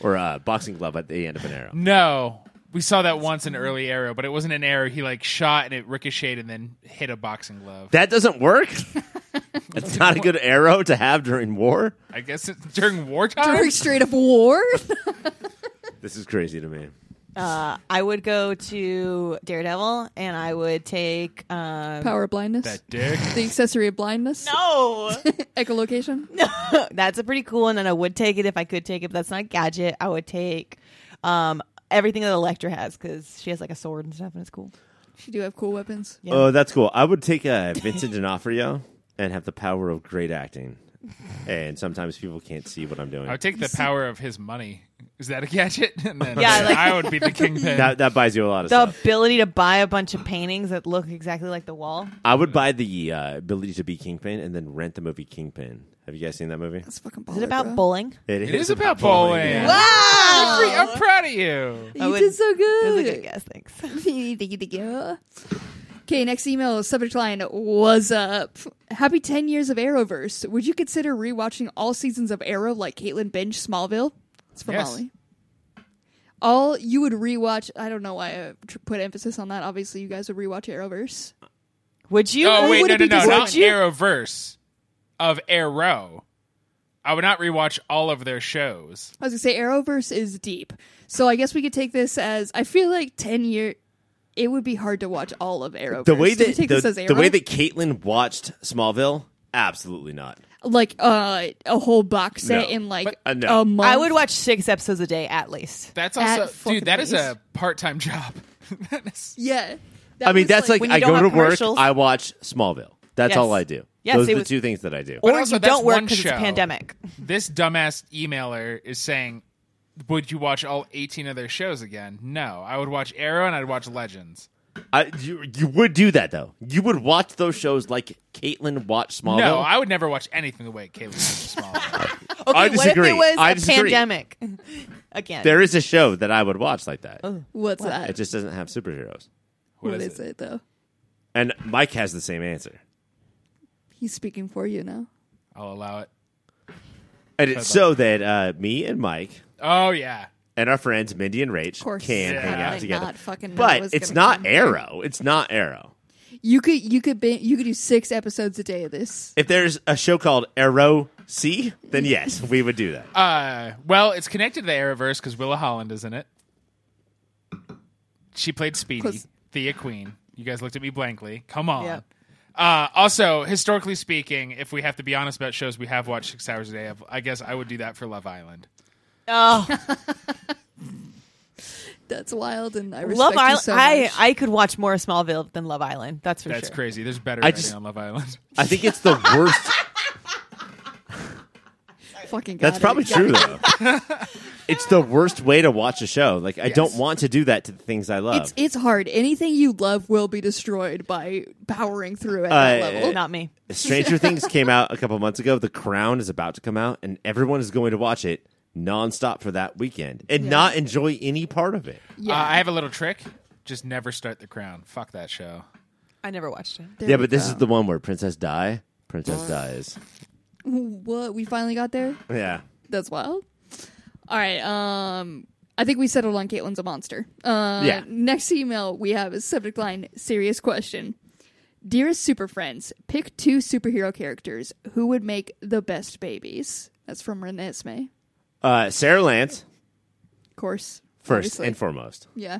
Speaker 2: or a boxing glove at the end of an arrow?
Speaker 3: No, we saw that once in early arrow, but it wasn't an arrow. He like shot and it ricocheted and then hit a boxing glove.
Speaker 2: That doesn't work. That's not a good arrow to have during war.
Speaker 3: I guess it's during wartime.
Speaker 1: during straight up war.
Speaker 2: This is crazy to me.
Speaker 4: Uh, I would go to Daredevil, and I would take. Um,
Speaker 1: Power of blindness.
Speaker 3: that dick.
Speaker 1: The accessory of blindness.
Speaker 4: no,
Speaker 1: Echolocation.
Speaker 4: that's a pretty cool one, and I would take it if I could take it. But that's not a gadget. I would take um, everything that Elektra has because she has like a sword and stuff, and it's cool.
Speaker 1: She do have cool weapons.
Speaker 4: Yeah.
Speaker 2: Oh, that's cool. I would take uh, Vincent D'Onofrio and have the power of great acting. And sometimes people can't see what I'm doing.
Speaker 3: I would take the power of his money. Is that a gadget? And then
Speaker 4: Yeah, like-
Speaker 3: I would be the kingpin.
Speaker 2: That, that buys you a lot of
Speaker 4: The
Speaker 2: stuff.
Speaker 4: ability to buy a bunch of paintings that look exactly like the wall.
Speaker 2: I would buy the uh, ability to be Kingpin and then rent the movie Kingpin. Have you guys seen that movie?
Speaker 1: That's fucking baller,
Speaker 4: Is it about
Speaker 1: bro.
Speaker 4: bowling?
Speaker 3: it is about bowling.
Speaker 2: yeah.
Speaker 4: Wow,
Speaker 3: Free- I'm proud of you.
Speaker 1: You
Speaker 4: I
Speaker 1: did
Speaker 4: wouldn't-
Speaker 1: so good.
Speaker 4: that Oh, was a good guess. Thanks.
Speaker 1: okay, next email subject line was up. Happy 10 years of Arrowverse. Would you consider rewatching all seasons of Arrow like Caitlin binge Smallville? It's from
Speaker 3: Yes.
Speaker 1: Molly. All you would rewatch. I don't know why I tr- put emphasis on that. Obviously, you guys would rewatch Arrowverse.
Speaker 4: Would you?
Speaker 3: Oh wait,
Speaker 1: would
Speaker 3: no,
Speaker 1: it
Speaker 3: no,
Speaker 1: be
Speaker 3: no,
Speaker 1: just-
Speaker 3: not
Speaker 1: Would
Speaker 4: you?
Speaker 3: Arrowverse of Arrow. I would not rewatch all of their shows.
Speaker 1: I was gonna say Arrowverse is deep, so I guess we could take this as. I feel like 10 year. It would be hard to watch all of Arrowverse.
Speaker 2: The way
Speaker 1: Do we
Speaker 2: that
Speaker 1: take this as
Speaker 2: the,
Speaker 1: Arrow?
Speaker 2: the way that Caitlin watched Smallville, absolutely not.
Speaker 1: like uh, a whole box set
Speaker 2: No.
Speaker 1: in like
Speaker 2: But- uh, no.
Speaker 1: a month.
Speaker 4: I would watch six episodes a day at least.
Speaker 3: That's
Speaker 1: At
Speaker 3: also,
Speaker 1: fucking
Speaker 3: dude. That is
Speaker 1: least.
Speaker 3: a part-time job. That is-
Speaker 1: Yeah.
Speaker 2: I mean, that's like,
Speaker 4: when you
Speaker 2: I
Speaker 4: don't
Speaker 2: go
Speaker 4: have
Speaker 2: to work,
Speaker 4: commercials.
Speaker 2: I watch Smallville. That's
Speaker 4: Yes.
Speaker 2: all I do.
Speaker 4: Yes,
Speaker 2: Those
Speaker 4: it
Speaker 2: are the
Speaker 4: was-
Speaker 2: two things that I do.
Speaker 4: Or
Speaker 3: also,
Speaker 4: you
Speaker 3: that's
Speaker 4: don't work
Speaker 3: one
Speaker 4: because it's a
Speaker 3: show.
Speaker 4: pandemic.
Speaker 3: this dumbass emailer is saying, "Would you watch all 18 of their shows again?" No, I would watch Arrow and I'd watch Legends.
Speaker 2: I, you, you would do that though. You would watch those shows like Caitlin watched Smallville.
Speaker 3: No, I would never watch anything the way Caleb watches Smallville.
Speaker 4: Okay,
Speaker 2: I
Speaker 4: what if
Speaker 2: disagree.
Speaker 4: it was a
Speaker 2: I disagree.
Speaker 4: pandemic? Again.
Speaker 2: there is a show that I would watch like that.
Speaker 1: What's that?
Speaker 2: It just doesn't have superheroes.
Speaker 1: what is, it? though?
Speaker 2: And Mike has the same answer.
Speaker 1: He's speaking for you now.
Speaker 3: I'll allow it.
Speaker 2: And it's so that uh, me and Mike
Speaker 3: Oh yeah,
Speaker 2: and our friends Mindy and Rach
Speaker 1: Of course,
Speaker 2: can
Speaker 3: Yeah.
Speaker 2: hang
Speaker 1: I
Speaker 2: out
Speaker 1: did
Speaker 2: together.
Speaker 1: Not fucking know it
Speaker 2: but
Speaker 1: was
Speaker 2: it's
Speaker 1: gonna
Speaker 2: not
Speaker 1: come.
Speaker 2: Arrow. It's not Arrow.
Speaker 1: You could you could be, you could do six episodes a day of this.
Speaker 2: If there's a show called Arrow C, then yes, we would do that.
Speaker 3: Uh, well, it's connected to the Arrowverse because Willa Holland is in it. She played Speedy,
Speaker 1: Close.
Speaker 3: Thea Queen. You guys looked at me blankly. Come on.
Speaker 4: Yep.
Speaker 3: Uh, also, historically speaking, if we have to be honest about shows we have watched six hours a day, of, I guess I would do that for Love Island.
Speaker 4: Oh,
Speaker 1: That's wild, and I respect
Speaker 4: Love
Speaker 1: you
Speaker 4: Island.
Speaker 1: so
Speaker 4: I,
Speaker 1: much.
Speaker 4: I could watch more Smallville than Love Island. That's for
Speaker 3: That's
Speaker 4: sure.
Speaker 3: crazy. There's better
Speaker 2: I
Speaker 3: writing
Speaker 2: just-
Speaker 3: on Love Island.
Speaker 2: I think it's the worst.
Speaker 1: fucking. got
Speaker 2: That's
Speaker 1: it.
Speaker 2: probably
Speaker 1: Got
Speaker 2: true though. it's the worst way to watch a show. Like I don't
Speaker 3: Yes.
Speaker 2: want to do that to the things I love.
Speaker 1: It's it's hard. Anything you love will be destroyed by powering through at
Speaker 2: Uh,
Speaker 1: that level.
Speaker 4: Not me.
Speaker 2: Stranger Things came out a couple months ago. The Crown is about to come out, and everyone is going to watch it nonstop for that weekend and not enjoy any part of it.
Speaker 1: Yeah.
Speaker 3: Uh, I have a little trick. Just never start The Crown. Fuck that show.
Speaker 4: I never watched it.
Speaker 1: There
Speaker 2: yeah,
Speaker 1: we
Speaker 2: but this
Speaker 1: go.
Speaker 2: is the one where princess die, princess dies.
Speaker 1: what we finally got there.
Speaker 2: Yeah.
Speaker 1: That's wild. All right. Um, I think we settled on Caitlin's a monster. Uh,
Speaker 2: Yeah.
Speaker 1: Next email we have is subject line: serious question. Dearest super friends, pick two superhero characters who would make the best babies. That's from Renesmee,
Speaker 2: Uh, Sarah Lance
Speaker 1: of course.
Speaker 2: first
Speaker 1: obviously.
Speaker 2: and foremost,
Speaker 1: yeah.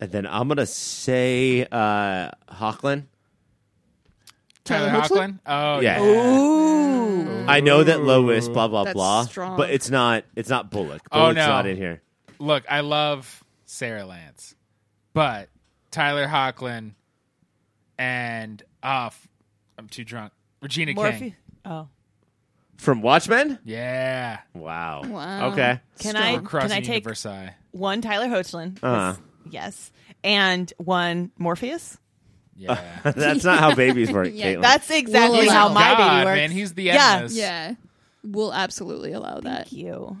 Speaker 2: and then I'm gonna say uh, Hawklin.
Speaker 1: Tyler Hoechlin?
Speaker 3: Oh
Speaker 2: Yeah.
Speaker 3: yeah.
Speaker 2: I know that Lois, blah blah
Speaker 1: That's
Speaker 2: blah,
Speaker 1: strong.
Speaker 2: but it's not. It's not Bullock. Bullock's
Speaker 3: Oh, no.
Speaker 2: not in here.
Speaker 3: Look, I love Sarah Lance, but Tyler Hoechlin and uh, f- I'm too drunk. Regina King.
Speaker 4: Morphe. Oh.
Speaker 2: From Watchmen.
Speaker 3: Yeah.
Speaker 2: Wow.
Speaker 1: Wow.
Speaker 2: Okay.
Speaker 4: Can
Speaker 1: Strong.
Speaker 4: I,
Speaker 1: We're
Speaker 4: can
Speaker 3: Crossing
Speaker 4: I take
Speaker 3: Versailles.
Speaker 4: one Tyler Hoechlin? 'cause-
Speaker 2: Uh-huh.
Speaker 4: Yes. And one Morpheus?
Speaker 3: Yeah.
Speaker 2: That's not how babies work,
Speaker 1: Yeah,
Speaker 2: Caitlin.
Speaker 4: That's exactly
Speaker 1: allow
Speaker 4: how my
Speaker 3: God,
Speaker 4: baby works.
Speaker 3: man, he's the
Speaker 4: Yeah.
Speaker 3: Edna's.
Speaker 1: Yeah. We'll absolutely allow that.
Speaker 4: Thank you.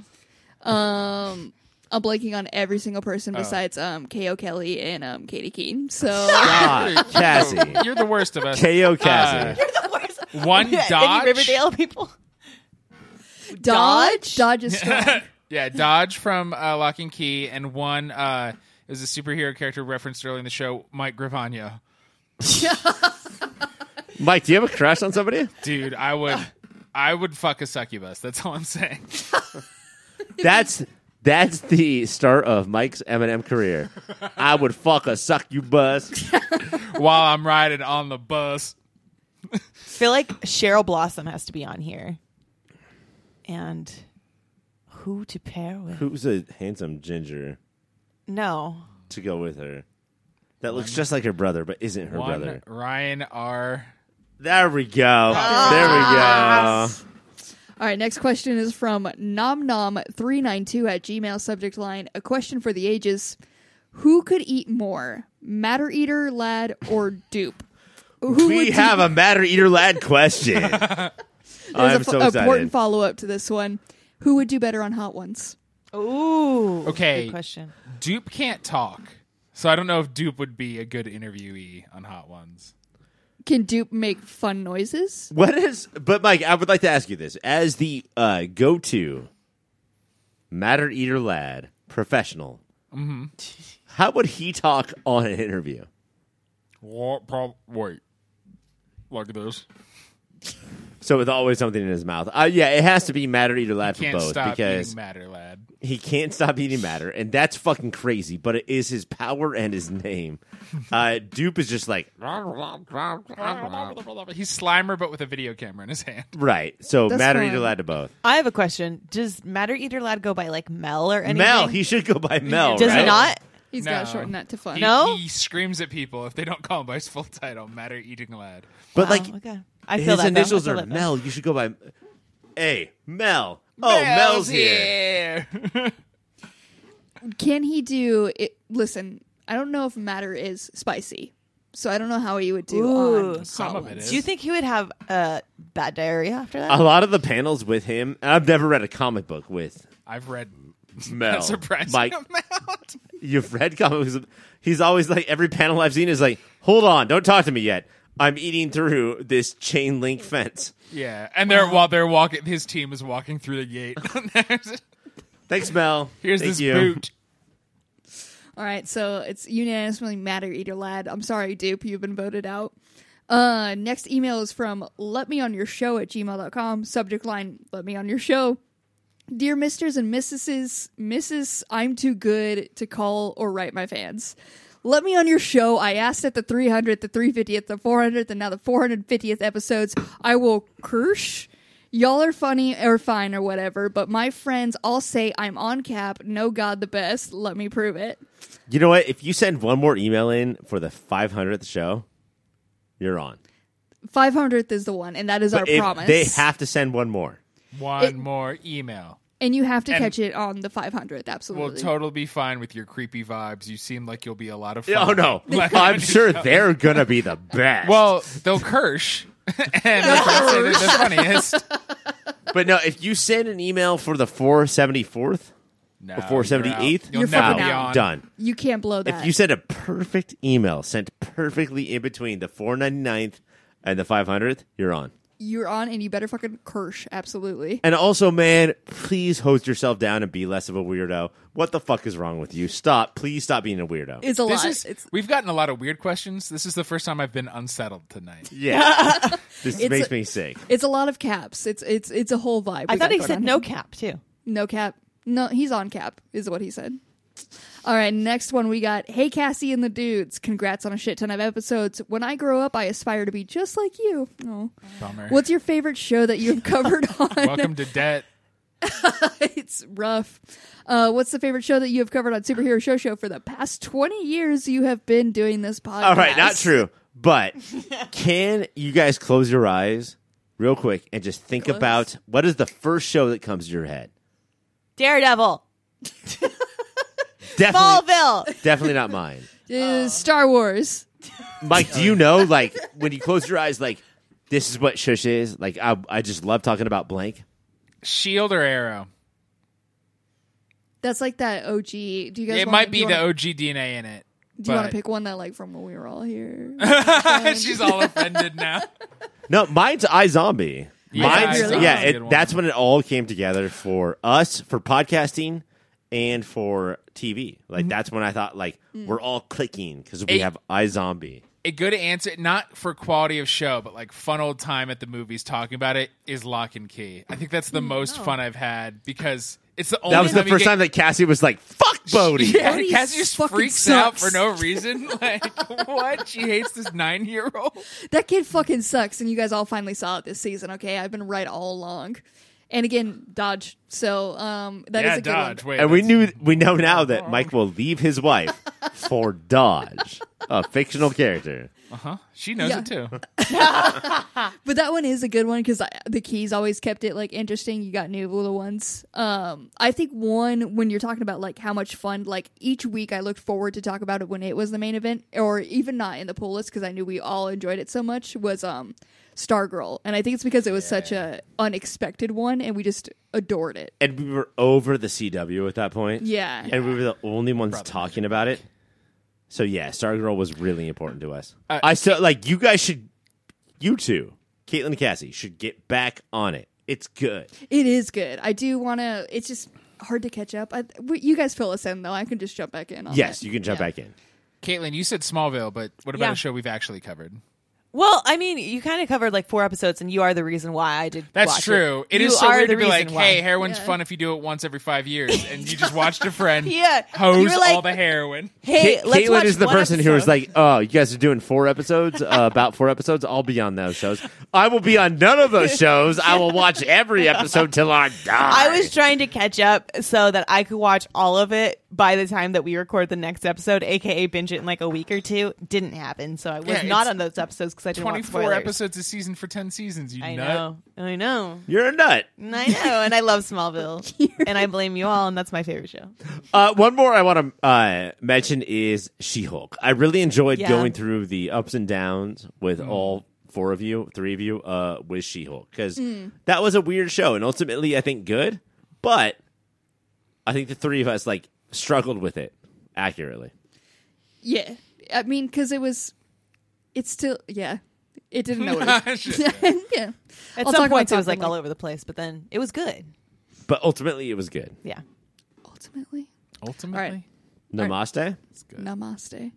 Speaker 1: Um, I'm blanking on every single
Speaker 2: Oh.
Speaker 1: person besides um K.O. Kelly and um Katie Keene. So
Speaker 2: God, Ah, Cassie.
Speaker 3: You're the worst of us.
Speaker 2: KO Cassie.
Speaker 3: One
Speaker 4: Yeah,
Speaker 3: Dodge.
Speaker 4: Any Riverdale people?
Speaker 1: Dodge, Dodge is strong.
Speaker 3: yeah, Dodge from uh, Lock and Key, and one uh, is a superhero character referenced early in the show, Mike Gravano.
Speaker 2: Mike, do you have a crush on somebody?
Speaker 3: Dude, I would, I would fuck a succubus. That's all I'm saying.
Speaker 2: That's that's the start of Mike's Eminem career. I would fuck a suck you bus.
Speaker 3: While I'm riding on the bus,
Speaker 4: I feel like Cheryl Blossom has to be on here. And who to pair with?
Speaker 2: Who's a handsome ginger
Speaker 4: No.
Speaker 2: to go with her? That looks just like her brother, but isn't her
Speaker 3: one
Speaker 2: brother.
Speaker 3: Ryan R.
Speaker 2: There we go.
Speaker 1: Ah.
Speaker 2: There we go.
Speaker 1: All right, next question is from nomnom392 at Gmail subject line. A question for the ages. Who could eat more, Matter Eater, Lad, or Dupe? Who
Speaker 2: We
Speaker 1: would
Speaker 2: have a matter eater lad question.
Speaker 1: There's
Speaker 2: I'm
Speaker 1: a
Speaker 2: so
Speaker 1: fo- important
Speaker 2: excited.
Speaker 1: follow up to this one. Who would do better on Hot Ones?
Speaker 4: Ooh.
Speaker 3: Okay.
Speaker 4: Good question.
Speaker 3: Dupe can't talk, so I don't know if Dupe would be a good interviewee on Hot Ones.
Speaker 1: Can Dupe make fun noises?
Speaker 2: What is? But Mike, I would like to ask you this: as the uh, go-to matter eater lad professional,
Speaker 1: Mm-hmm.
Speaker 2: how would he talk on an interview?
Speaker 3: What? Prob- wait, look at this.
Speaker 2: So with always something in his mouth. Uh, yeah, it has to be matter eater lad for
Speaker 3: Can't
Speaker 2: both
Speaker 3: stop
Speaker 2: because
Speaker 3: eating matter, lad.
Speaker 2: he can't stop eating matter, and that's fucking crazy. But it is his power and his name. Uh, Dupe is just like
Speaker 3: He's Slimer, but with a video camera in his hand.
Speaker 2: right. So
Speaker 1: That's
Speaker 2: matter eater
Speaker 1: fine.
Speaker 2: lad to both.
Speaker 4: I have a question. Does Matter Eater Lad go by like Mel or anything?
Speaker 2: Mel, he should go by Mel.
Speaker 4: Does
Speaker 2: right?
Speaker 4: he not?
Speaker 1: He's got to shorten that to fun.
Speaker 3: He,
Speaker 4: No?
Speaker 3: he screams at people if they don't call him by his full title, Matter Eating Lad.
Speaker 2: But like
Speaker 4: oh, okay. I
Speaker 2: his
Speaker 4: feel that though. I
Speaker 2: initials
Speaker 4: feel
Speaker 2: are
Speaker 4: that though.
Speaker 2: Mel. You should go by A. Mel. Oh, Mel's here.
Speaker 3: here.
Speaker 1: Can he do it? Listen, I- I don't know if matter is spicy, so I don't know how he would do
Speaker 4: Ooh.
Speaker 1: on
Speaker 3: Some of it
Speaker 1: Collins.
Speaker 3: is.
Speaker 4: Do you think he would have uh, bad diarrhea after that?
Speaker 2: A lot of the panels with him, and I've never read a comic book with
Speaker 3: I've read
Speaker 2: Mel.
Speaker 3: a surprising
Speaker 2: Like,
Speaker 3: amount.
Speaker 2: you've read comics. He's always like every panel I've seen is like, hold on, don't talk to me yet. I'm eating through this chain link fence.
Speaker 3: yeah, and they're while they're walking, his team is walking through the gate.
Speaker 2: Thanks, Mel.
Speaker 3: Here's
Speaker 2: Thank
Speaker 3: this
Speaker 2: you.
Speaker 3: boot.
Speaker 1: All right, so it's unanimously matter eater lad. I'm sorry, dupe, you've been voted out. Uh, next email is from let me on your show at gmail.com. Subject line, let me on your show. Dear Misters and Mrs. Mrs. I'm too good to call or write my fans. Let me on your show. I asked at the 300th, the 350th, the 400th, and now the 450th episodes. I will curse. Y'all are funny or fine or whatever, but my friends all say I'm on cap. No God the best. Let me prove it.
Speaker 2: You know what? If you send one more email in for the 500th show, you're on.
Speaker 1: Five hundredth is the one, and that is our
Speaker 2: But if-
Speaker 1: promise.
Speaker 2: They have to send one more.
Speaker 3: One
Speaker 1: It-
Speaker 3: more email.
Speaker 1: and you have to
Speaker 3: and-
Speaker 1: catch it on the five hundredth.
Speaker 3: We'll
Speaker 1: Absolutely.
Speaker 3: totally be fine with your creepy vibes. You seem like you'll be a lot of fun.
Speaker 2: Oh no!
Speaker 3: Like-
Speaker 2: I'm sure they're gonna be the best.
Speaker 3: Well, they'll kirsch, and they'll say they're the funniest.
Speaker 2: but no, if you send an email for the 474th,
Speaker 3: No,
Speaker 2: Before 78th?
Speaker 1: Uh,
Speaker 3: You'll
Speaker 1: You're
Speaker 3: never
Speaker 1: fucking
Speaker 3: be
Speaker 1: out.
Speaker 3: on.
Speaker 2: done.
Speaker 1: you can't blow that.
Speaker 2: If you send a perfect email, sent perfectly in between the 499th and the 500th, you're on.
Speaker 1: You're on, and you better fucking curse. Absolutely.
Speaker 2: And also, man, please hose yourself down and be less of a weirdo. What the fuck is wrong with you? Stop. Please stop being a weirdo.
Speaker 1: It's a
Speaker 3: This
Speaker 1: lot.
Speaker 3: is,
Speaker 1: it's
Speaker 3: we've gotten a lot of weird questions. This is the first time I've been unsettled tonight.
Speaker 2: yeah. this
Speaker 1: It's
Speaker 2: makes
Speaker 1: a-
Speaker 2: me sick.
Speaker 1: it's a lot of caps. It's it's it's a whole vibe.
Speaker 4: I
Speaker 1: we got
Speaker 4: thought he
Speaker 1: going
Speaker 4: said
Speaker 1: on
Speaker 4: no
Speaker 1: here.
Speaker 4: cap too.
Speaker 1: No cap. No, he's on cap, is what he said. All right, next one we got Hey Cassie and the Dudes. Congrats on a shit ton of episodes. When I grow up, I aspire to be just like you. Oh.
Speaker 3: Bummer.
Speaker 1: What's your favorite show that you've covered on?
Speaker 3: Welcome to debt.
Speaker 1: it's rough. Uh, what's the favorite show that you have covered on Superhero Show Show for the past 20 years? You have been doing this podcast.
Speaker 2: All right, not true. But can you guys close your eyes real quick and just think
Speaker 1: Close.
Speaker 2: about what is the first show that comes to your head?
Speaker 4: Daredevil,
Speaker 2: Definitely,
Speaker 4: Fallville.
Speaker 2: definitely not mine.
Speaker 1: Uh, Star Wars.
Speaker 2: Mike, do you know, like, when you close your eyes, like, this is what shush is? Like, I, I just love talking about blank.
Speaker 3: Shield or arrow?
Speaker 1: That's like that OG. Do you guys?
Speaker 3: It
Speaker 1: wanna-
Speaker 3: might
Speaker 1: do
Speaker 3: be
Speaker 1: you
Speaker 3: the
Speaker 1: wanna-
Speaker 3: OG DNA in it.
Speaker 1: Do you want
Speaker 3: but-
Speaker 1: to pick one that like from when we were all here?
Speaker 3: She's all offended now.
Speaker 2: No, mine's iZombie.
Speaker 3: Yeah,
Speaker 2: mine's,
Speaker 1: iZombie's
Speaker 2: yeah
Speaker 3: a good
Speaker 2: it,
Speaker 3: one.
Speaker 2: that's when it all came together for us, for podcasting, and for TV. Like, that's when I thought, like, we're all clicking because we
Speaker 3: Eight.
Speaker 2: have iZombie.
Speaker 3: A good answer, not for quality of show, but like fun old time at the movies talking about it is Lock and Key. I think that's
Speaker 4: Mm,
Speaker 3: the most
Speaker 4: oh.
Speaker 3: fun I've had because it's the only
Speaker 2: That was the
Speaker 3: time you
Speaker 2: first
Speaker 3: get-
Speaker 2: time that Cassie was like, fuck Bodie.
Speaker 3: Yeah,
Speaker 1: Bodhi
Speaker 3: Cassie just
Speaker 1: fucking
Speaker 3: freaks out
Speaker 1: sucks.
Speaker 3: for no reason. Like, what? She hates this nine year old.
Speaker 1: that kid fucking sucks, and you guys all finally saw it this season. Okay, I've been right all along. And again, Dodge. So um, that is
Speaker 3: yeah,
Speaker 1: a good
Speaker 3: Dodge.
Speaker 1: one.
Speaker 3: Wait,
Speaker 2: And we
Speaker 3: that's-
Speaker 2: knew we know now that Mike will leave his wife for Dodge, a fictional character.
Speaker 3: Uh-huh. she knows
Speaker 1: Yeah.
Speaker 3: it too.
Speaker 1: But that one is a good one because the keys always kept it like interesting. You got new little ones. Um, I think one when you're talking about like how much fun, like each week I looked forward to talk about it when it was the main event, or even not in the poll list because I knew we all enjoyed it so much. Was um, Stargirl, and I think it's because it was such a unexpected one, and we just adored it.
Speaker 2: And we were over the CW at that point.
Speaker 1: Yeah.
Speaker 2: And we were the only ones talking about it. So yeah, Stargirl was really important to us.
Speaker 3: Uh,
Speaker 2: I still like you guys should you two, Caitlin and Cassie, should get back on it. It's good.
Speaker 1: It is good. I do want to. It's just hard to catch up. I, w- you guys fill us in though. I can just jump back in. On
Speaker 2: Yes,
Speaker 1: it.
Speaker 2: you can jump
Speaker 1: Yeah.
Speaker 2: back in.
Speaker 3: Caitlin, you said Smallville, but what about
Speaker 4: Yeah.
Speaker 3: a show we've actually covered?
Speaker 4: Well, I mean, you kind of covered like four episodes, and you are the reason why I did.
Speaker 3: That's
Speaker 4: watch it.
Speaker 3: true. it
Speaker 4: You
Speaker 3: is so
Speaker 4: are
Speaker 3: weird
Speaker 4: the
Speaker 3: to be like,
Speaker 4: reason why.
Speaker 3: hey, heroin's
Speaker 1: Yeah.
Speaker 3: fun if you do it once every five years, and you just watched a friend
Speaker 4: Yeah. You
Speaker 3: hose
Speaker 4: were like-
Speaker 3: all the heroin.
Speaker 4: hey,
Speaker 2: Ca-
Speaker 4: let's
Speaker 2: Caitlin
Speaker 4: watch
Speaker 2: is the
Speaker 4: one
Speaker 2: person who was
Speaker 4: episode.
Speaker 2: like, "Oh, you guys are doing four episodes, uh, about four episodes. I'll be on those shows. I will be on none of those shows. I will watch every episode till I die."
Speaker 4: I was trying to catch up so that I could watch all of it by the time that we record the next episode, aka binge it in like a week or two, didn't happen. So I was
Speaker 3: Yeah,
Speaker 4: not
Speaker 3: it's
Speaker 4: on those episodes because I didn't want
Speaker 3: 24
Speaker 4: spoilers.
Speaker 3: episodes a season for 10 seasons, you
Speaker 4: I
Speaker 3: nut.
Speaker 4: know, I know,
Speaker 2: You're a nut.
Speaker 4: And I know, and I love Smallville, and I blame you all, and that's my favorite show.
Speaker 2: Uh, one more I want to uh, mention is She Hulk. I really enjoyed
Speaker 4: Yeah. Mm.
Speaker 2: going through the ups and downs with all four of you, three of you, uh, with She Hulk because
Speaker 4: Mm.
Speaker 2: that was a weird show and ultimately I think good, but I think the three of us like struggled with it accurately.
Speaker 1: Yeah. I mean, because it was. It's still. Yeah. It didn't know what
Speaker 3: Shit,
Speaker 1: it
Speaker 3: yeah.
Speaker 1: was. yeah.
Speaker 4: At
Speaker 1: I'll talk
Speaker 4: some
Speaker 1: about
Speaker 4: points, it was
Speaker 1: Falcon
Speaker 4: like all
Speaker 1: Lake.
Speaker 4: over the place, but then it was good.
Speaker 2: But ultimately it was good.
Speaker 4: Yeah,
Speaker 1: Ultimately,
Speaker 3: Ultimately,
Speaker 1: All right.
Speaker 2: Namaste.
Speaker 3: it's good.
Speaker 1: namaste.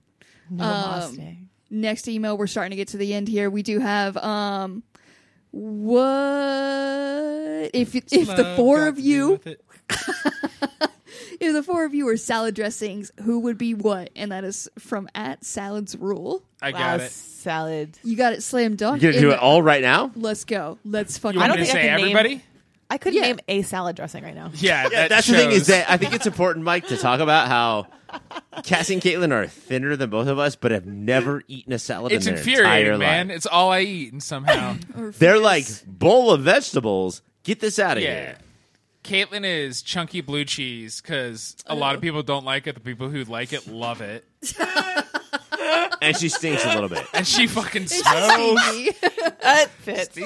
Speaker 2: Um,
Speaker 4: Namaste.
Speaker 1: next email we're starting to get to the end here we do have um what if if the
Speaker 3: Love
Speaker 1: four
Speaker 3: got
Speaker 1: of
Speaker 3: to do
Speaker 1: you
Speaker 3: with it.
Speaker 1: if the four of you were salad dressings who would be what and that is from at salads rule
Speaker 3: I
Speaker 4: wow,
Speaker 3: got it.
Speaker 4: salad.
Speaker 1: you got it slam dunk
Speaker 2: You gonna
Speaker 1: in
Speaker 2: do
Speaker 1: the-
Speaker 2: it all right now?
Speaker 1: let's go let's
Speaker 3: You
Speaker 1: fucking
Speaker 3: want
Speaker 4: I
Speaker 3: me
Speaker 4: don't
Speaker 3: to
Speaker 4: think
Speaker 3: say
Speaker 4: I can name-
Speaker 3: everybody?
Speaker 4: I could
Speaker 1: Yeah.
Speaker 4: name a salad dressing right now.
Speaker 3: Yeah,
Speaker 2: Yeah,
Speaker 3: that
Speaker 2: that's the thing
Speaker 3: shows-
Speaker 2: is that I think it's important, Mike, to talk about how Cassie and Caitlin are thinner than both of us, but have never eaten a salad
Speaker 3: it's
Speaker 2: in their entire
Speaker 3: infuriating, man.
Speaker 2: life.
Speaker 3: It's all I eat, and somehow,
Speaker 1: Oh,
Speaker 2: They're like bowl of vegetables. Get this out of
Speaker 3: yeah. Caitlin is chunky blue cheese because a lot of people don't like it. The people who like it love it,
Speaker 2: here, and she stinks a little bit.
Speaker 3: and she fucking smells.
Speaker 2: "Oh."
Speaker 4: That fits.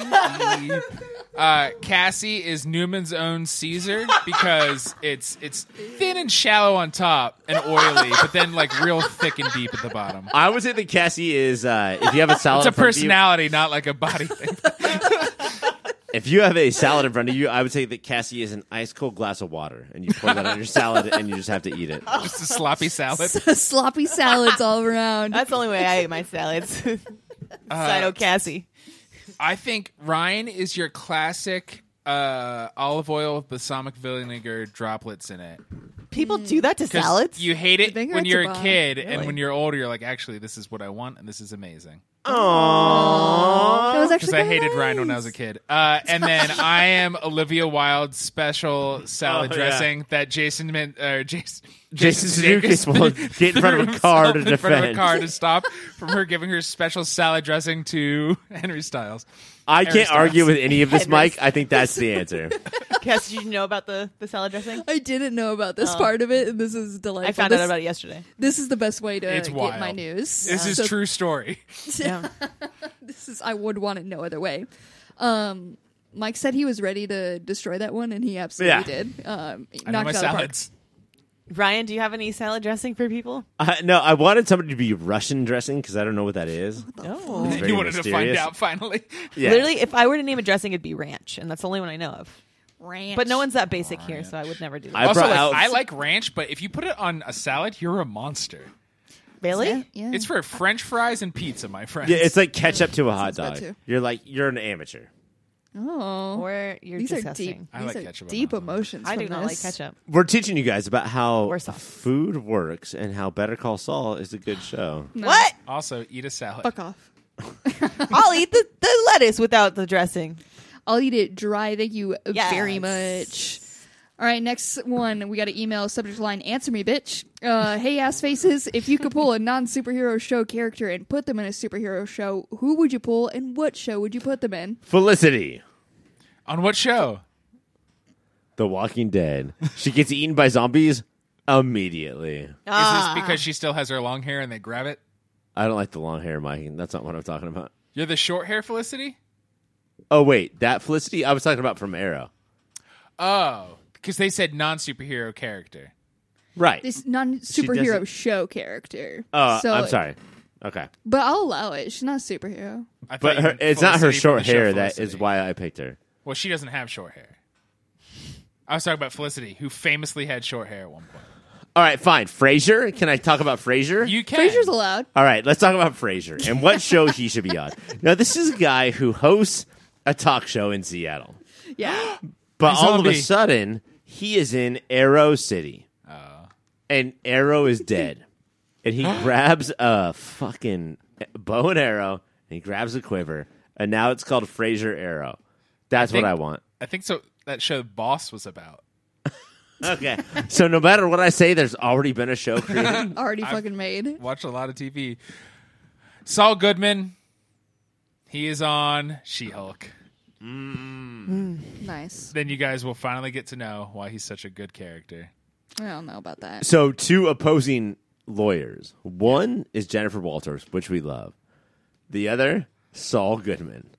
Speaker 3: Uh, Cassie is Newman's own Caesar because it's it's thin and shallow on top and oily, but then like real thick and deep at the bottom.
Speaker 2: I would say that Cassie is. Uh, if you have a salad,
Speaker 3: It's a
Speaker 2: in front of you-
Speaker 3: personality, not like a body thing.
Speaker 2: if you have a salad in front of you, I would say that Cassie is an ice cold glass of water, and you pour that on your salad, and you just have to eat it.
Speaker 3: Just a sloppy salad.
Speaker 1: sloppy salads all around
Speaker 4: That's the only way I eat my salads.
Speaker 3: Uh,
Speaker 4: Cyto Cassie.
Speaker 3: I think Ryan is your classic uh, olive oil with balsamic vinegar droplets in it.
Speaker 4: People do that to
Speaker 3: hmm, 'Cause
Speaker 4: salads.
Speaker 3: You hate it
Speaker 1: think
Speaker 3: when
Speaker 1: that's
Speaker 3: you're
Speaker 1: a
Speaker 3: a
Speaker 1: bomb.
Speaker 3: kid, and
Speaker 4: Really?
Speaker 3: when you're older, you're like, actually, this is what I want, and this is amazing.
Speaker 1: that was actually
Speaker 3: Because I
Speaker 1: kinda
Speaker 3: hated Ryan when I was a kid. Uh, and then I am Olivia Wilde's special salad
Speaker 2: Oh, yeah.
Speaker 3: dressing that Jason meant, uh, Jason,
Speaker 2: Jason
Speaker 3: Sudeikis
Speaker 2: Sudeikis will get in front of a
Speaker 3: threw
Speaker 2: car
Speaker 3: himself
Speaker 2: to
Speaker 3: in front of a
Speaker 2: defend.
Speaker 3: car to stop from her giving her special salad dressing to Henry Styles.
Speaker 2: I can't
Speaker 3: Aristotle.
Speaker 2: argue with any of this, Mike. I think that's the answer.
Speaker 4: Cassie, did you know about the, the salad dressing?
Speaker 1: I didn't know about this part of it, and this is delightful.
Speaker 4: Oh. I found
Speaker 1: this,
Speaker 4: out about it yesterday.
Speaker 1: This is the best way to
Speaker 3: It's
Speaker 1: get
Speaker 3: wild.
Speaker 1: my news.
Speaker 3: This is
Speaker 1: So
Speaker 3: true story.
Speaker 4: Yeah.
Speaker 1: this is I would want it no other way. Um, Mike said he was ready to destroy that one, and he absolutely
Speaker 2: Yeah.
Speaker 1: did. Um, he
Speaker 3: I know
Speaker 1: knocked
Speaker 3: my
Speaker 1: it out of the park.
Speaker 3: salads.
Speaker 4: Ryan, do you have any salad dressing for people?
Speaker 2: Uh, no, I wanted somebody to be Russian dressing because I don't know what that is.
Speaker 4: No.
Speaker 2: Very
Speaker 3: you wanted to find
Speaker 2: mysterious.
Speaker 3: out finally.
Speaker 2: Yeah.
Speaker 4: Literally, if I were to name a dressing, it'd be ranch, and that's the only one I know of.
Speaker 1: Ranch.
Speaker 4: But no one's that basic here, so I would never do that.
Speaker 2: I
Speaker 3: also,
Speaker 2: brought
Speaker 3: like,
Speaker 2: out.
Speaker 3: I like ranch, but if you put it on a salad, you're a monster.
Speaker 4: really?
Speaker 1: Yeah.
Speaker 3: It's for French fries and pizza, my friend.
Speaker 2: Yeah, it's like ketchup to a hot
Speaker 1: bad
Speaker 2: dog.
Speaker 1: too.
Speaker 2: You're like you're an amateur.
Speaker 1: oh,
Speaker 4: Or you're
Speaker 1: these are
Speaker 4: disgusting.
Speaker 1: deep.
Speaker 3: I
Speaker 1: these
Speaker 3: like
Speaker 1: are
Speaker 3: ketchup on
Speaker 1: deep
Speaker 3: my own.
Speaker 1: emotions.
Speaker 4: I do
Speaker 1: from
Speaker 4: not like
Speaker 1: this.
Speaker 4: ketchup.
Speaker 2: We're teaching you guys about how
Speaker 4: Or sauce.
Speaker 2: food works and how Better Call Saul is a good show.
Speaker 1: No.
Speaker 4: What?
Speaker 3: Also, eat a salad.
Speaker 1: Fuck off.
Speaker 4: I'll eat the, the lettuce without the dressing.
Speaker 1: I'll eat it dry. Thank you very
Speaker 4: Yes.
Speaker 1: much. All right, next one. We got an email subject line Answer me, bitch. Uh, hey, ass faces. If you could pull a non superhero show character and put them in a superhero show, who would you pull and what show would you put them in?
Speaker 2: Felicity,
Speaker 3: On what show?
Speaker 2: The Walking Dead. She gets eaten by zombies immediately.
Speaker 3: Is this because she still has her long hair and they grab it?
Speaker 2: I don't like the long hair, Mike. and That's not what I'm talking about.
Speaker 3: You're the short hair Felicity?
Speaker 2: Oh wait, that Felicity I was talking about from Arrow.
Speaker 3: Oh, because they said non superhero character.
Speaker 2: Right.
Speaker 1: This non superhero
Speaker 2: doesn't-
Speaker 1: show character.
Speaker 2: Uh,
Speaker 1: So-
Speaker 2: I'm sorry. Okay,
Speaker 1: But I'll allow it. She's not a superhero.
Speaker 3: I thought
Speaker 2: but
Speaker 3: you
Speaker 2: her,
Speaker 3: meant
Speaker 2: it's not her
Speaker 3: Felicity from
Speaker 2: short
Speaker 3: the show
Speaker 2: hair that
Speaker 3: Felicity.
Speaker 2: is why I picked her.
Speaker 3: Well, she doesn't have short hair. I was talking about Felicity, who famously had short hair at one point.
Speaker 2: All right, fine. Frasier. Can I talk about Frasier?
Speaker 3: You can.
Speaker 1: Frasier's allowed.
Speaker 2: All right, let's talk about Frasier and what show he should be on. Now, this is a guy who hosts a talk show in Seattle,
Speaker 1: Yeah.
Speaker 2: but
Speaker 3: A
Speaker 2: all of a
Speaker 3: zombie.
Speaker 2: sudden he is in Arrow City,
Speaker 3: Oh.
Speaker 2: and Arrow is dead, and he grabs a fucking bow and arrow, and he grabs a quiver, and now it's called Frasier Arrow. That's
Speaker 3: think-
Speaker 2: what I want.
Speaker 3: I think so. That show Boss was about.
Speaker 2: Okay. so no matter what I say, there's already been a show created.
Speaker 1: Already fucking made.
Speaker 3: Watch a lot of TV. Saul Goodman. He is on She Hulk.
Speaker 1: Nice.
Speaker 3: Then you guys will finally get to know why he's such a good character.
Speaker 1: I don't know about that.
Speaker 2: so two opposing lawyers. One is Jennifer Walters, which we love. The other, Saul Goodman.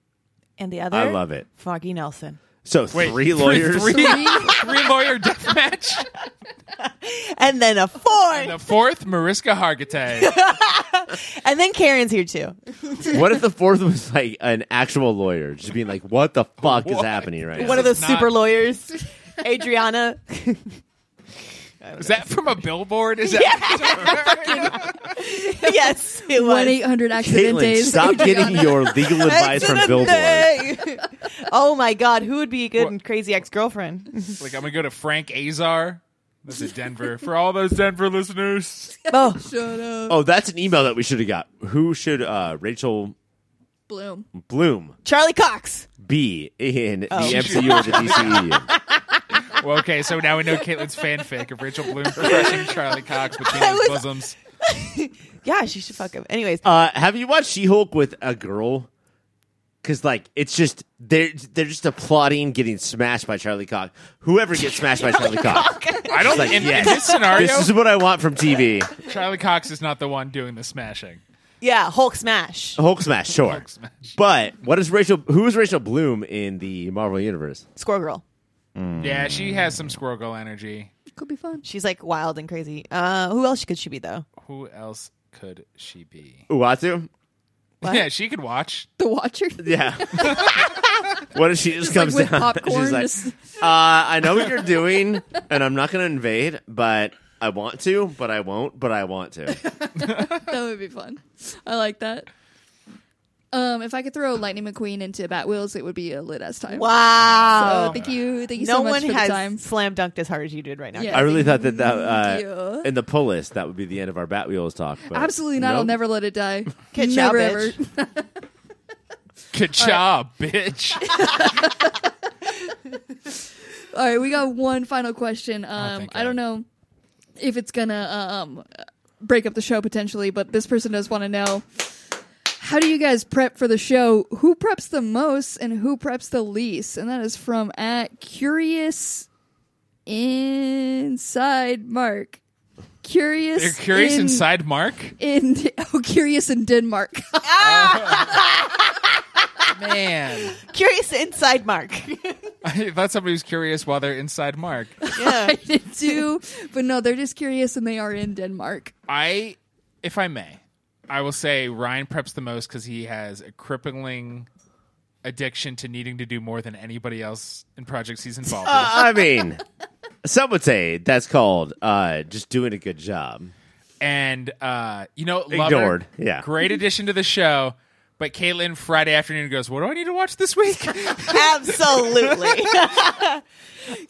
Speaker 4: And the other,
Speaker 2: I love it.
Speaker 4: Foggy Nelson.
Speaker 2: So three lawyers.
Speaker 3: Three, three lawyer death match.
Speaker 4: And then a fourth.
Speaker 3: The fourth, Mariska Hargitay.
Speaker 4: And then Karen's here too.
Speaker 2: What if the fourth was like an actual lawyer, just being like, "What the fuck is
Speaker 3: What?
Speaker 2: happening right
Speaker 4: One
Speaker 2: now?"
Speaker 4: of those
Speaker 3: It's not-
Speaker 4: super lawyers, Adriana.
Speaker 3: Is that from a billboard? Is that
Speaker 4: yes, it was.
Speaker 1: One eight hundred accident
Speaker 2: Caitlin,
Speaker 1: days.
Speaker 2: stop getting your legal advice from Billboard.
Speaker 4: Billboard. oh my God, who would be a good
Speaker 3: What?
Speaker 4: and crazy ex girlfriend?
Speaker 3: like I'm gonna go to Frank Azar? This is Denver. For all those Denver listeners.
Speaker 4: oh,
Speaker 1: Shut up.
Speaker 2: Oh, that's an email that we should have got. Who should uh, Rachel
Speaker 1: Bloom.
Speaker 2: Bloom
Speaker 4: Charlie Cox.
Speaker 2: be in
Speaker 4: Oh.
Speaker 2: the MCU or the E? DCU?
Speaker 3: Well, okay, so now we know Caitlin's fanfic of Rachel Bloom crushing Charlie Cox between his
Speaker 4: was-
Speaker 3: bosoms.
Speaker 4: Yeah, she should fuck him. Anyways,
Speaker 2: uh, have you watched She-Hulk with a girl? Because like it's just they're they're just applauding getting smashed by Charlie Cox. Whoever gets smashed by Charlie Cox,
Speaker 3: I don't.
Speaker 2: like,
Speaker 3: in, in
Speaker 2: yes.
Speaker 3: this scenario,
Speaker 2: this is what I want from TV.
Speaker 3: Charlie Cox is not the one doing the smashing.
Speaker 4: yeah, Hulk smash.
Speaker 2: Hulk smash, sure.
Speaker 3: smash.
Speaker 2: But what is Rachel? Who is Rachel Bloom in the Marvel universe?
Speaker 4: Squirrel Girl.
Speaker 3: Yeah, she has some Squirrel Girl energy.
Speaker 1: Could be fun.
Speaker 4: She's like wild and crazy. Uh, who else could she be though?
Speaker 3: Who else could she be?
Speaker 2: Uatu?
Speaker 4: What?
Speaker 3: Yeah, she could watch.
Speaker 1: The Watcher.
Speaker 2: Yeah. what if she just,
Speaker 1: Just, like,
Speaker 2: comes
Speaker 1: with
Speaker 2: down?
Speaker 1: popcorn,
Speaker 2: She's like,
Speaker 1: just-
Speaker 2: uh, I know what you're doing, and I'm not going to invade, but I want to, but I won't, but I want to.
Speaker 1: that would be fun. I like that. Um, if I could throw Lightning McQueen into Bat Wheels, it would be a lit ass time.
Speaker 4: Wow.
Speaker 1: So thank you, thank you
Speaker 4: no
Speaker 1: so much
Speaker 4: one
Speaker 1: for the
Speaker 4: has
Speaker 1: time.
Speaker 4: slam dunked as hard as you did right now.
Speaker 1: Yeah.
Speaker 2: I really thought that, that
Speaker 1: Thank
Speaker 2: uh,
Speaker 1: you.
Speaker 2: in the pull list, that would be the end of our Bat Wheels talk. But
Speaker 1: Absolutely not. I'll
Speaker 2: nope.
Speaker 1: never let it die.
Speaker 4: Good job,
Speaker 1: never
Speaker 4: bitch.
Speaker 1: ever.
Speaker 3: Good job, bitch.
Speaker 1: All right, we got one final question. Um,
Speaker 3: Oh, thank
Speaker 1: I don't know if it's gonna um, break up the show potentially, but this person does want to know: How do you guys prep for the show? Who preps the most and who preps the least? And that is from at Curious Inside Mark. Curious.
Speaker 3: You're curious
Speaker 1: in-
Speaker 3: inside Mark?
Speaker 1: In oh, curious in Denmark.
Speaker 3: Man.
Speaker 4: Curious inside Mark.
Speaker 3: I thought somebody was curious while they're inside Mark.
Speaker 4: yeah.
Speaker 1: I did too, but no, they're just curious and they are in Denmark.
Speaker 3: I, if I may, I will say Ryan preps the most because he has a crippling addiction to needing to do more than anybody else in projects he's involved with.
Speaker 2: I mean, some would say that's called uh, just doing a good job.
Speaker 3: and uh, you know,
Speaker 2: Ignored.
Speaker 3: Ignored.
Speaker 2: Yeah.
Speaker 3: great addition to the show. But Caitlin Friday afternoon goes, "What do I need to watch this week?"
Speaker 4: Absolutely.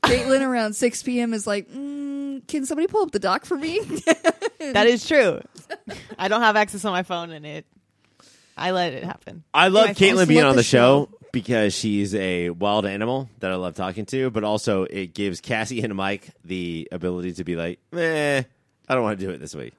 Speaker 1: Caitlin around 6 p.m. is like, mm, can somebody pull up the doc for me?
Speaker 4: that is true. I don't have access on my phone and it I let it happen.
Speaker 2: I love
Speaker 4: My
Speaker 2: Caitlin
Speaker 4: fault.
Speaker 2: being
Speaker 1: Love
Speaker 2: on
Speaker 1: the
Speaker 2: the show because she's a wild animal that I love talking to, but also it gives Cassie and Mike the ability to be like, eh, I don't want to do it this week.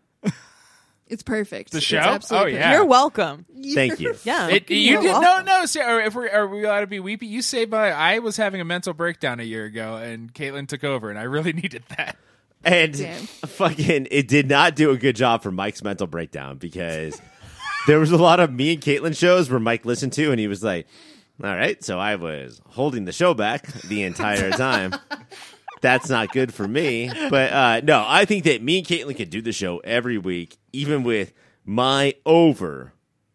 Speaker 1: it's perfect.
Speaker 3: The
Speaker 1: It's
Speaker 3: show?
Speaker 1: absolutely
Speaker 3: Oh,
Speaker 1: perfect.
Speaker 3: yeah.
Speaker 4: You're welcome.
Speaker 2: Thank you.
Speaker 4: Yeah.
Speaker 3: It- you
Speaker 4: You're
Speaker 3: did
Speaker 4: welcome.
Speaker 3: no, no. See, or if we are we allowed to be weepy? You say, "My I was having a mental breakdown a year ago, and Caitlin took over, and I really needed that."
Speaker 2: And
Speaker 1: Damn.
Speaker 2: fucking, it did not do a good job for Mike's mental breakdown because there was a lot of me and Caitlin shows where Mike listened to and he was like, all right, so I was holding the show back the entire time. That's not good for me. But uh, no, I think that me and Caitlin could do the show every week, even with my over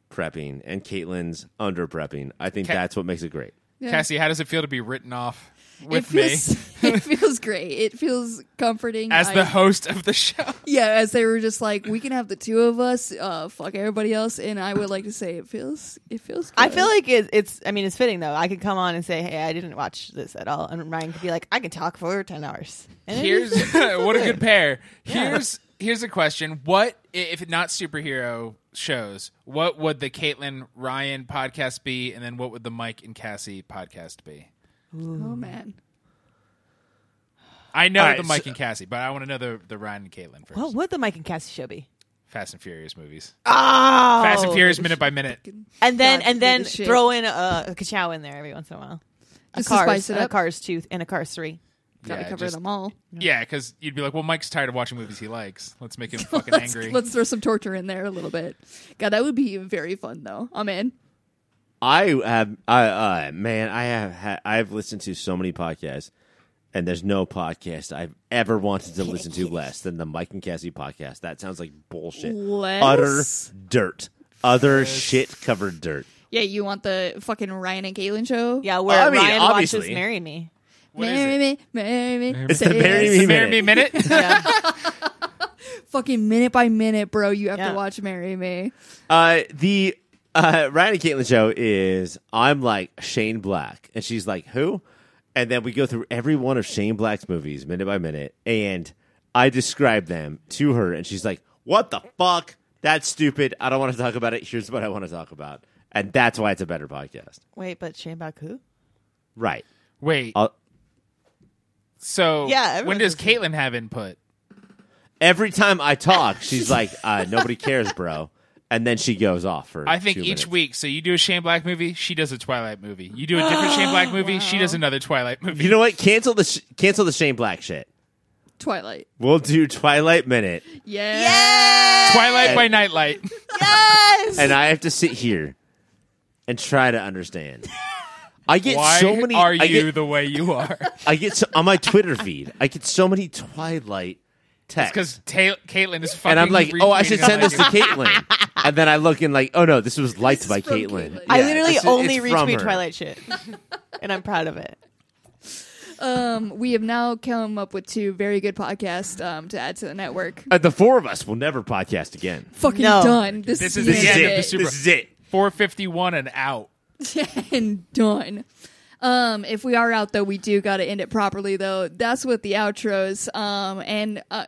Speaker 2: prepping and Caitlin's under prepping. I think
Speaker 3: Ca-
Speaker 2: that's what makes it great.
Speaker 1: Yeah.
Speaker 3: Cassie, how does it feel to be written off
Speaker 1: It
Speaker 3: with me
Speaker 1: feels, it feels great. It feels comforting.
Speaker 3: as
Speaker 1: I-
Speaker 3: the host of the show?
Speaker 1: yeah, as they were just like, we can have the two of us, uh, fuck everybody else, and I would like to say it feels, it feels. Good.
Speaker 4: I feel like it, it's. I mean, it's fitting though. I could come on and say, "Hey, I didn't watch this at all," and Ryan could be like, "I can talk for ten hours." And it
Speaker 3: Here's
Speaker 4: is-
Speaker 3: what a good pair. Here's here's a question: What i- if not superhero shows? What would the Caitlin Ryan podcast be, and then what would the Mike and Cassie podcast be?
Speaker 1: oh man,
Speaker 3: I know
Speaker 2: All right,
Speaker 3: the Mike
Speaker 2: so-
Speaker 3: and Cassie, but I want to know the, the Ryan and Caitlin first.
Speaker 4: What would the Mike and Cassie show be?
Speaker 3: Fast and Furious movies.
Speaker 4: Oh,
Speaker 3: Fast and Furious minute by minute.
Speaker 4: and then
Speaker 1: God,
Speaker 4: and then
Speaker 1: this shit.
Speaker 4: throw in a, a kachow in there every once in a while. A
Speaker 1: Just to
Speaker 4: cars,
Speaker 1: spice it
Speaker 4: a
Speaker 1: up.
Speaker 4: cars two, and a cars three.
Speaker 1: Gotta
Speaker 3: Yeah,
Speaker 1: cover
Speaker 3: just-
Speaker 1: them all.
Speaker 3: Yeah, because you'd be like, well, Mike's tired of watching movies he likes. Let's make him fucking
Speaker 1: Let's,
Speaker 3: angry.
Speaker 1: let's throw some torture in there a little bit. God, that would be very fun though. I'm in.
Speaker 2: I have, I, uh, man, I have, ha- I've listened to so many podcasts, and there's no podcast I've ever wanted to listen to less than the Mike and Cassie podcast. That sounds like bullshit,
Speaker 1: Less?
Speaker 2: utter dirt, other shit covered dirt.
Speaker 1: Yeah, you want the fucking Ryan and Caitlin show?
Speaker 4: Yeah, where
Speaker 2: I mean,
Speaker 4: Ryan
Speaker 2: obviously.
Speaker 4: watches "Marry Me."
Speaker 3: What is
Speaker 1: marry
Speaker 3: it?
Speaker 1: me, marry me.
Speaker 2: It's the
Speaker 1: say
Speaker 2: Marry
Speaker 1: yes.
Speaker 2: Me
Speaker 3: Marry me minute.
Speaker 4: Yeah.
Speaker 1: Fucking minute by minute, bro. You have
Speaker 4: Yeah.
Speaker 1: to watch Marry Me.
Speaker 2: Uh, the uh, Ryan and Caitlin show is I'm like Shane Black, and she's like who, and then we go through every one of Shane Black's movies minute by minute, and I describe them to her, and she's like, "What the fuck? That's stupid. I don't want to talk about it. Here's what I want to talk about," and that's why it's a better podcast,
Speaker 4: Wait, but Shane Black who?
Speaker 2: right?
Speaker 3: Wait.
Speaker 2: I'll-
Speaker 3: so
Speaker 4: Yeah,
Speaker 3: when
Speaker 4: everyone
Speaker 3: does
Speaker 4: does
Speaker 3: Caitlin have input?
Speaker 2: Every time I talk, she's like, uh, "Nobody cares, bro," and then she goes off for.
Speaker 3: I think
Speaker 2: two
Speaker 3: each
Speaker 2: minutes.
Speaker 3: week. So you do a Shane Black movie, she does a Twilight movie. You do a different Shane Black movie, she does another Twilight movie.
Speaker 2: You know what? Cancel the sh- cancel the Shane Black shit.
Speaker 1: Twilight.
Speaker 2: We'll do Twilight Minute.
Speaker 1: Yeah.
Speaker 4: Yes,
Speaker 3: Twilight by Nightlight.
Speaker 4: yes.
Speaker 2: and I have to sit here and try to understand. I get
Speaker 3: Why
Speaker 2: so many.
Speaker 3: are
Speaker 2: I
Speaker 3: you
Speaker 2: Get,
Speaker 3: the way you are?
Speaker 2: I get so, on my Twitter feed. I get so many Twilight texts,
Speaker 3: Because Ta- Caitlin is fucking.
Speaker 2: and I'm like, oh, I should
Speaker 3: retweeting
Speaker 2: send
Speaker 3: all
Speaker 2: this to Caitlin. And then I look and like, oh no, this was liked
Speaker 1: is
Speaker 2: by
Speaker 1: from
Speaker 2: Caitlin.
Speaker 1: Caitlin.
Speaker 4: I
Speaker 2: Yeah,
Speaker 4: literally
Speaker 2: this is-
Speaker 4: only
Speaker 2: it's from
Speaker 4: retweet
Speaker 2: her.
Speaker 4: Twilight shit, and I'm proud of it.
Speaker 1: Um, we have now come up with two very good podcasts um, to add to the network.
Speaker 2: Uh, the four of us will never podcast again.
Speaker 1: Fucking
Speaker 4: No.
Speaker 1: done. This,
Speaker 3: This
Speaker 1: is
Speaker 3: is the
Speaker 1: end
Speaker 3: end of the
Speaker 1: of
Speaker 3: Super-
Speaker 2: This is it.
Speaker 3: 451 and out.
Speaker 1: it. and done. Um, if we are out though, we do got to end it properly though. That's with the outros. Um, and uh,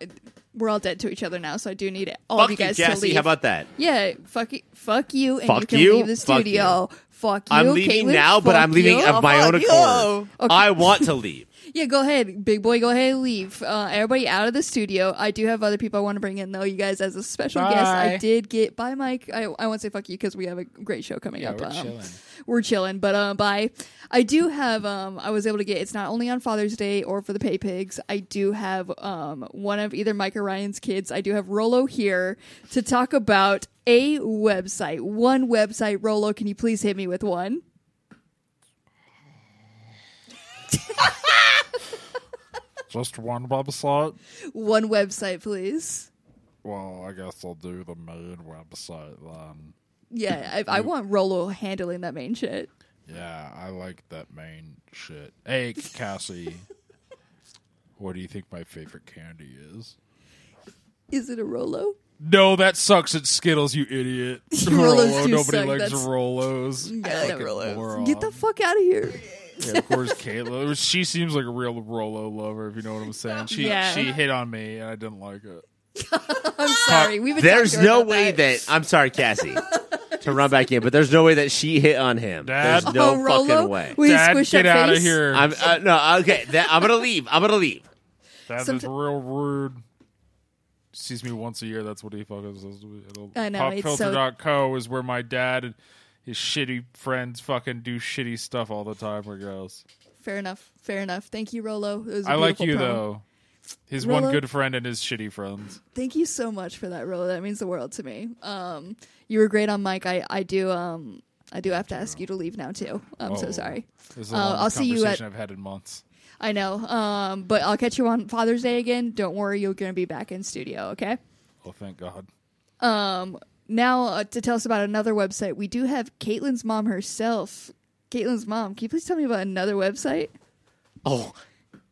Speaker 1: we're all dead to each other now, so I do need all
Speaker 2: Fuck
Speaker 1: of you guys
Speaker 2: Cassie.
Speaker 1: to leave.
Speaker 2: How about that?
Speaker 1: Yeah, fuck you, fuck you, and
Speaker 2: Fuck
Speaker 1: you can
Speaker 2: you,
Speaker 1: leave the
Speaker 2: fuck you.
Speaker 1: studio. Fuck you.
Speaker 2: I'm leaving
Speaker 1: Caitlin,
Speaker 2: now, but
Speaker 1: fuck
Speaker 2: I'm leaving
Speaker 1: you.
Speaker 2: of my
Speaker 4: Fuck
Speaker 2: own
Speaker 4: you.
Speaker 2: accord.
Speaker 1: Okay.
Speaker 2: I want to leave.
Speaker 1: Yeah, go ahead, big boy. Go ahead, and leave. Uh, everybody out of the studio. I do have other people I want to bring in though. You guys, as a special guest,
Speaker 3: Bye.
Speaker 1: I did get bye, Mike. I, I won't say fuck you because we have a great show coming
Speaker 3: Yeah,
Speaker 1: up.
Speaker 3: we're
Speaker 1: um,
Speaker 3: chilling.
Speaker 1: We're chilling, but um, bye. I do have um, I was able to get. It's not only on Father's Day or for the pay pigs. I do have um, one of either Mike or Ryan's kids. I do have Rolo here to talk about a website. One website, Rolo. Can you please hit me with one?
Speaker 3: Just one website.
Speaker 1: One website, pleys.
Speaker 3: Well, I guess I'll do the main website then.
Speaker 1: Yeah,
Speaker 2: Mm.
Speaker 1: I, I want Rolo handling that main shit.
Speaker 3: Yeah, I like that main shit. Hey, Cassie, what do you think my favorite candy is?
Speaker 1: Is it a Rolo?
Speaker 3: No, that sucks. It's Skittles, you idiot.
Speaker 1: Rolos do
Speaker 3: nobody
Speaker 1: suck,
Speaker 3: likes
Speaker 1: that's-
Speaker 3: Rolos.
Speaker 1: I like
Speaker 3: Fucking
Speaker 4: Rolos.
Speaker 3: moron.
Speaker 1: Get the fuck out of here.
Speaker 3: Yeah, of course, Kayla. She seems like a real Rolo lover, if you know what I'm saying. She
Speaker 1: Yeah.
Speaker 3: she hit on me, and I didn't like it.
Speaker 1: I'm sorry. We've been
Speaker 2: There's
Speaker 1: talking to her
Speaker 2: no
Speaker 1: about
Speaker 2: way that. I'm sorry, Cassie, to run back in, but there's no way that she hit on him.
Speaker 3: Dad?
Speaker 2: There's no
Speaker 1: oh, Rolo,
Speaker 2: fucking way.
Speaker 1: Will you
Speaker 3: Dad,
Speaker 1: squish
Speaker 3: get
Speaker 1: that
Speaker 3: out of
Speaker 1: face?
Speaker 3: here.
Speaker 2: I'm uh, no okay. That, I'm gonna leave. I'm gonna leave.
Speaker 3: That is
Speaker 1: Somet-
Speaker 3: real rude. Sees me once a year. That's what he fucking says to me. It'll-
Speaker 1: I know, it's so-
Speaker 3: Popfilter.co is where my dad and his shitty friends fucking do shitty stuff all the time, I guess.
Speaker 1: Fair enough. Fair enough. Thank you, Rolo. It was a
Speaker 3: I like you,
Speaker 1: beautiful poem.
Speaker 3: though. His one
Speaker 1: Rolo?
Speaker 3: good friend and his shitty friends.
Speaker 1: Thank you so much for that, Rolo. That means the world to me. Um, you were great on Mike. I, I do um I do have to ask you to leave now too. I'm
Speaker 3: Oh.
Speaker 1: so sorry.
Speaker 3: This is the
Speaker 1: Uh,
Speaker 3: longest
Speaker 1: I'll see you at-
Speaker 3: conversation I've had in months.
Speaker 1: I know. Um, but I'll catch you on Father's Day again. Don't worry, you're gonna be back in studio. Okay.
Speaker 3: Oh, thank God.
Speaker 1: now uh, to tell us about another website we do have caitlin's mom herself caitlin's mom can you please tell me about another website
Speaker 2: Oh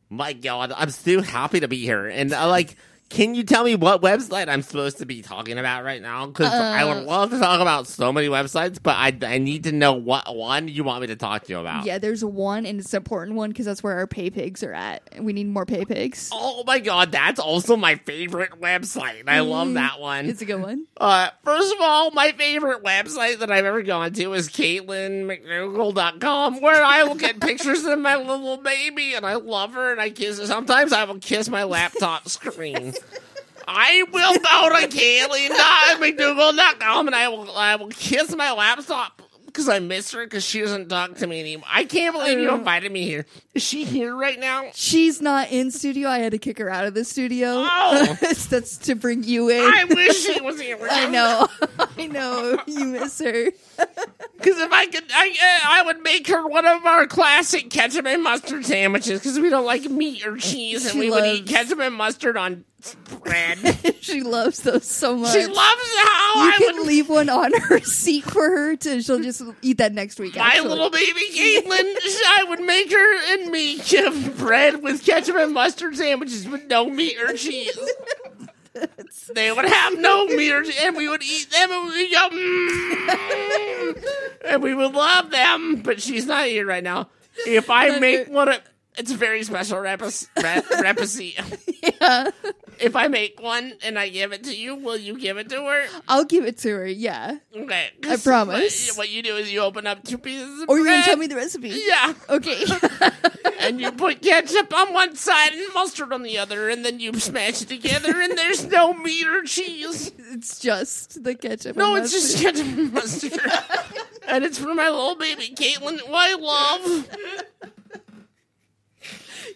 Speaker 2: my god, I'm still happy to be here, and I like Can you tell me what website I'm supposed to be talking about right now? Because I
Speaker 1: Uh,
Speaker 2: would love to talk about so many websites, but I, I need to know what one you want me to talk to you about.
Speaker 1: Yeah, there's one, and it's an important one because that's where our pay pigs are at. We need more pay pigs.
Speaker 2: Oh my god, that's also my favorite website. I love that one.
Speaker 1: Mm, It's a good one.
Speaker 2: Uh, first of all, my favorite website that I've ever gone to is CaitlinMcDougal.com, where I will get pictures of my little baby, and I love her, and I kiss her. Sometimes I will kiss my laptop screen. I will go to CaitlinMcDougal.com, and I will I will kiss my laptop because I miss her because she doesn't talk to me anymore. I can't believe
Speaker 1: Oh.
Speaker 2: you invited me here. Is she here right now?
Speaker 1: She's not in studio. I had to kick her out of the studio.
Speaker 2: Oh.
Speaker 1: that's to bring you in.
Speaker 2: I wish she was here.
Speaker 1: I know. I know. You miss her.
Speaker 2: Because if I could, I, uh, I would make her one of our classic ketchup and mustard sandwiches because we don't like meat or cheese and
Speaker 1: She
Speaker 2: we would eat
Speaker 1: loves-
Speaker 2: ketchup and mustard on bread. she
Speaker 1: she loves those so much.
Speaker 2: loves how
Speaker 1: you
Speaker 2: I
Speaker 1: can
Speaker 2: would.
Speaker 1: leave one on her seat for her to she'll just eat that next week.
Speaker 2: My
Speaker 1: actually.
Speaker 2: little baby Caitlin, I would make her and me give bread with ketchup and mustard sandwiches with no meat or cheese. they would have no meat or cheese, and we would eat them and we would go, "Mm." and we would love them, but she's not here right now. If I make one of it's a very special repis, rep, repicy. If I make one and I give it to you, will you give it to her?
Speaker 1: I'll give it to her. Yeah.
Speaker 2: Okay.
Speaker 1: I promise.
Speaker 2: What, what you do is you open up two pieces of
Speaker 1: Or you
Speaker 2: bread.
Speaker 1: can tell me the recipe.
Speaker 2: Yeah.
Speaker 1: Okay.
Speaker 2: And you put ketchup on one side and mustard on the other, and then you smash it together, and there's no meat or cheese.
Speaker 1: it's just the ketchup.
Speaker 2: No,
Speaker 1: and
Speaker 2: it's just
Speaker 1: mustard.
Speaker 2: ketchup and mustard. and it's for my little baby, Caitlin, who I love.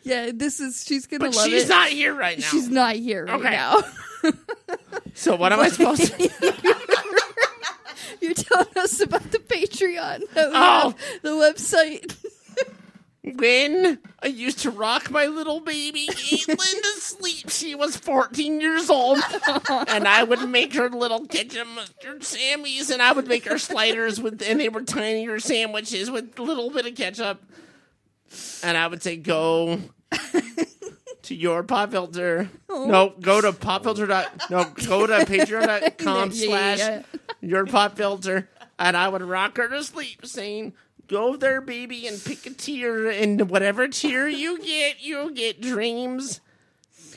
Speaker 1: yeah. This is she's gonna
Speaker 2: But
Speaker 1: love
Speaker 2: she's
Speaker 1: it.
Speaker 2: not here right now.
Speaker 1: She's not here right
Speaker 2: Okay.
Speaker 1: now.
Speaker 2: so what am I supposed to
Speaker 1: You're telling us about the Patreon. that we
Speaker 2: Oh.
Speaker 1: have, the website.
Speaker 2: When I used to rock my little baby Caitlin to sleep, she was 14 years old, and I would make her little ketchup mustard sammies, and I would make her sliders with, and they were tinier sandwiches with a little bit of ketchup, and I would say go to your pop filter.
Speaker 1: Oh.
Speaker 2: No, go to pop filter. dot- No, go to patreon.com
Speaker 1: Yeah, yeah,
Speaker 2: Um, slash
Speaker 1: yeah.
Speaker 2: your pop filter, and I would rock her to sleep, saying, "Go there, baby, and pick a tear, and whatever tear you get, you get dreams,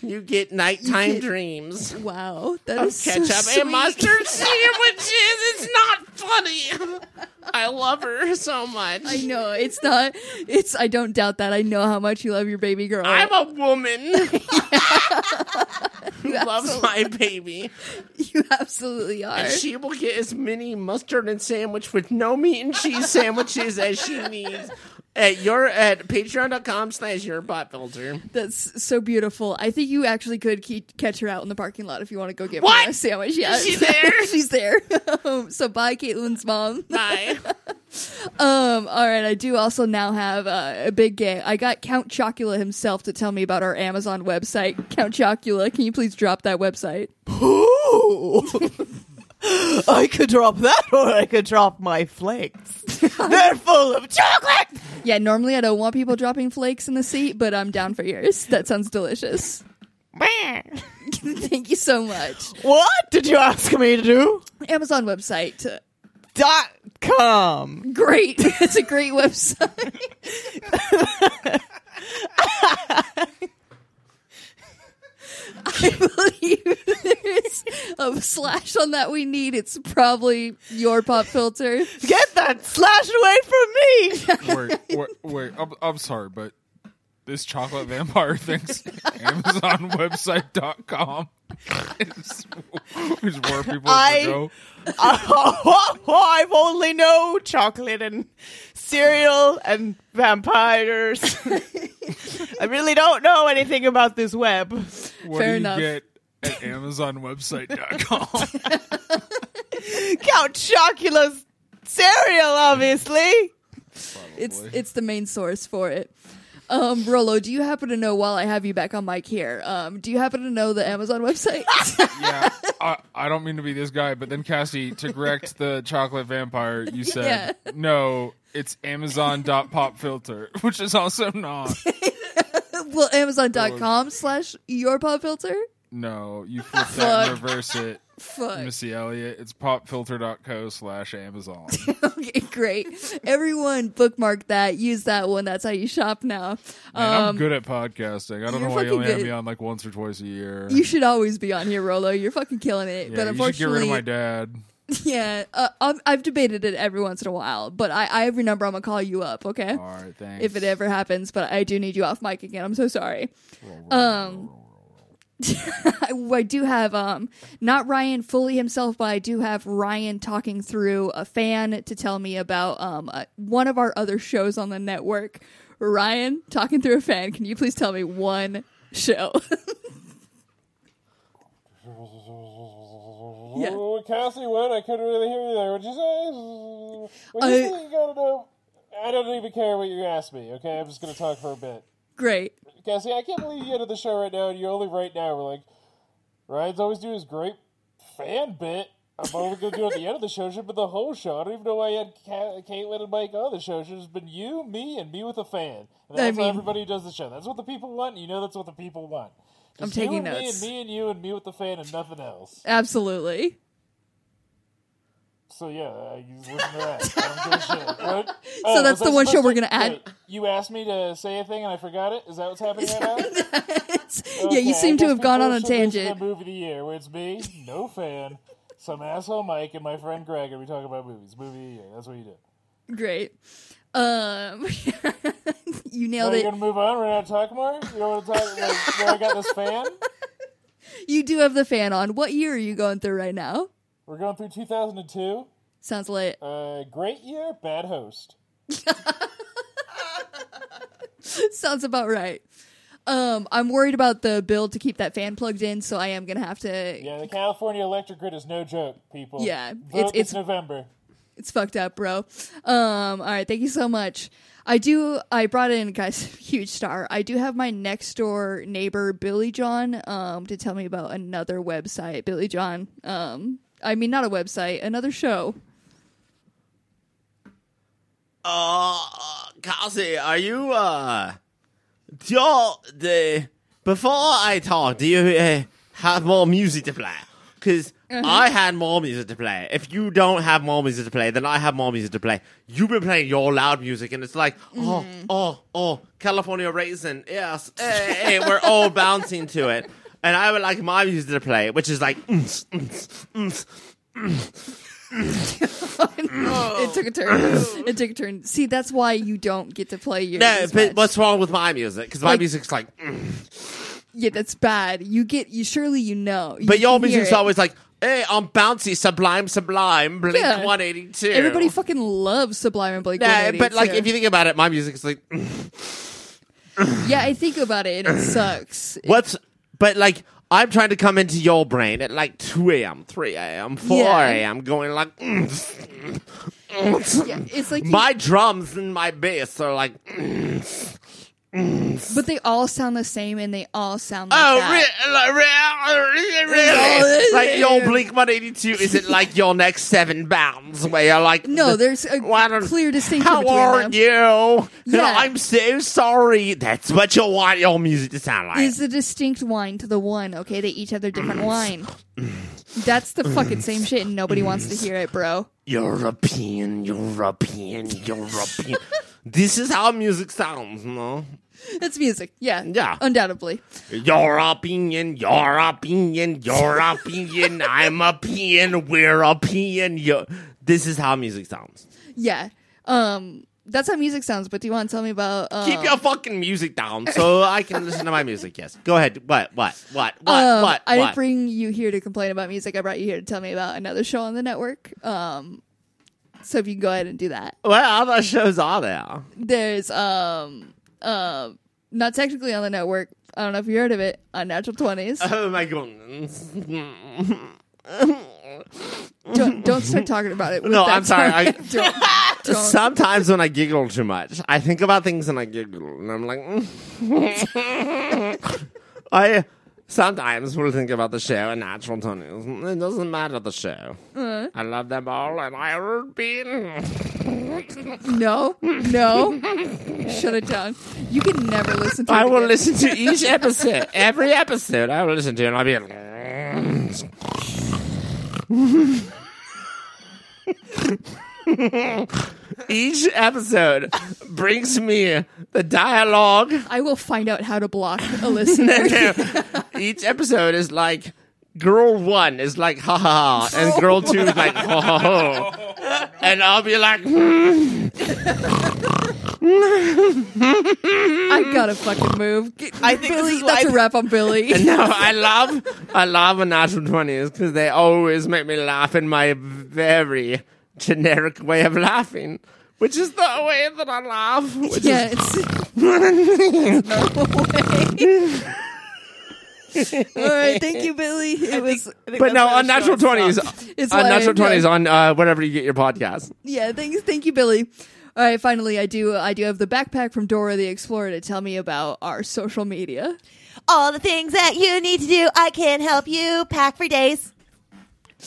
Speaker 2: you get nighttime
Speaker 1: get-
Speaker 2: dreams."
Speaker 1: Wow, that
Speaker 2: Of
Speaker 1: is so
Speaker 2: ketchup
Speaker 1: sweet.
Speaker 2: and mustard sandwiches. It's not funny. I love her so much.
Speaker 1: I know it's not. It's. I don't doubt that. I know how much you love your baby girl.
Speaker 2: I'm a woman who loves my baby.
Speaker 1: you absolutely are.
Speaker 2: And she will get as many mustard and sandwich with no meat and cheese sandwiches as she needs at your at patreon.com slash your bot filter.
Speaker 1: That's so beautiful. I think you actually could ke- catch her out in the parking lot if you want to go get
Speaker 2: What?
Speaker 1: her a sandwich. Yeah,
Speaker 2: she there?
Speaker 1: She's there. Um, so bye, Caitlin's mom.
Speaker 2: Bye.
Speaker 1: Um, all right, I do also now have uh, a big game. I got Count Chocula himself to tell me about our Amazon website. Count Chocula, can you please drop that website?
Speaker 4: I could drop that or I could drop my flakes. They're full of chocolate.
Speaker 1: Yeah, normally I don't want people dropping flakes in the seat, but I'm down for yours. That sounds delicious. Thank you so much.
Speaker 4: What did you ask me to do?
Speaker 1: Amazon website. uh,
Speaker 4: Dot com.
Speaker 1: Great. It's a great website. I believe there's a slash on that we need. It's probably your pop filter.
Speaker 4: Get that slash away from me.
Speaker 3: Wait, wait, wait, I'm, I'm sorry, but this chocolate vampire thinks AmazonWebsite.com is, is where people
Speaker 4: I-
Speaker 3: go.
Speaker 4: Oh, I've only know chocolate and cereal and vampires. I really don't know anything about this web.
Speaker 3: What
Speaker 1: Fair
Speaker 3: do you
Speaker 1: enough.
Speaker 3: get at AmazonWebsite.com?
Speaker 4: Count Chocula's cereal, obviously.
Speaker 1: It's it's the main source for it. Um, Rolo, do you happen to know while I have you back on mic here? Um, do you happen to know the Amazon website?
Speaker 3: yeah, I, I don't mean to be this guy, but then Cassie, to correct the chocolate vampire, you said
Speaker 1: Yeah.
Speaker 3: no. It's Amazon.popfilter, which is also not.
Speaker 1: well, Amazon.com slash your pop filter.
Speaker 3: No, you flip that and reverse it.
Speaker 1: Fuck.
Speaker 3: Missy Elliott. It's popfilter.co slash Amazon.
Speaker 1: Okay, great. Everyone bookmark that. Use that one. That's how you shop now.
Speaker 3: Man, I'm
Speaker 1: Um,
Speaker 3: good at podcasting. I don't know
Speaker 1: you're
Speaker 3: why you
Speaker 1: fucking
Speaker 3: only have
Speaker 1: good.
Speaker 3: me on like once or twice a year.
Speaker 1: you should always be on here, Rolo. You're fucking killing it.
Speaker 3: yeah,
Speaker 1: but
Speaker 3: you should get
Speaker 1: unfortunately,
Speaker 3: rid of my dad.
Speaker 1: yeah, uh, I've, I've debated it every once in a while. But I, I have your number. I'm gonna call you up, okay?
Speaker 3: All right, thanks.
Speaker 1: if it ever happens. But I do need you off mic again. I'm so sorry. Um, I, I do have um not Ryan fully himself, but I do have Ryan talking through a fan to tell me about um uh, one of our other shows on the network. Ryan talking through a fan. Can you please tell me one show? yeah.
Speaker 5: Well, Cassie went. I couldn't really hear you there. What'd you say? What
Speaker 1: I-
Speaker 5: you think you gotta know? I don't even care what you asked me. Okay, I'm just gonna talk for a bit.
Speaker 1: Great.
Speaker 5: Cassie, I can't believe you ended the show right now, and you only right now were like, Ryan's always doing his great fan bit. I'm only gonna do it at the end of the show, but the whole show. I don't even know why you had Ca- Caitlin and Mike on the show. It's just been you, me, and me with a fan. And that's
Speaker 1: I
Speaker 5: how
Speaker 1: mean-
Speaker 5: everybody who does the show. That's what the people want. and You know, that's what the people want.
Speaker 1: I'm
Speaker 5: Just you
Speaker 1: taking
Speaker 5: and
Speaker 1: notes.
Speaker 5: Me and me and you and me with the fan and nothing else.
Speaker 1: Absolutely.
Speaker 5: So yeah, uh, you listen to that. I don't give a shit. Oh, What?
Speaker 1: So that's
Speaker 5: was I
Speaker 1: the one show
Speaker 5: supposed
Speaker 1: we're
Speaker 5: to-
Speaker 1: gonna add?
Speaker 5: wait, you asked me to say a thing and I forgot it. Is that what's happening right now?
Speaker 1: yeah,
Speaker 5: Okay,
Speaker 1: you
Speaker 5: I
Speaker 1: seem to
Speaker 5: guess
Speaker 1: have gone
Speaker 5: people
Speaker 1: on a
Speaker 5: should listen to
Speaker 1: tangent.
Speaker 5: Movie of the year, where it's me, no fan, some asshole Mike, and my friend Greg, and we talk about movies. Movie of the year. That's what you do.
Speaker 1: Oh, Great. Um, you
Speaker 5: Are
Speaker 1: nailed
Speaker 5: you
Speaker 1: it.
Speaker 5: gonna move on? We're not gonna talk more. You don't want to talk? Like, where I got this fan.
Speaker 1: You do have the fan on. What year are you going through right now?
Speaker 5: We're going through 2002.
Speaker 1: Sounds lit.
Speaker 5: Uh, great year, bad host.
Speaker 1: Sounds about right. Um, I'm worried about the bill to keep that fan plugged in, so I am gonna have to.
Speaker 5: Yeah, the California electric grid is no joke, people.
Speaker 1: Yeah,
Speaker 5: Vote
Speaker 1: it's- it's-
Speaker 5: this November.
Speaker 1: It's fucked up, bro. Um, all right, thank you so much. I do. I brought in guys, huge star. I do have my next door neighbor Billy John um, to tell me about another website. Billy John. Um, I mean, not a website, another show.
Speaker 2: Uh, Kazi, are you, uh, do y'all, the, before I talk, do you uh, have more music to play? Because I had more music to play. If you don't have more music to play, then I have more music to play. You've been playing your loud music, and it's like, oh, oh, oh, California Raisin, yes, hey, hey, we're all bouncing to it. And I would like my music to play, which is like, mm, mm, mm, Oh.
Speaker 1: It took a turn. it took a turn. See, that's why you don't get to play your.
Speaker 2: no, but what's wrong with my music? Because my
Speaker 1: Like-
Speaker 2: music's like, mm.
Speaker 1: Yeah, that's bad. You get you surely you know. You
Speaker 2: But your
Speaker 1: can hear
Speaker 2: music's
Speaker 1: it.
Speaker 2: always like, hey, I'm bouncy, sublime, sublime, Blink
Speaker 1: Yeah.
Speaker 2: 182.
Speaker 1: everybody fucking loves Sublime and Blake.
Speaker 2: yeah,
Speaker 1: 182.
Speaker 2: but like if you think about it, my music's like
Speaker 1: yeah, I think about it and it sucks.
Speaker 2: what's but like I'm trying to come into your brain at like two AM, three AM, four
Speaker 1: Yeah.
Speaker 2: AM, going like
Speaker 1: Yeah, it's like you-
Speaker 2: my drums and my bass are like
Speaker 1: but they all sound the same and they all sound like
Speaker 2: Oh,
Speaker 1: that.
Speaker 2: re- like, re- re- really? Like your Blink 182 isn't like your next seven bounds where you're like,
Speaker 1: No, there's a
Speaker 2: Why don't-
Speaker 1: clear distinction
Speaker 2: How
Speaker 1: between
Speaker 2: are
Speaker 1: them.
Speaker 2: you? You know,
Speaker 1: Yeah.
Speaker 2: I'm so sorry. That's what you want your music to sound like.
Speaker 1: Is a distinct wine to the one, okay? They each have their different
Speaker 2: Mm.
Speaker 1: wine. That's the fucking same shit and nobody wants
Speaker 2: Mm.
Speaker 1: to hear it, bro.
Speaker 2: European, European, European. this is how music sounds, no?
Speaker 1: That's music. Yeah.
Speaker 2: Yeah.
Speaker 1: Undoubtedly.
Speaker 2: European, European, European. I'm a peon, we're a peon. Yo- This is how music sounds.
Speaker 1: Yeah. Um that's how music sounds, but do you want to tell me about um,
Speaker 2: Keep your fucking music down so I can listen to my music. Yes. Go ahead. What? What? What? What?
Speaker 1: Um,
Speaker 2: what?
Speaker 1: I
Speaker 2: what?
Speaker 1: didn't bring you here to complain about music. I brought you here to tell me about another show on the network. Um, so if you can go ahead and do that,
Speaker 2: what other shows are there?
Speaker 1: there's um, um, not technically on the network. I don't know if you heard of it. Unnatural Twenties.
Speaker 2: Oh my goodness.
Speaker 1: don't don't start talking about it. with
Speaker 2: No,
Speaker 1: that
Speaker 2: I'm sorry.
Speaker 1: tone.
Speaker 2: I-
Speaker 1: don't, don't.
Speaker 2: Sometimes when I giggle too much, I think about things and I giggle, and I'm like, "Mm." I sometimes will think about the show and natural tunnels. It doesn't matter the show. I love them all, and I will be.
Speaker 1: No, no. Shut it down. You can never listen to it.
Speaker 6: I will
Speaker 1: again.
Speaker 6: listen to each episode, every episode. I will listen to it. And I'll be like, each episode brings me the dialogue.
Speaker 1: I will find out how to block a listener.
Speaker 6: Each episode is like. Girl one is like ha ha, ha, and girl two is like ho ho ho, and I'll be like, hmm.
Speaker 1: I gotta fucking move. Get-
Speaker 4: I think
Speaker 1: Billy,
Speaker 4: this is why
Speaker 1: that's a
Speaker 4: I-
Speaker 1: wrap on Billy.
Speaker 6: No, I love I love a natural twenties because they always make me laugh in my very generic way of laughing, which is the way that I laugh. Which
Speaker 1: yeah, it's
Speaker 4: All right, thank you, Billy. It was,
Speaker 6: is, but no, on natural twenties,
Speaker 1: It's
Speaker 6: on
Speaker 1: lame,
Speaker 6: natural
Speaker 1: yeah.
Speaker 6: twenties, on uh, wherever you get your podcast.
Speaker 1: yeah. Thanks, thank you, Billy. All right, finally, I do. I do have the backpack from Dora the Explorer to tell me about our social media.
Speaker 4: all the things that you need to do. I can help you pack for days.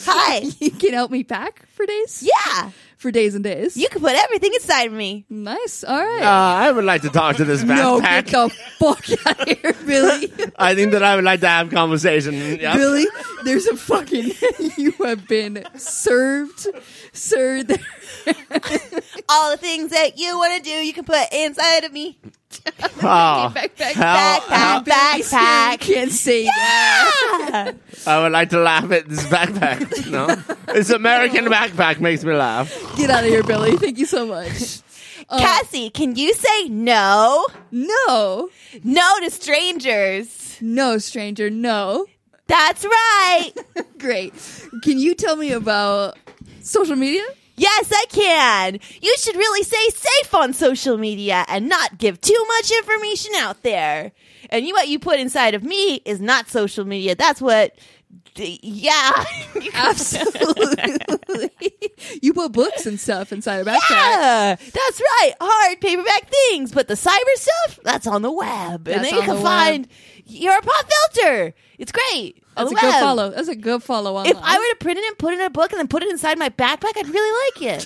Speaker 4: Hi,
Speaker 1: You can help me pack for days.
Speaker 4: yeah,
Speaker 1: for days and days.
Speaker 4: you can put everything inside of me.
Speaker 1: nice. All right.
Speaker 6: Uh, I would like to talk to this
Speaker 1: no, get
Speaker 6: backpack.
Speaker 1: the fuck out of here, Billy.
Speaker 6: I think that I would like to have conversation. Yep.
Speaker 1: Billy, there's a fucking. you have been served, sir. There.
Speaker 4: All the things that you want to do, you can put inside of me.
Speaker 6: Oh,
Speaker 1: Backpack.
Speaker 6: how-
Speaker 4: Backpack,
Speaker 1: I
Speaker 4: backpack.
Speaker 1: can't say that.
Speaker 6: I would like to laugh at this backpack. No, this American backpack makes me laugh.
Speaker 1: Get out of here, Billy. Thank you so much.
Speaker 4: Cassie, can you say no?
Speaker 1: No,
Speaker 4: No to strangers.
Speaker 1: no, stranger, no.
Speaker 4: That's right.
Speaker 1: Great. Can you tell me about social media?
Speaker 4: Yes, I can. You should really stay safe on social media and not give too much information out there. And you, what you put inside of me is not social media. That's what. d- Yeah.
Speaker 1: Absolutely. you put books and stuff inside a backpack.
Speaker 4: Yeah, that's right. Hard paperback things, but the cyber stuff that's on the web, and
Speaker 1: That's
Speaker 4: then you
Speaker 1: on
Speaker 4: can
Speaker 1: the
Speaker 4: find your pop filter. It's great. on
Speaker 1: That's a
Speaker 4: the
Speaker 1: good
Speaker 4: web.
Speaker 1: follow. That's a good follow online.
Speaker 4: If I were to print it and put it in a book and then put it inside my backpack, I'd really like it.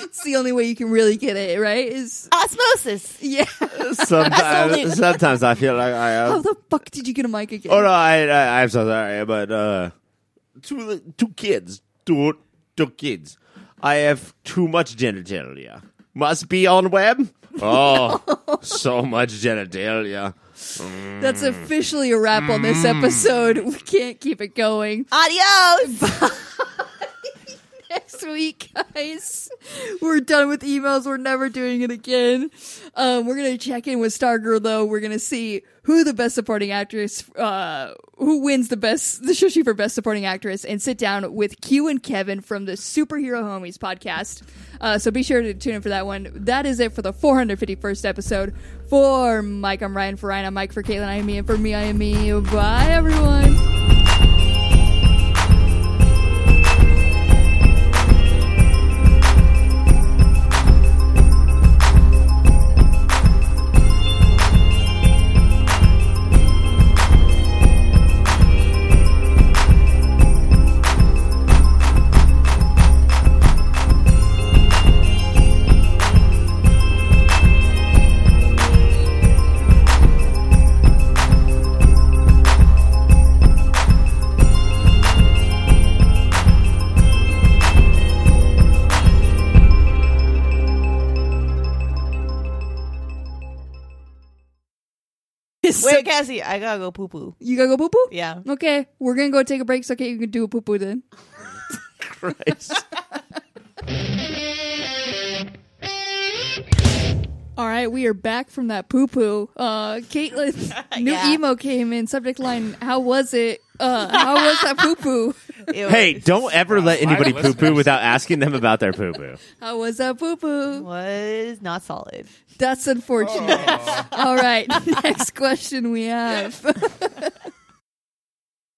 Speaker 1: it's the only way you can really get it, right? Is
Speaker 4: Osmosis.
Speaker 1: yeah.
Speaker 4: only-
Speaker 2: Sometimes, sometimes I feel like I am.
Speaker 1: How the fuck did you get a mic again?
Speaker 2: Oh no, I, I I'm so sorry, but uh, two two kids, two two kids. I have too much genitalia. Must be on web. Oh, so much genitalia.
Speaker 1: That's officially a wrap on this episode. We can't keep it going.
Speaker 4: Adios.
Speaker 1: next week, guys. We're done with emails. We're never doing it again. Um, we're gonna check in with Stargirl though. We're gonna see who the best supporting actress, uh, who wins the best the Shoshi for best supporting actress, and sit down with Q and Kevin from the Superhero Homies podcast. Uh, so be sure to tune in for that one. That is it for the 451st episode. For Mike, I'm Ryan. For Ryan, I'm Mike. For Caitlin, I am me. And for me, I am me. Bye, everyone.
Speaker 4: Wait, Cassie, I gotta go poo poo.
Speaker 1: You gotta go poo poo?
Speaker 4: Yeah.
Speaker 1: Okay, we're gonna go take a break. So, okay, you can do a poo poo then. All right, we are back from that poo poo. Uh, Caitlin's new
Speaker 4: Yeah.
Speaker 1: emo came in. Subject line: How was it? Uh, how was that poo poo?
Speaker 4: Ew.
Speaker 2: Hey, don't ever let anybody
Speaker 3: my
Speaker 2: poo poo without asking them about their poo poo.
Speaker 1: How was that poo poo?
Speaker 4: was not solid.
Speaker 1: That's unfortunate. All right, next question we have.